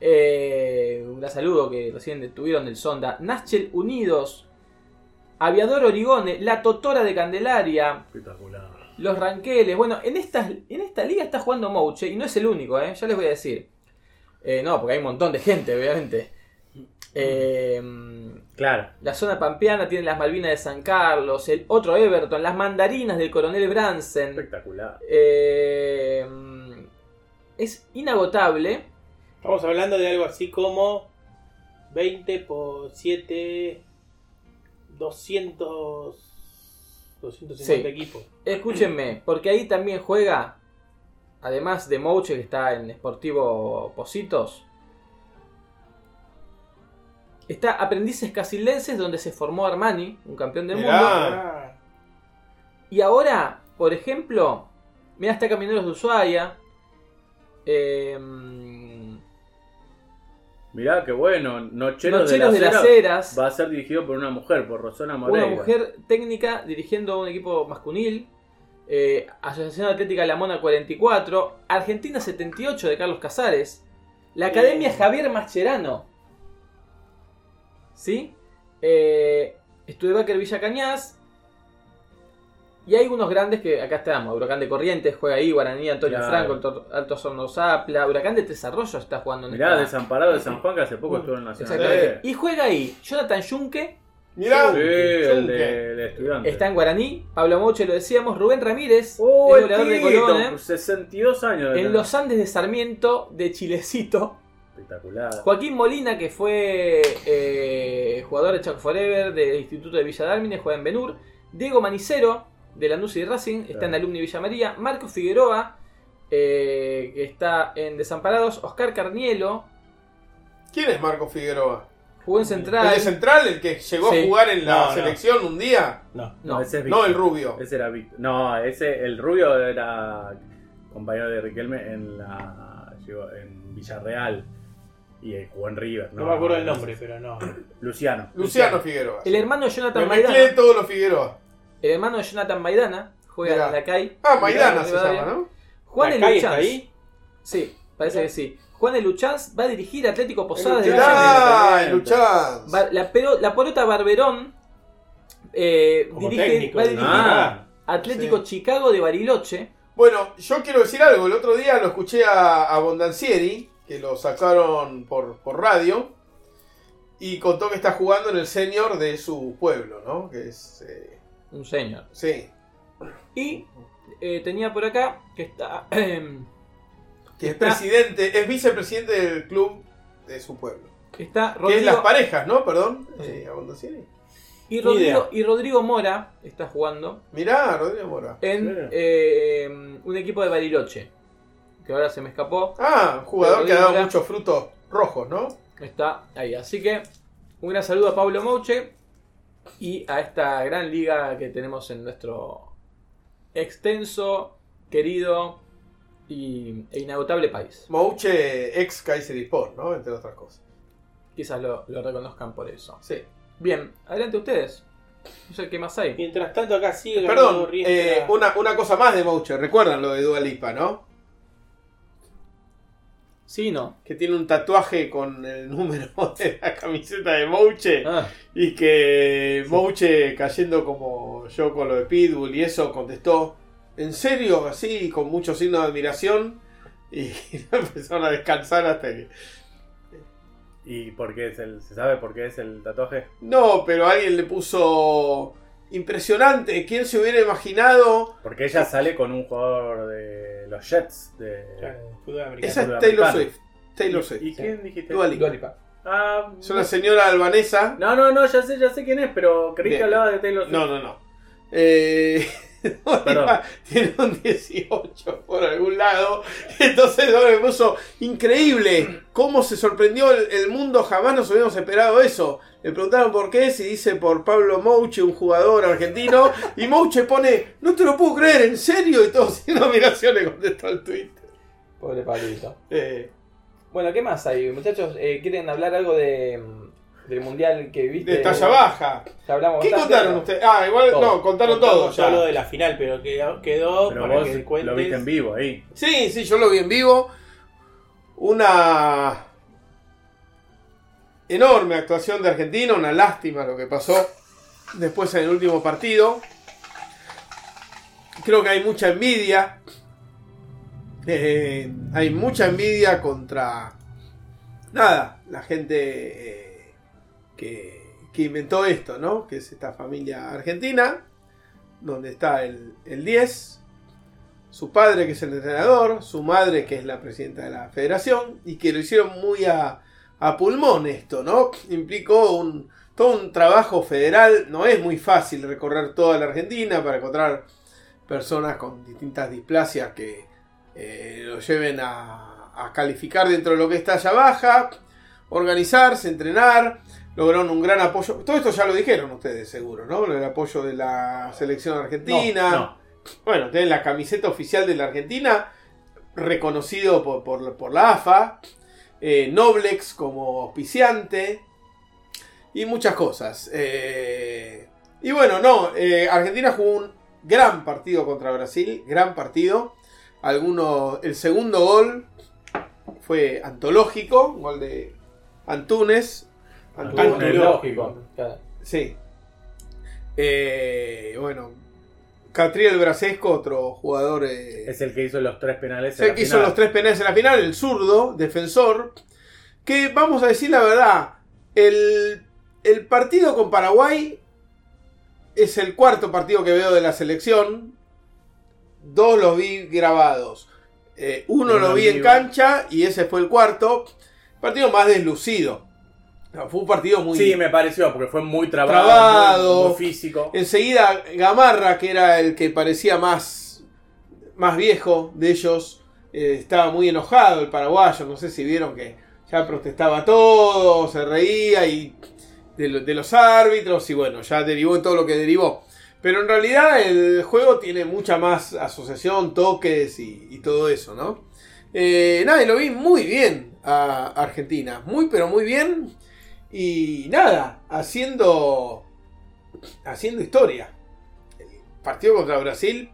Eh, un gran saludo que recién tuvieron del Sonda. Nachel Unidos. Aviador Origone. La Totora de Candelaria.
Espectacular.
Los ranqueles. Bueno, en, estas, en esta liga está jugando Mouche y no es el único, ¿eh? Ya les voy a decir. Eh, no, porque hay un montón de gente, obviamente. Eh,
Claro.
la zona pampeana tiene las Malvinas de San Carlos, el otro Everton, las mandarinas del coronel Bransen.
Espectacular.
Eh, es inagotable.
Estamos hablando de algo así como 20 por 7, 200, 250
Sí.
equipos.
Escúchenme, porque ahí también juega, además de Mouche que está en Sportivo Positos, está Aprendices Casilenses donde se formó Armani, un campeón del
Mirá.
mundo.
Ah,
Y ahora, por ejemplo, mira, está Camineros de Ushuaia. eh, em,
Mirá, qué bueno. Nocheros,
Nocheros de
de
las
la
Heras.
va a ser dirigido por una mujer, por Rosana Moreira.
Una mujer técnica dirigiendo un equipo masculino. eh, Asociación Atlética La Mona 44. Argentina 78 de Carlos Casares. La Academia Javier Mascherano. ¿Sí? Eh, Studebaker Villa Cañas. Y hay unos grandes que acá estamos. Huracán de Corrientes juega ahí. Guaraní, Antonio
Claro.
Franco, Alto- Alto Sorno Zapla. Huracán de Tres Arroyos está jugando en
Mirá,
esta-
desamparado de San Juan que hace poco estuvo en Nacional.
Ah. Uh, Exactamente.
Sí,
Y juega ahí Jonathan Yunque.
Mirá,
el
Yunque.
de- el estudiante.
Está en Guaraní, Pablo Moche, lo decíamos, Rubén Ramírez,
Oh,
el
el
goleador de
Tito,
Colón, ¿eh?
62 años. de
en
tener.
los Andes de Sarmiento, de Chilecito,
Espectacular.
Joaquín Molina, que fue eh, jugador de Chuck Forever, del Instituto de Villa Dálmine, juega en Benur, Diego Manicero, de Lanús y Racing, está en
Claro.
Alumni Villa María, Marco Figueroa, eh, que está en Desamparados, Oscar Carnielo,
¿Quién es Marco Figueroa?
jugó en
¿El
Central,
de Central, el que llegó
Sí.
a jugar en la
No, no.
selección un día?
no.
no,
ese es
No,
Víctor.
el rubio.
Ese era Víctor. No, ese, el rubio era compañero de Riquelme en la llegó en Villarreal y eh, jugó en River.
No me acuerdo el nombre, pero no.
Luciano.
Luciano Figueroa.
el hermano de Jonathan
Me mezclé
Maidana,
todos los Figueroa.
el hermano de Jonathan Maidana, juega
Mirá.
en la CAI,
Ah, Maidana
Mirá,
se
Rivadavia.
llama, ¿no?
Juan
¿La
el
calle está
Luchanz.
ahí?
Sí, parece que sí. Juan de Luchanz va a dirigir Atlético Posadas de
Mirá,
Luchán.
el Luchán.
Ba- la, pero, la pelota Barberón eh,
Como
dirige,
técnico,
va a dirigir
Ah,
Atlético
Sí.
Chicago de Bariloche.
Bueno, yo quiero decir algo. El otro día lo escuché a, a Bondancieri, que lo sacaron por, por radio, y contó que está jugando en el senior de su pueblo, ¿no? Que es. eh,
Un señor.
sí.
Y eh, tenía por acá que está. <clears throat>
Que es presidente, es vicepresidente del club de su pueblo.
está
Que es las
Rodrigo,
parejas, ¿no? Perdón. eh, a Bondancieri.
Y
Ni idea.
Rodrigo, y Rodrigo Mora está jugando
Mirá, Rodrigo Mora.
en
Claro.
eh, un equipo de Bariloche. Que ahora se me escapó.
Ah, jugador que ha
Mora.
dado muchos frutos rojos, ¿no?
Está ahí. Así que un gran saludo a Pablo Mouche y a esta gran liga que tenemos en nuestro extenso, querido y, e inagotable país.
Mouche, ex Kaiser Dispor, ¿no? Entre otras cosas.
Quizás lo, lo reconozcan por eso.
Sí.
Bien, adelante ustedes. No sé qué más hay.
Mientras tanto, acá sigue ganando
Perdón,
Riestra.
eh, una, una cosa más de Mouche. Recuerdan lo de Dualipa, ¿no?
Sí, no.
Que tiene un tatuaje con el número <laughs> de la camiseta de Mouche.
Ah,
Y que Mouche, cayendo como yo con lo de Pitbull y eso, contestó, ¿en serio? Así, con mucho signo de admiración. Y <laughs> empezaron a descansar hasta que...
¿Y por qué es el. ¿Se sabe por qué es el tatuaje?
No, pero alguien le puso... Impresionante, ¿quién se hubiera imaginado?
Porque ella sale con un jugador de los Jets. De...
Claro, fútbol americano.
Esa es
Claro.
Taylor Swift. Taylor Swift.
¿Y quién dijiste?
Dua Lipa.
Ah,
Es una señora albanesa.
no, no, no, ya sé, ya sé quién es, pero creí que
Bien.
hablaba de Taylor Swift.
No, no, no. Eh, <laughs> Dua
Perdón.
Lipa tiene un 18 por algún lado. Entonces yo me puso increíble. ¿Cómo se sorprendió el, el mundo? Jamás nos hubiéramos esperado eso. Le preguntaron por qué, si dice por Pablo Mouche, un jugador argentino. Y Mouche pone, no te lo puedo creer, ¿en serio? Y todo sin admiración le contestó al tweet.
pobre Pablito.
Eh,
Bueno, ¿qué más hay, muchachos? Eh, ¿Quieren hablar algo de, mm, del mundial que viste?
de talla baja.
Ya hablamos
¿Qué
bastante,
contaron
¿no?
ustedes? Ah, igual
Eh, Todo.
no, contaron todo.
Contamos ya
ya.
lo de la final, pero quedó, quedó
Pero
para
vos
que
lo viste en
cuentes.
vivo ahí.
Sí, sí, yo lo vi en vivo. Una enorme actuación de Argentina, una lástima lo que pasó después en el último partido. Creo que hay mucha envidia. Eh, hay mucha envidia contra... Nada, la gente eh, que, que inventó esto, ¿no? Que es esta familia argentina, donde está el, el 10, su padre que es el entrenador, su madre que es la presidenta de la federación, y que lo hicieron muy a, a pulmón esto, ¿no? Implicó un, todo un trabajo federal, no es muy fácil recorrer toda la Argentina para encontrar personas con distintas displasias que eh, lo lleven a, a calificar dentro de lo que está allá baja, organizarse, entrenar, lograron un gran apoyo, todo esto ya lo dijeron ustedes seguro, ¿no? El apoyo de la selección argentina.
No,
Bueno, tienen la camiseta oficial de la Argentina, reconocido por, por- por la AFA, eh, Noblex como auspiciante y muchas cosas. Eh, y bueno, no, eh, Argentina jugó un gran partido contra Brasil, gran partido. Alguno, el segundo gol fue antológico, un gol de Antunes.
Antunes.
Bueno, lógico. Claro.
Sí. Eh, bueno, Catriel Brasesco, otro jugador. eh,
es el que hizo los tres penales. en
sé
la
que hizo
final.
los tres penales en la final, el zurdo, defensor. Que vamos a decir la verdad, el, el partido con Paraguay es el cuarto partido que veo de la selección. Dos los vi grabados. Eh, uno
Uno
lo vi
vivo.
en cancha y ese fue el cuarto. Partido más deslucido. No, fue un partido muy,
Sí, me pareció, porque fue muy trabado,
Trabado.
muy-
Eh,
muy físico.
Enseguida Gamarra, que era el que parecía más, más viejo de ellos, eh, estaba muy enojado el paraguayo. No sé si vieron que ya protestaba todo, se reía y de, lo- de los árbitros y bueno, ya derivó en todo lo que derivó. Pero en realidad el juego tiene mucha más asociación, toques y, y todo eso, ¿no? Eh, nada, y lo vi muy bien a Argentina, muy pero muy bien. Y nada, haciendo haciendo historia. El partido contra Brasil,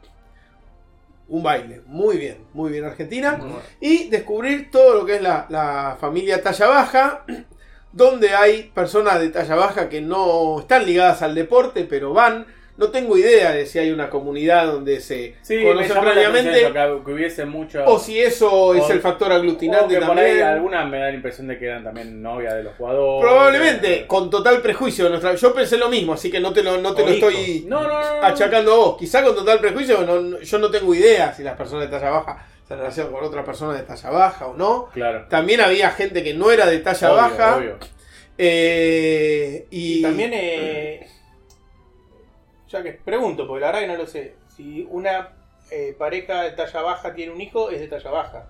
un baile. Muy bien, muy bien Argentina. Y descubrir todo lo que es la, la familia talla baja, <clears throat> donde hay personas de talla baja que no están ligadas al deporte, pero van. No tengo idea de si hay una comunidad donde se
Sí, me
conocen
llamó la
previamente.
atención eso, que, que hubiese mucho.
O si eso es
O-
el factor
o
aglutinante
que por ahí
también.
algunas me da la impresión de que eran también novia de los jugadores.
Probablemente, con total prejuicio. de nuestra- Yo pensé lo mismo, así que no te lo, no te
O
lo
hijos.
estoy...
No, no, no. no.
achacando a vos. Quizá con total prejuicio, no- no- yo no tengo idea si las personas de talla baja se relacionan con otras personas de talla baja o no.
Claro.
También había gente que no era de talla
Obvio,
baja.
obvio.
eh, y,
También eh,
Ya que pregunto, porque la verdad que no lo sé. Si una eh, pareja de talla baja tiene un hijo, es de talla baja.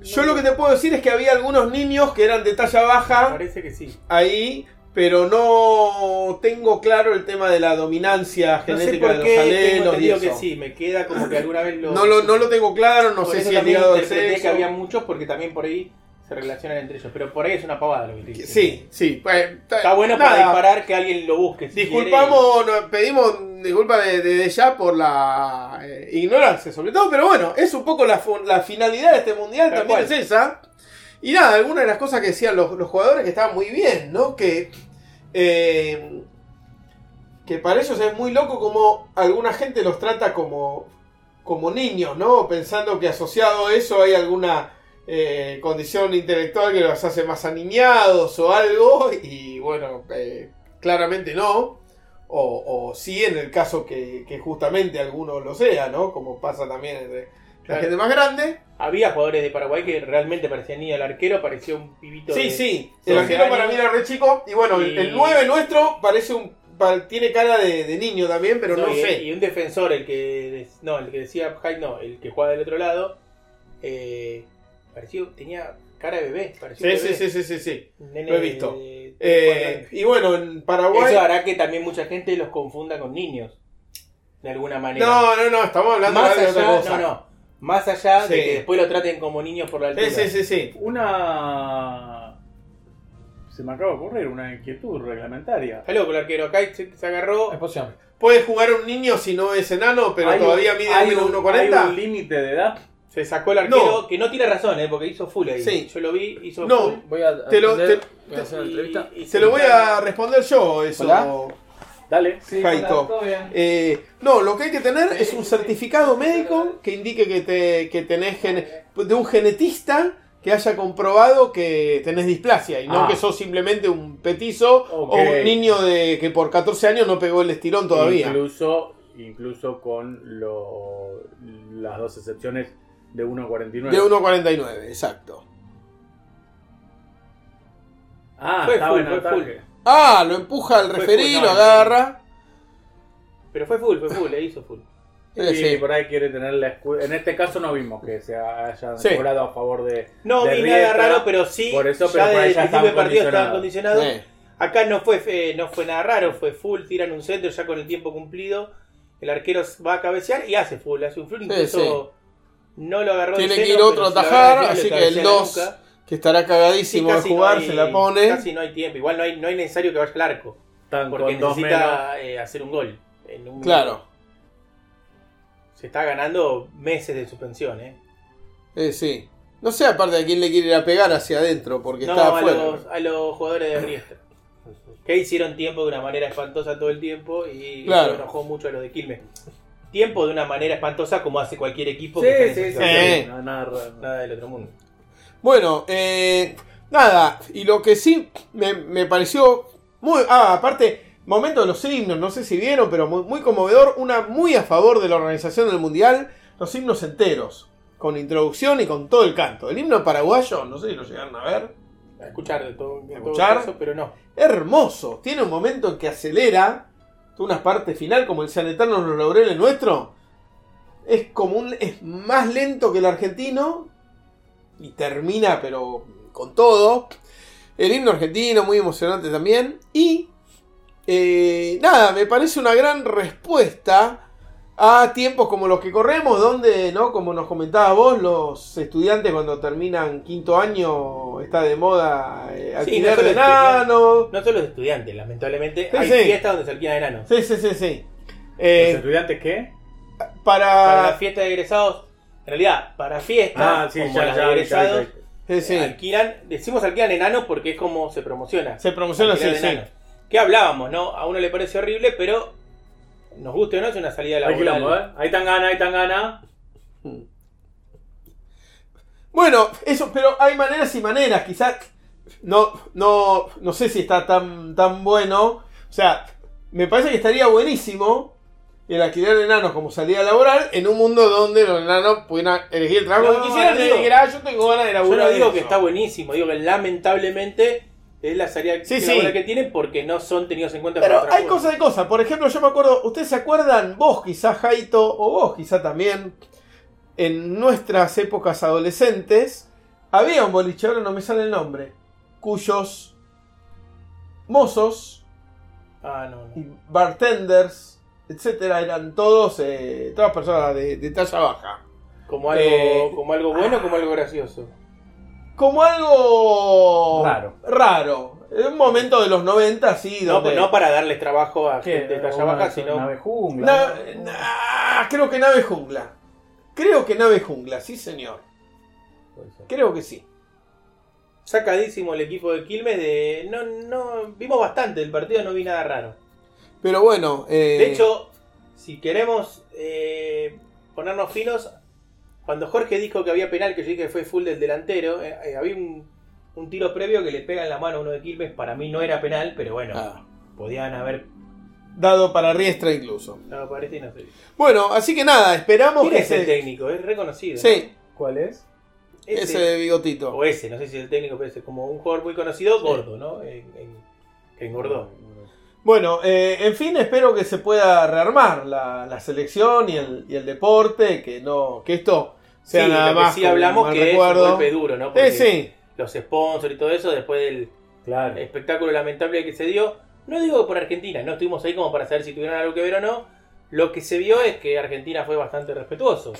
Yo lo que te puedo decir es que había algunos niños que eran de talla baja
Parece que sí.
ahí, pero no tengo claro el tema de la dominancia
No sé
genética
por
de
qué
los
tengo
alelos y
entendido que
eso.
sí. Me queda como que alguna vez lo.
No lo, no lo tengo claro, no
por
sé
eso
si es
también
ligado al
interpreté que
sexo.
había muchos porque también por ahí se relacionan entre ellos. Pero por ahí es una pavada lo que te dicen.
Sí, sí. pues,
Está bueno para
nada.
disparar que alguien lo busque. si
Disculpamos, nos pedimos disculpa de, de- de ya por la eh, ignorancia, sobre todo, pero bueno, es un poco la, fu- la finalidad de este mundial,
Tal
también
cual.
es esa. Y nada, alguna de las cosas que decían los, los jugadores que estaban muy bien, ¿no? Que, eh, que para ellos es muy loco como alguna gente los trata como, como niños, ¿no? Pensando que asociado a eso hay alguna eh, condición intelectual que los hace más aniñados o algo, y bueno, eh, claramente no. O, o sí en el caso que, que justamente alguno lo sea, ¿no? Como pasa también entre la
Claro.
gente más grande.
quiere- Había jugadores de Paraguay que realmente parecían niño. El arquero parecía un pibito.
Sí,
de-
sí. El
doce
arquero para
años.
mí era re chico. Y bueno, el-
Y-
el 9 nuestro parece un. pa- tiene cara de, de niño también, pero no,
No, y,
sé.
y un defensor, el que. des- No, el que decía Hyde, no, el que juega del otro lado. Eh, parecía. Tenía cara de bebé. Parecía
Sí,
un
sí,
bebé.
sí, sí, sí, sí.
Un nene
lo he visto.
de-
Eh, y bueno, en Paraguay.
Eso hará que también mucha gente los confunda con niños. De alguna manera.
No, no, no, estamos hablando
más
de
allá,
otra cosa.
no, no. Más allá
Sí.
de que después lo traten como niños por la altura.
Sí, sí, sí, sí.
Una. Se me acaba de ocurrir una inquietud reglamentaria.
Está loco el arquero. Acá se se agarró.
Expulsión.
Puede jugar un niño si no es enano, pero
¿Hay un-
todavía mide
hay un-
1,40.
¿Hay un límite de edad?
Se sacó el arquero.
No.
Que no tiene razón, ¿eh? Porque hizo full ahí.
Sí.
Yo lo vi, hizo
No,
full.
Voy a,
Te lo-
atender-
te-
voy a hacer la
y-
entrevista.
y
Se lo voy a responder yo, eso.
Hola.
Dale.
Jaito. Eh, no, lo que hay que tener es un certificado médico que indique que, te, que tenés gene- de un genetista que haya comprobado que tenés displasia y no
Ah.
que sos simplemente un petizo
Ok.
o un niño de que por 14 años no pegó el estirón todavía.
Incluso, incluso con lo- las dos excepciones de 1.49.
De 1,49, exacto.
Ah,
Fue
estaba
full,
en
fue
ataque.
Ah, lo empuja el
Fue
referí,
full,
lo
no,
agarra.
Pero fue full, fue full. Le hizo full.
Eh,
Y
sí.
por ahí quiere tener la escu- En este caso no vimos que se hayan
Sí.
cobrado a favor de.
No
de
vi nada
Riestra.
raro, pero sí.
Por eso,
ya
pero para
desde el
ella
principio del
estaban
partido estaban
condicionados.
condicionados.
Eh.
Acá no fue, eh, no fue nada raro, fue full, tiran un centro ya con el tiempo cumplido. El arquero va a cabecear y hace full, hace un full, incluso no lo agarró de
Tiene
cero,
que ir otro
pero
a
se lo
atajar,
agarra de
así
cero,
que
le
el
cabecea la
2
nuca.
que estará
Sí,
cagadísimo de
casi no
jugar,
hay-
se la pone.
Casi no hay tiempo, igual no hay, no hay necesario que vaya al arco,
Están
porque
con dos menos.
necesita eh, hacer un gol. en un-
Claro,
Se está ganando meses de suspensión, ¿eh?
eh, sí. No sé aparte a quién le quiere ir a pegar hacia adentro, porque
no,
está
a
afuera.
los, a los jugadores de Riestra. Que hicieron tiempo de una manera espantosa todo el tiempo y
Claro.
eso enojó mucho a los de Quilmes. Tiempo de una manera espantosa como hace cualquier equipo
Sí,
que está en
sí, sí.
esa
Eh.
sí, no, nada raro.
Nada del otro mundo.
Bueno, eh, nada, y lo que sí me, me pareció muy... Ah, aparte, momento de los signos, no sé si vieron, pero muy, muy conmovedor, una muy a favor de la organización del Mundial, los himnos enteros, con introducción y con todo el canto. El himno paraguayo, no sé si lo llegaron a ver,
A escuchar de todo, de
A
todo
escuchar.
caso, pero no.
hermoso, tiene un momento en que acelera, una parte final como el San Eterno los laureles nuestro, es como un... es más lento que el argentino, y termina, pero con todo. El himno argentino, muy emocionante también. Y eh, nada, me parece una gran respuesta a tiempos como los que corremos, donde, ¿no? Como nos comentaba vos, los estudiantes cuando terminan quinto año está de moda eh, alquiler
no solo
de enano.
No solo los estudiantes, lamentablemente.
Sí,
hay
sí.
fiestas donde se alquilan enanos.
Sí, sí, sí, sí.
¿Los
Eh,
estudiantes qué?
Para la
para.
fiesta de egresados, en realidad, para fiestas
Ah, sí,
como
ya,
las
ya,
de
ya, ya,
egresados,
ya.
sí, sí.
alquilan, decimos alquilan enanos porque es como se promociona.
Se promociona, sí,
Alquilar
sí.
enanos. Que hablábamos, ¿no? A uno le parece horrible, pero nos guste o no, es una salida
Ahí
laboral.
quilombo, ¿eh? Ahí están ganas, ahí están ganas.
Bueno, eso, pero hay maneras y maneras, quizás no, no, no sé si está tan, tan bueno. O sea, me parece que estaría buenísimo el alquiler de enanos como salida laboral en un mundo donde los enanos pudieran elegir el trabajo
No,
que quisieran
no
y
digo-
dijeran, "Ah, yo tengo ganas de
Yo
laburar.
no digo
en
que
eso".
está buenísimo, digo que lamentablemente es la salida
Sí,
que-
sí.
laboral que tienen porque no son tenidos en cuenta para
Pero
otras
hay cosas de cosas. Por ejemplo, yo me acuerdo, ¿ustedes se acuerdan? Vos quizás, Jaito, o vos quizás también, en nuestras épocas adolescentes, había un boliche, ahora no me sale el nombre, cuyos mozos
Ah, no, no.
y bartenders, etcétera, eran todos, eh, todas personas de, de talla baja.
Como algo,
Eh,
como algo bueno, como algo gracioso.
Como algo
Raro.
raro. En un momento de los 90, sí,
No, pues
donde...
no para darles trabajo a
¿Qué?
gente de talla
Una-
baja, sino
Nave jungla.
Na- na- creo que nave jungla. Creo que nave jungla, sí señor. Creo que sí.
sacadísimo el equipo de Quilmes de no no vimos bastante del partido no vi nada raro
Pero bueno, eh,
de hecho si queremos eh, ponernos finos cuando Jorge dijo que había penal que yo dije que fue full del delantero eh, eh, había un, un tiro previo que le pega en la mano a uno de Quilmes para mí no era penal pero bueno
ah,
podían haber
dado para Riestra incluso.
no parece y no sé
Bueno, así que nada, esperamos
quién
que
es el
se...
técnico es reconocido
Sí,
¿Cuál es?
¿no?
ese,
Ese-
bigotito.
o ese no sé si es el técnico pero es como un jugador muy conocido gordo no En- en- que engordó
Bueno, eh, en fin, espero que se pueda rearmar la, la selección y el, y el deporte, que no, que esto sea
sí,
nada
lo que
más
sí
como un
hablamos
mal
que es un
recuerdo.
golpe duro, ¿no?
Sí,
Porque
sí.
los sponsors y todo eso, después del
Claro.
espectáculo lamentable que se dio, no digo por Argentina, no estuvimos ahí como para saber si tuvieron algo que ver o no, lo que se vio es que Argentina fue bastante respetuoso.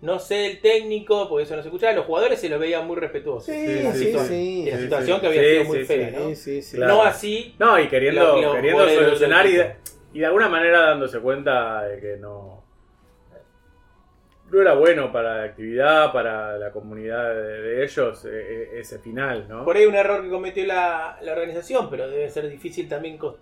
No sé el técnico, porque eso no se escuchaba, los jugadores se los veían muy respetuosos.
Sí,
la
sí,
situación-
sí.
y la
Sí,
situación
sí.
que había
Sí,
sido
sí,
muy
sí,
fea, ¿no?
Sí, sí, sí.
Claro.
No así,
No, y queriendo,
Lo- lo
queriendo
jode de los
solucionar y de,
equipos.
y de alguna manera dándose cuenta de que no. No era bueno para la actividad, para la comunidad de, de ellos, eh, eh, ese final, ¿no?
por ahí un error que cometió la, la organización, pero debe ser difícil también cos-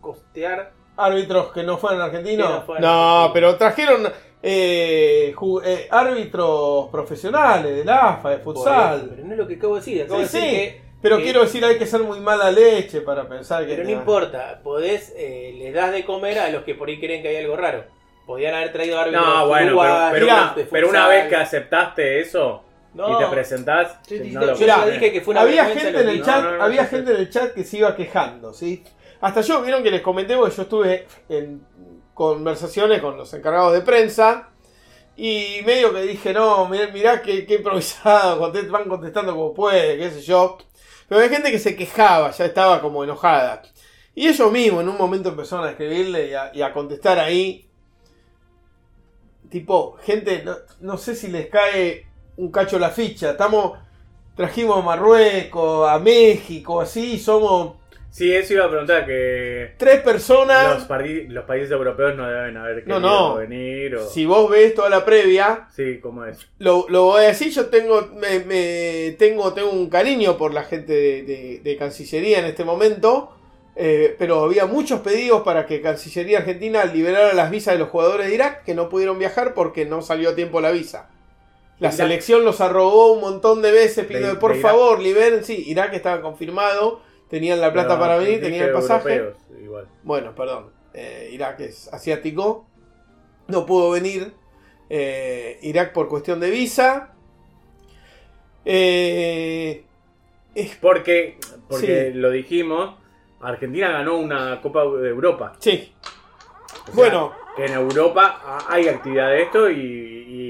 costear.
Árbitros que no fueron argentinos.
Que no fueron
no,
argentinos.
pero trajeron eh, ju- eh, árbitros profesionales del AFA, de
por eso,
futsal.
Pero no es lo que acabo de decir, acabo
Sí,
de decir
sí.
que
Pero
Eh,
quiero decir, hay que ser muy mala leche para pensar que.
Pero no importa, podés, eh, les das de comer a los que por ahí creen que hay algo raro. Podían haber traído árbitros
No, bueno, pero,
uruguayos,
pero
mirá,
una,
de futsal.
pero una vez que aceptaste eso
No,
y te presentás,
yo,
no
yo-
lo-
yo ya dije que fue una
había
vergüenza
gente
lo
en
que
el
hizo.
chat,
No, no, no,
había
yo sé.
gente en el chat que se iba quejando, ¿sí? Hasta yo, vieron que les comenté, porque yo estuve en conversaciones con los encargados de prensa. Y medio que dije, no, mirá, mirá qué, qué improvisado, <laughs> conté- van contestando como puede, qué sé yo. Pero hay gente que se quejaba, ya estaba como enojada. Y ellos mismos en un momento empezaron a escribirle y a, y a contestar ahí. Tipo, gente, no, no sé si les cae un cacho la ficha. Estamos, trajimos a Marruecos, a México, así. Somos
Sí, eso iba a preguntar, que
Ah.
tres
los,
personas.
pardi- los países europeos no deben haber
No,
querido
no.
venir o...
Si vos ves toda la previa,
Sí, ¿cómo es?
Lo, lo voy a decir, yo tengo, me, me- tengo, tengo un cariño por la gente de, de- de Cancillería en este momento, eh, pero había muchos pedidos para que Cancillería Argentina liberara las visas de los jugadores de Irak que no pudieron viajar porque no salió a tiempo la visa. La
Irak.
selección los arrogó un montón de veces
De-
pidiendo
de
por
Irak.
favor liberen, sí, Irak estaba confirmado, tenían la plata
No,
para venir,
dije
tenían el pasaje.
europeos, igual.
Bueno, perdón. eh, Irak es asiático. No pudo venir eh, Irak por cuestión de visa. Eh, es-
Porque, porque
Sí.
lo dijimos, Argentina ganó una Copa de Europa.
sí.
O sea,
bueno.
Que en Europa ha- hay actividad de esto y,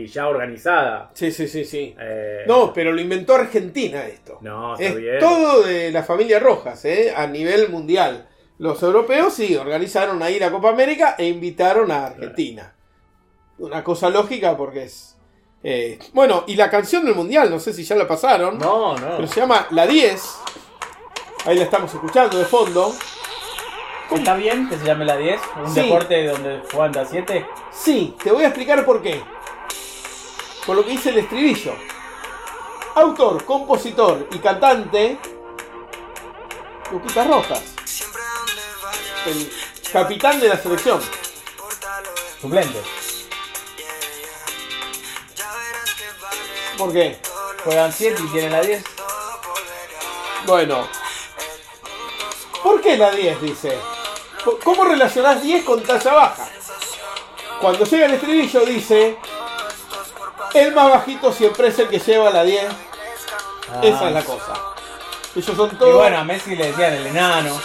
y ya organizada.
Sí, sí, sí, sí.
Eh,
No, pero lo inventó Argentina esto.
no, está
es
bien.
todo de la familia Rojas, eh, a nivel mundial. Los europeos sí organizaron ahí la Copa América e invitaron a Argentina. Una cosa lógica porque es... eh, bueno, y la canción del mundial, no sé si ya la pasaron.
No, no.
Pero se llama La 10. Ahí la estamos escuchando de fondo.
¿Está bien que se llame la 10? ¿Un
Sí.
deporte donde juegan de a 7?
Sí, te voy a explicar por qué. Por lo que dice el estribillo. Autor, compositor y cantante. Luquitas Rojas. El capitán de la selección.
Suplente.
¿Por qué?
Juegan 7 y tienen la 10.
Bueno. ¿Por qué la 10 dice? Co- ¿Cómo relacionás 10 con talla baja? Cuando llega el estribillo dice, el más bajito siempre es el que lleva la 10. Esa es la cosa. Ellos son
Ah. Y
todos.
bueno, a Messi le decían el enano.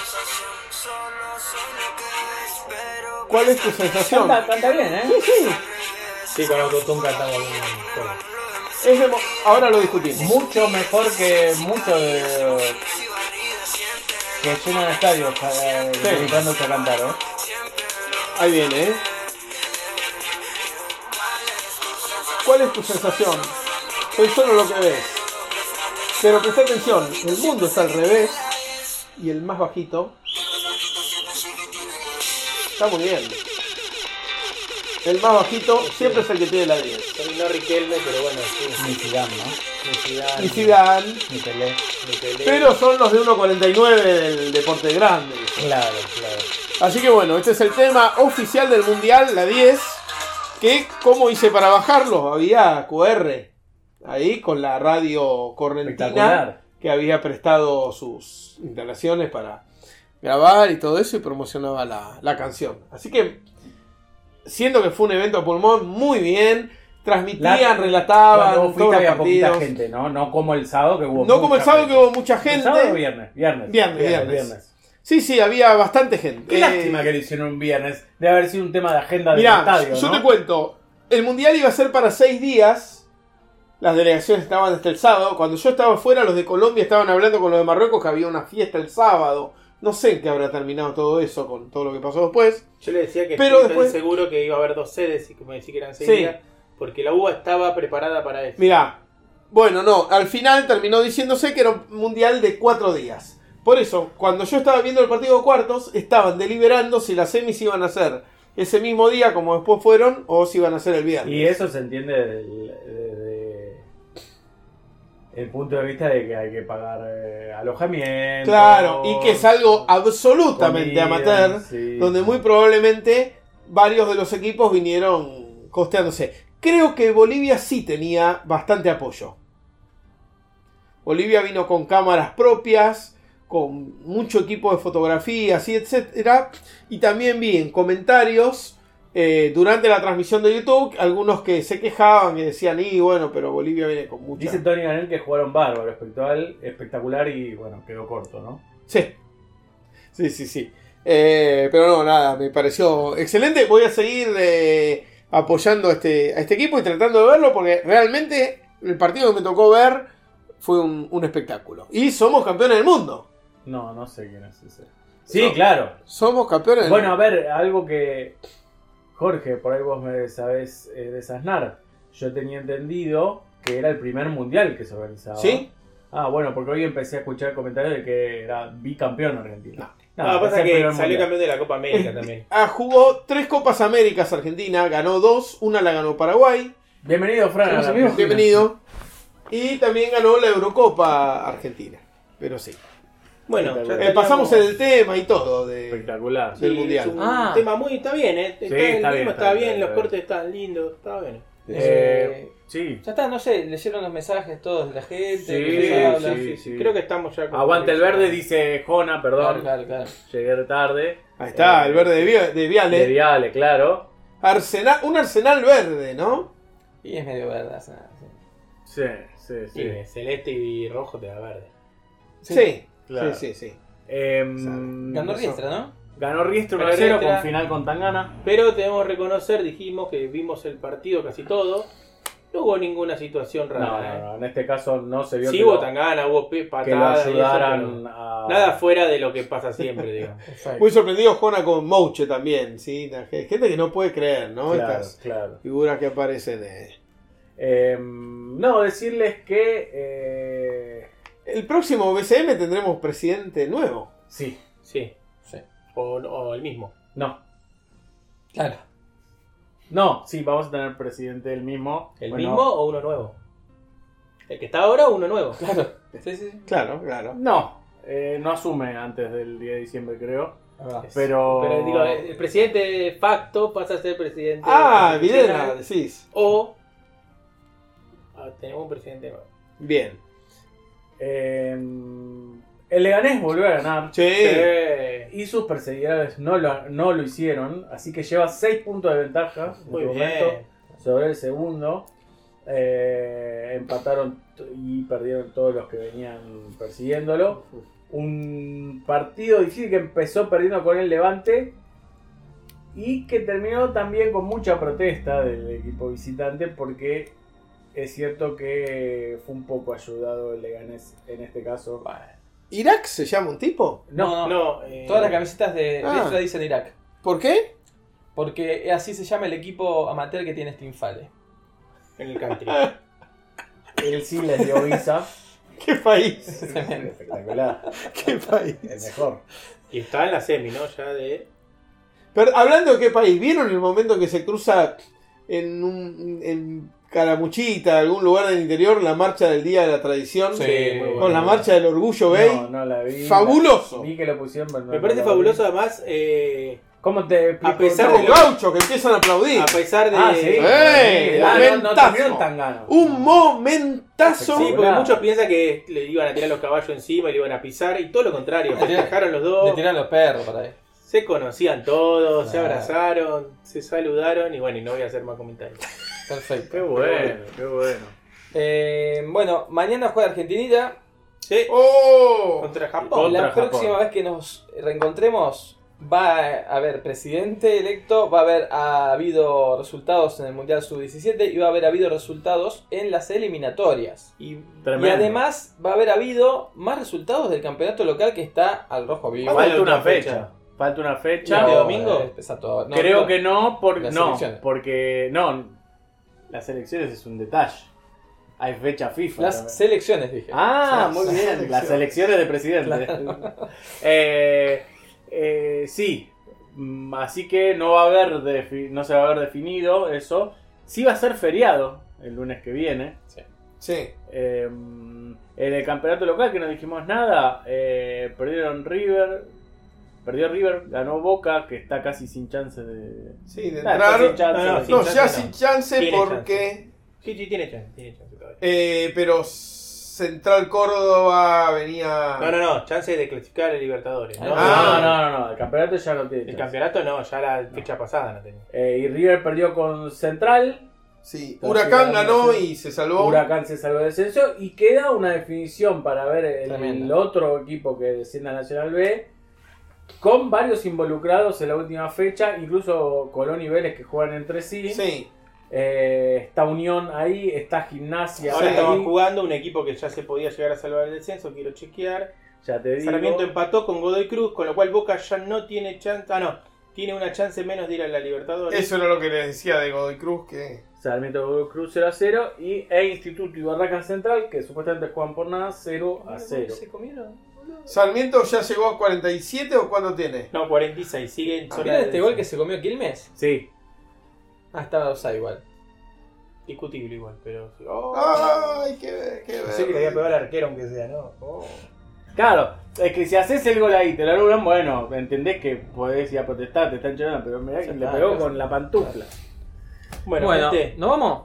¿Cuál es tu sensación?
Canta, canta bien, ¿eh?
Sí, sí.
Sí, con autotune cantamos bien. bueno.
Es demo- Ahora lo discutimos.
Mucho mejor que mucho de. Que llenan estadios eh, dedicándose a cantar, ¿eh?
Ahí viene, ¿eh? ¿Cuál es tu sensación? Soy solo lo que ves. Pero presta atención, el mundo está al revés y el más bajito. Está muy bien. El más bajito siempre es el que tiene la 10.
Terminó Riquelme, pero bueno, sí.
Ni Zidane, ¿no?
Ni Zidane,
Y Zidane,
Ni Pelé.
ni Pelé.
pero son los de 1.49 del deporte grande.
Claro, claro.
Así que bueno, este es el tema oficial del mundial, la 10. Que, ¿cómo hice para bajarlo? Había QR ahí con la radio correntina
Espectacular.
que había prestado sus instalaciones para grabar y todo eso y promocionaba la, la canción. Así que, siendo que fue un evento a pulmón, muy bien. Transmitían,
La-
relataban,
Cuando vos
todos
fuiste
los
había poquita
partidos.
gente, ¿no? No como el sábado que hubo.
No como el
mucha
sábado que
gente.
hubo mucha
¿El sábado o
gente.
viernes? Viernes.
Viernes, viernes. Sí, sí, había bastante gente.
Qué
Eh,
lástima que lo hicieron un viernes. De haber sido un tema de agenda del
Mirá,
estadio,
yo
¿no?
te cuento. El mundial iba a ser para seis días. Las delegaciones estaban hasta el sábado. Cuando yo estaba afuera, los de Colombia estaban hablando con los de Marruecos que había una fiesta el sábado. No sé en qué habrá terminado todo eso con todo lo que pasó después.
Yo le decía que
Pero
estoy
después-
seguro que iba a haber dos sedes y como decía que eran seis
Sí.
días, porque la UBA estaba preparada para eso.
Mirá, bueno, no, al final terminó diciéndose que era un mundial de cuatro días. Por eso, cuando yo estaba viendo el partido de cuartos, estaban deliberando si las semis iban a ser ese mismo día como después fueron o si iban a ser el viernes.
Y eso se entiende desde, desde el punto de vista de que hay que pagar eh, alojamiento.
Claro, y que es algo absolutamente
comida,
amateur,
sí.
donde muy probablemente varios de los equipos vinieron costeándose. Creo que Bolivia sí tenía bastante apoyo. Bolivia vino con cámaras propias, con mucho equipo de fotografías y etcétera. Y también vi en comentarios eh, durante la transmisión de YouTube algunos que se quejaban y decían, y bueno, pero Bolivia viene con mucha.
Dice Tony Ganel que jugaron bárbaro, espectacular, espectacular y bueno, quedó corto, ¿no?
Sí. Sí, sí, sí. Eh, pero no, nada, me pareció excelente. Voy a seguir eh, apoyando a este, a este equipo y tratando de verlo porque realmente el partido que me tocó ver fue un, un espectáculo. Y somos campeones del mundo.
No, no sé quién es ese. Sí,
No.
claro.
Somos campeones del
Bueno, a
mundo.
ver, algo que. Jorge, por ahí vos me sabés eh, desasnar. Yo tenía entendido que era el primer mundial que se organizaba.
¿Sí?
Ah, bueno, porque hoy empecé a escuchar comentarios de que era bicampeón Argentina.
No,
Nada,
pasa
es el
que
primer
salió
mundial.
campeón de la Copa América también.
Ah, jugó tres Copas Américas Argentina, ganó dos, una la ganó Paraguay.
Bienvenido, Fran. a la Argentina.
Bienvenido. Y también ganó la Eurocopa Argentina. Pero sí.
Bueno, ya
Eh,
estaríamos-
pasamos el tema y todo de,
Espectacular.
del
Sí,
Mundial.
Es un
Ah.
tema muy. Está bien, ¿eh? Está,
Sí,
el ritmo
está bien,
está
está
bien,
bien,
los
está
cortes están lindos, está bien.
Eh, sí.
Ya está, no sé, leyeron los mensajes todos de la gente.
Sí,
que se habla.
sí, sí.
Creo que estamos
Ah,
ya. con-
Aguante el verde, dice Jona,
Claro,
perdón.
claro, claro.
Llegué tarde.
Ahí está,
Eh,
el verde de, Via- de Viale.
De Viale, claro.
Arsenal, un arsenal verde, ¿no?
Y es medio verdad. o sea, sí.
Sí, sí,
Sí, de celeste y rojo te da verde.
Sí, sí,
claro.
sí, sí.
Em,
Ganó Riestra, ¿no?
Ganó Riestra
Ganó
1-0
Riestra.
con final con Tangana.
Pero tenemos que reconocer, dijimos que vimos el partido casi todo. No hubo ninguna situación
No,
rara.
no,
¿eh?
no, en este caso no se vio
Sí
que,
hubo
lo,
tangana, hubo pe-
que lo
patadas. y eso,
ayudaran
pero
a...
Nada fuera de lo que pasa siempre,
<laughs>
digamos.
Muy sorprendido Jona con Mouche también, sí. La ge- Gente que no puede creer, ¿no?
Claro,
Estas
claro.
figuras que aparecen. eh.
Em, no, decirles que... eh,
El próximo BCM tendremos presidente nuevo.
sí,
Sí.
Sí.
O, o el mismo.
no.
Claro.
No, sí, vamos a tener presidente el mismo.
¿El
Bueno,
mismo o uno nuevo? El que está ahora o uno nuevo.
Claro. Sí, sí, sí.
Claro, claro.
No, eh, no asume antes del 10 de diciembre, creo.
Ah,
Es verdad.
Pero...
Pero digo, eh, el presidente de Este facto pasa a ser presidente.
Ah, Videla,
Videla
decís.
O. Ah, tenemos un presidente nuevo.
Bien.
Em, el Leganés volvió a ganar.
Sí.
Sí.
Y sus perseguidores no lo, no lo hicieron, así que lleva 6 puntos de ventaja en
Muy
este
bien.
momento sobre el segundo. Eh, empataron y perdieron todos los que venían persiguiéndolo. Un partido difícil que empezó perdiendo con el Levante y que terminó también con mucha protesta del equipo visitante porque es cierto que fue un poco ayudado el Leganés en este caso.
¿Irak se llama un tipo?
No,
No, eh,
Todas las camisetas de
Ah.
Letra dicen Irak.
¿Por qué?
Porque así se llama el equipo amateur que tiene Steam Fale.
en el country.
él sí les dio
<laughs>
visa.
¿Qué país?
Espectacular.
¿Qué país?
El mejor.
Y está en la semi, ¿no? Ya de.
Pero hablando de qué país, ¿vieron el momento que se cruza en un en Calamuchita, algún lugar del interior, la marcha del Día de la Tradición?
Sí, muy
Con
bueno.
la marcha del Orgullo Gay.
No, no la vi.
Fabuloso.
Vi que lo pusieron, pero no-
Me parece
no la vi.
fabuloso, además, eh,
¿Cómo te explico?
A pesar
Los
de lo- pues,
gauchos que empiezan a aplaudir.
a pesar de.
Ah, sí.
¡Eh! Uh,
Ah, no, no
Momentazo.
tuvieron tan ganas.
Un momentazo.
Sí, porque
Hola.
muchos piensan que le iban a tirar los caballos encima y le iban a pisar, y todo lo contrario,
Le tiran-
festejaron los
Le
dos,
tiran los perros para ahí.
se conocían todos, se
Ah.
abrazaron, se saludaron, y bueno, y no voy a hacer más comentarios.
Perfecto.
Qué bueno, qué bueno.
Eh, bueno, mañana juega Argentinita.
Eh,
Sí,
¡Oh!
contra Japón.
La próxima vez que nos reencontremos va a haber presidente electo, va a haber habido resultados en el Mundial Sub-17 y va a haber habido resultados en las eliminatorias. Y,
Tremendo.
y además va a haber habido más resultados del campeonato local que está al rojo vivo.
Igual
Falta una
una fecha.
fecha. Falta una
¿Este
fecha.
Chao.
domingo? Empieza todo. No,
eh, Creo
no.
que no, por,
Las
no
elecciones.
porque no. Las elecciones es un detalle. Hay fecha FIFA.
Las
también.
selecciones, dije.
Ah,
Las
muy bien.
elecciones.
Las elecciones de presidente. <laughs> Eh, eh, sí. Mm, Así que no va a haber defi- no se va a haber definido eso. Sí va a ser feriado el lunes que viene.
Sí.
Eh, en el campeonato local que no dijimos nada, eh, perdieron River, perdió River, ganó Boca, que está casi sin chances de...
Sí, de
Ah, está
entrar.
pues,
sin chances,
No, no,
sí.
No,
chance
ya
no.
sin chance
Tiene
porque.
Sí, sí, tiene chance, tiene chance todavía.
eh, pero Central Córdoba venía.
No, no, no, chance de clasificar el Libertadores. ¿no?
No,
Ah.
no, no, no, el campeonato ya no tiene
El
chances.
campeonato no, ya la fecha pasada no tenía.
Eh, y River perdió con Central,
Sí,
Está
Huracán
llegando,
ganó
sí.
y se salvó.
Huracán se salvó del descenso y queda una definición para ver el,
Tremendo.
el otro equipo que descienda a Nacional B con varios involucrados en la última fecha, incluso Colón y Vélez que juegan entre sí.
Sí.
Eh, está Unión ahí, está Gimnasia
Ahora
ahí,
estaban jugando un equipo que ya se podía llegar a salvar el descenso, quiero chequear.
ya te digo.
Sarmiento empató con Godoy Cruz, con lo cual Boca ya no tiene chance. Ah, no, tiene una chance menos de ir a la Libertadores.
Eso era lo que les decía de Godoy Cruz que.
Sarmiento Cruz 0 a 0 y e Instituto y Barracas Central que supuestamente juegan por nada 0 a 0.
¿Se comieron?
Sarmiento ya llegó a 47 o cuándo tiene?
No, 46, sigue en zona
¿Vieron
de
este gol que se comió Quilmes?
Sí,
Ah, estaba 2 igual.
Discutible igual, pero. Oh,
Ay, qué ver, qué ver.
pensé que le había pegado al arquero, aunque sea, ¿no? Oh.
claro, es que si haces el gol ahí, te lo anulan, bueno, entendés que podés ir a protestar, te están llorando, pero mirá que le
está,
pegó
gracias.
con la pantufla.
Bueno, gente,
¿nos vamos?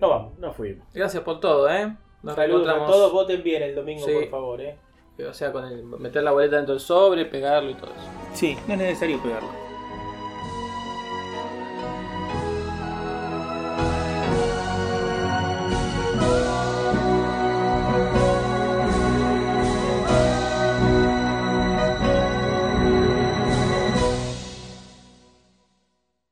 no vamos.
No fuimos.
Gracias por todo, ¿eh? Nos
Saludos a
reencontramos.
todos, voten bien el domingo,
Sí.
por favor, ¿eh?
O sea, con el meter la boleta dentro del sobre, pegarlo y todo eso.
Sí, no es necesario pegarlo.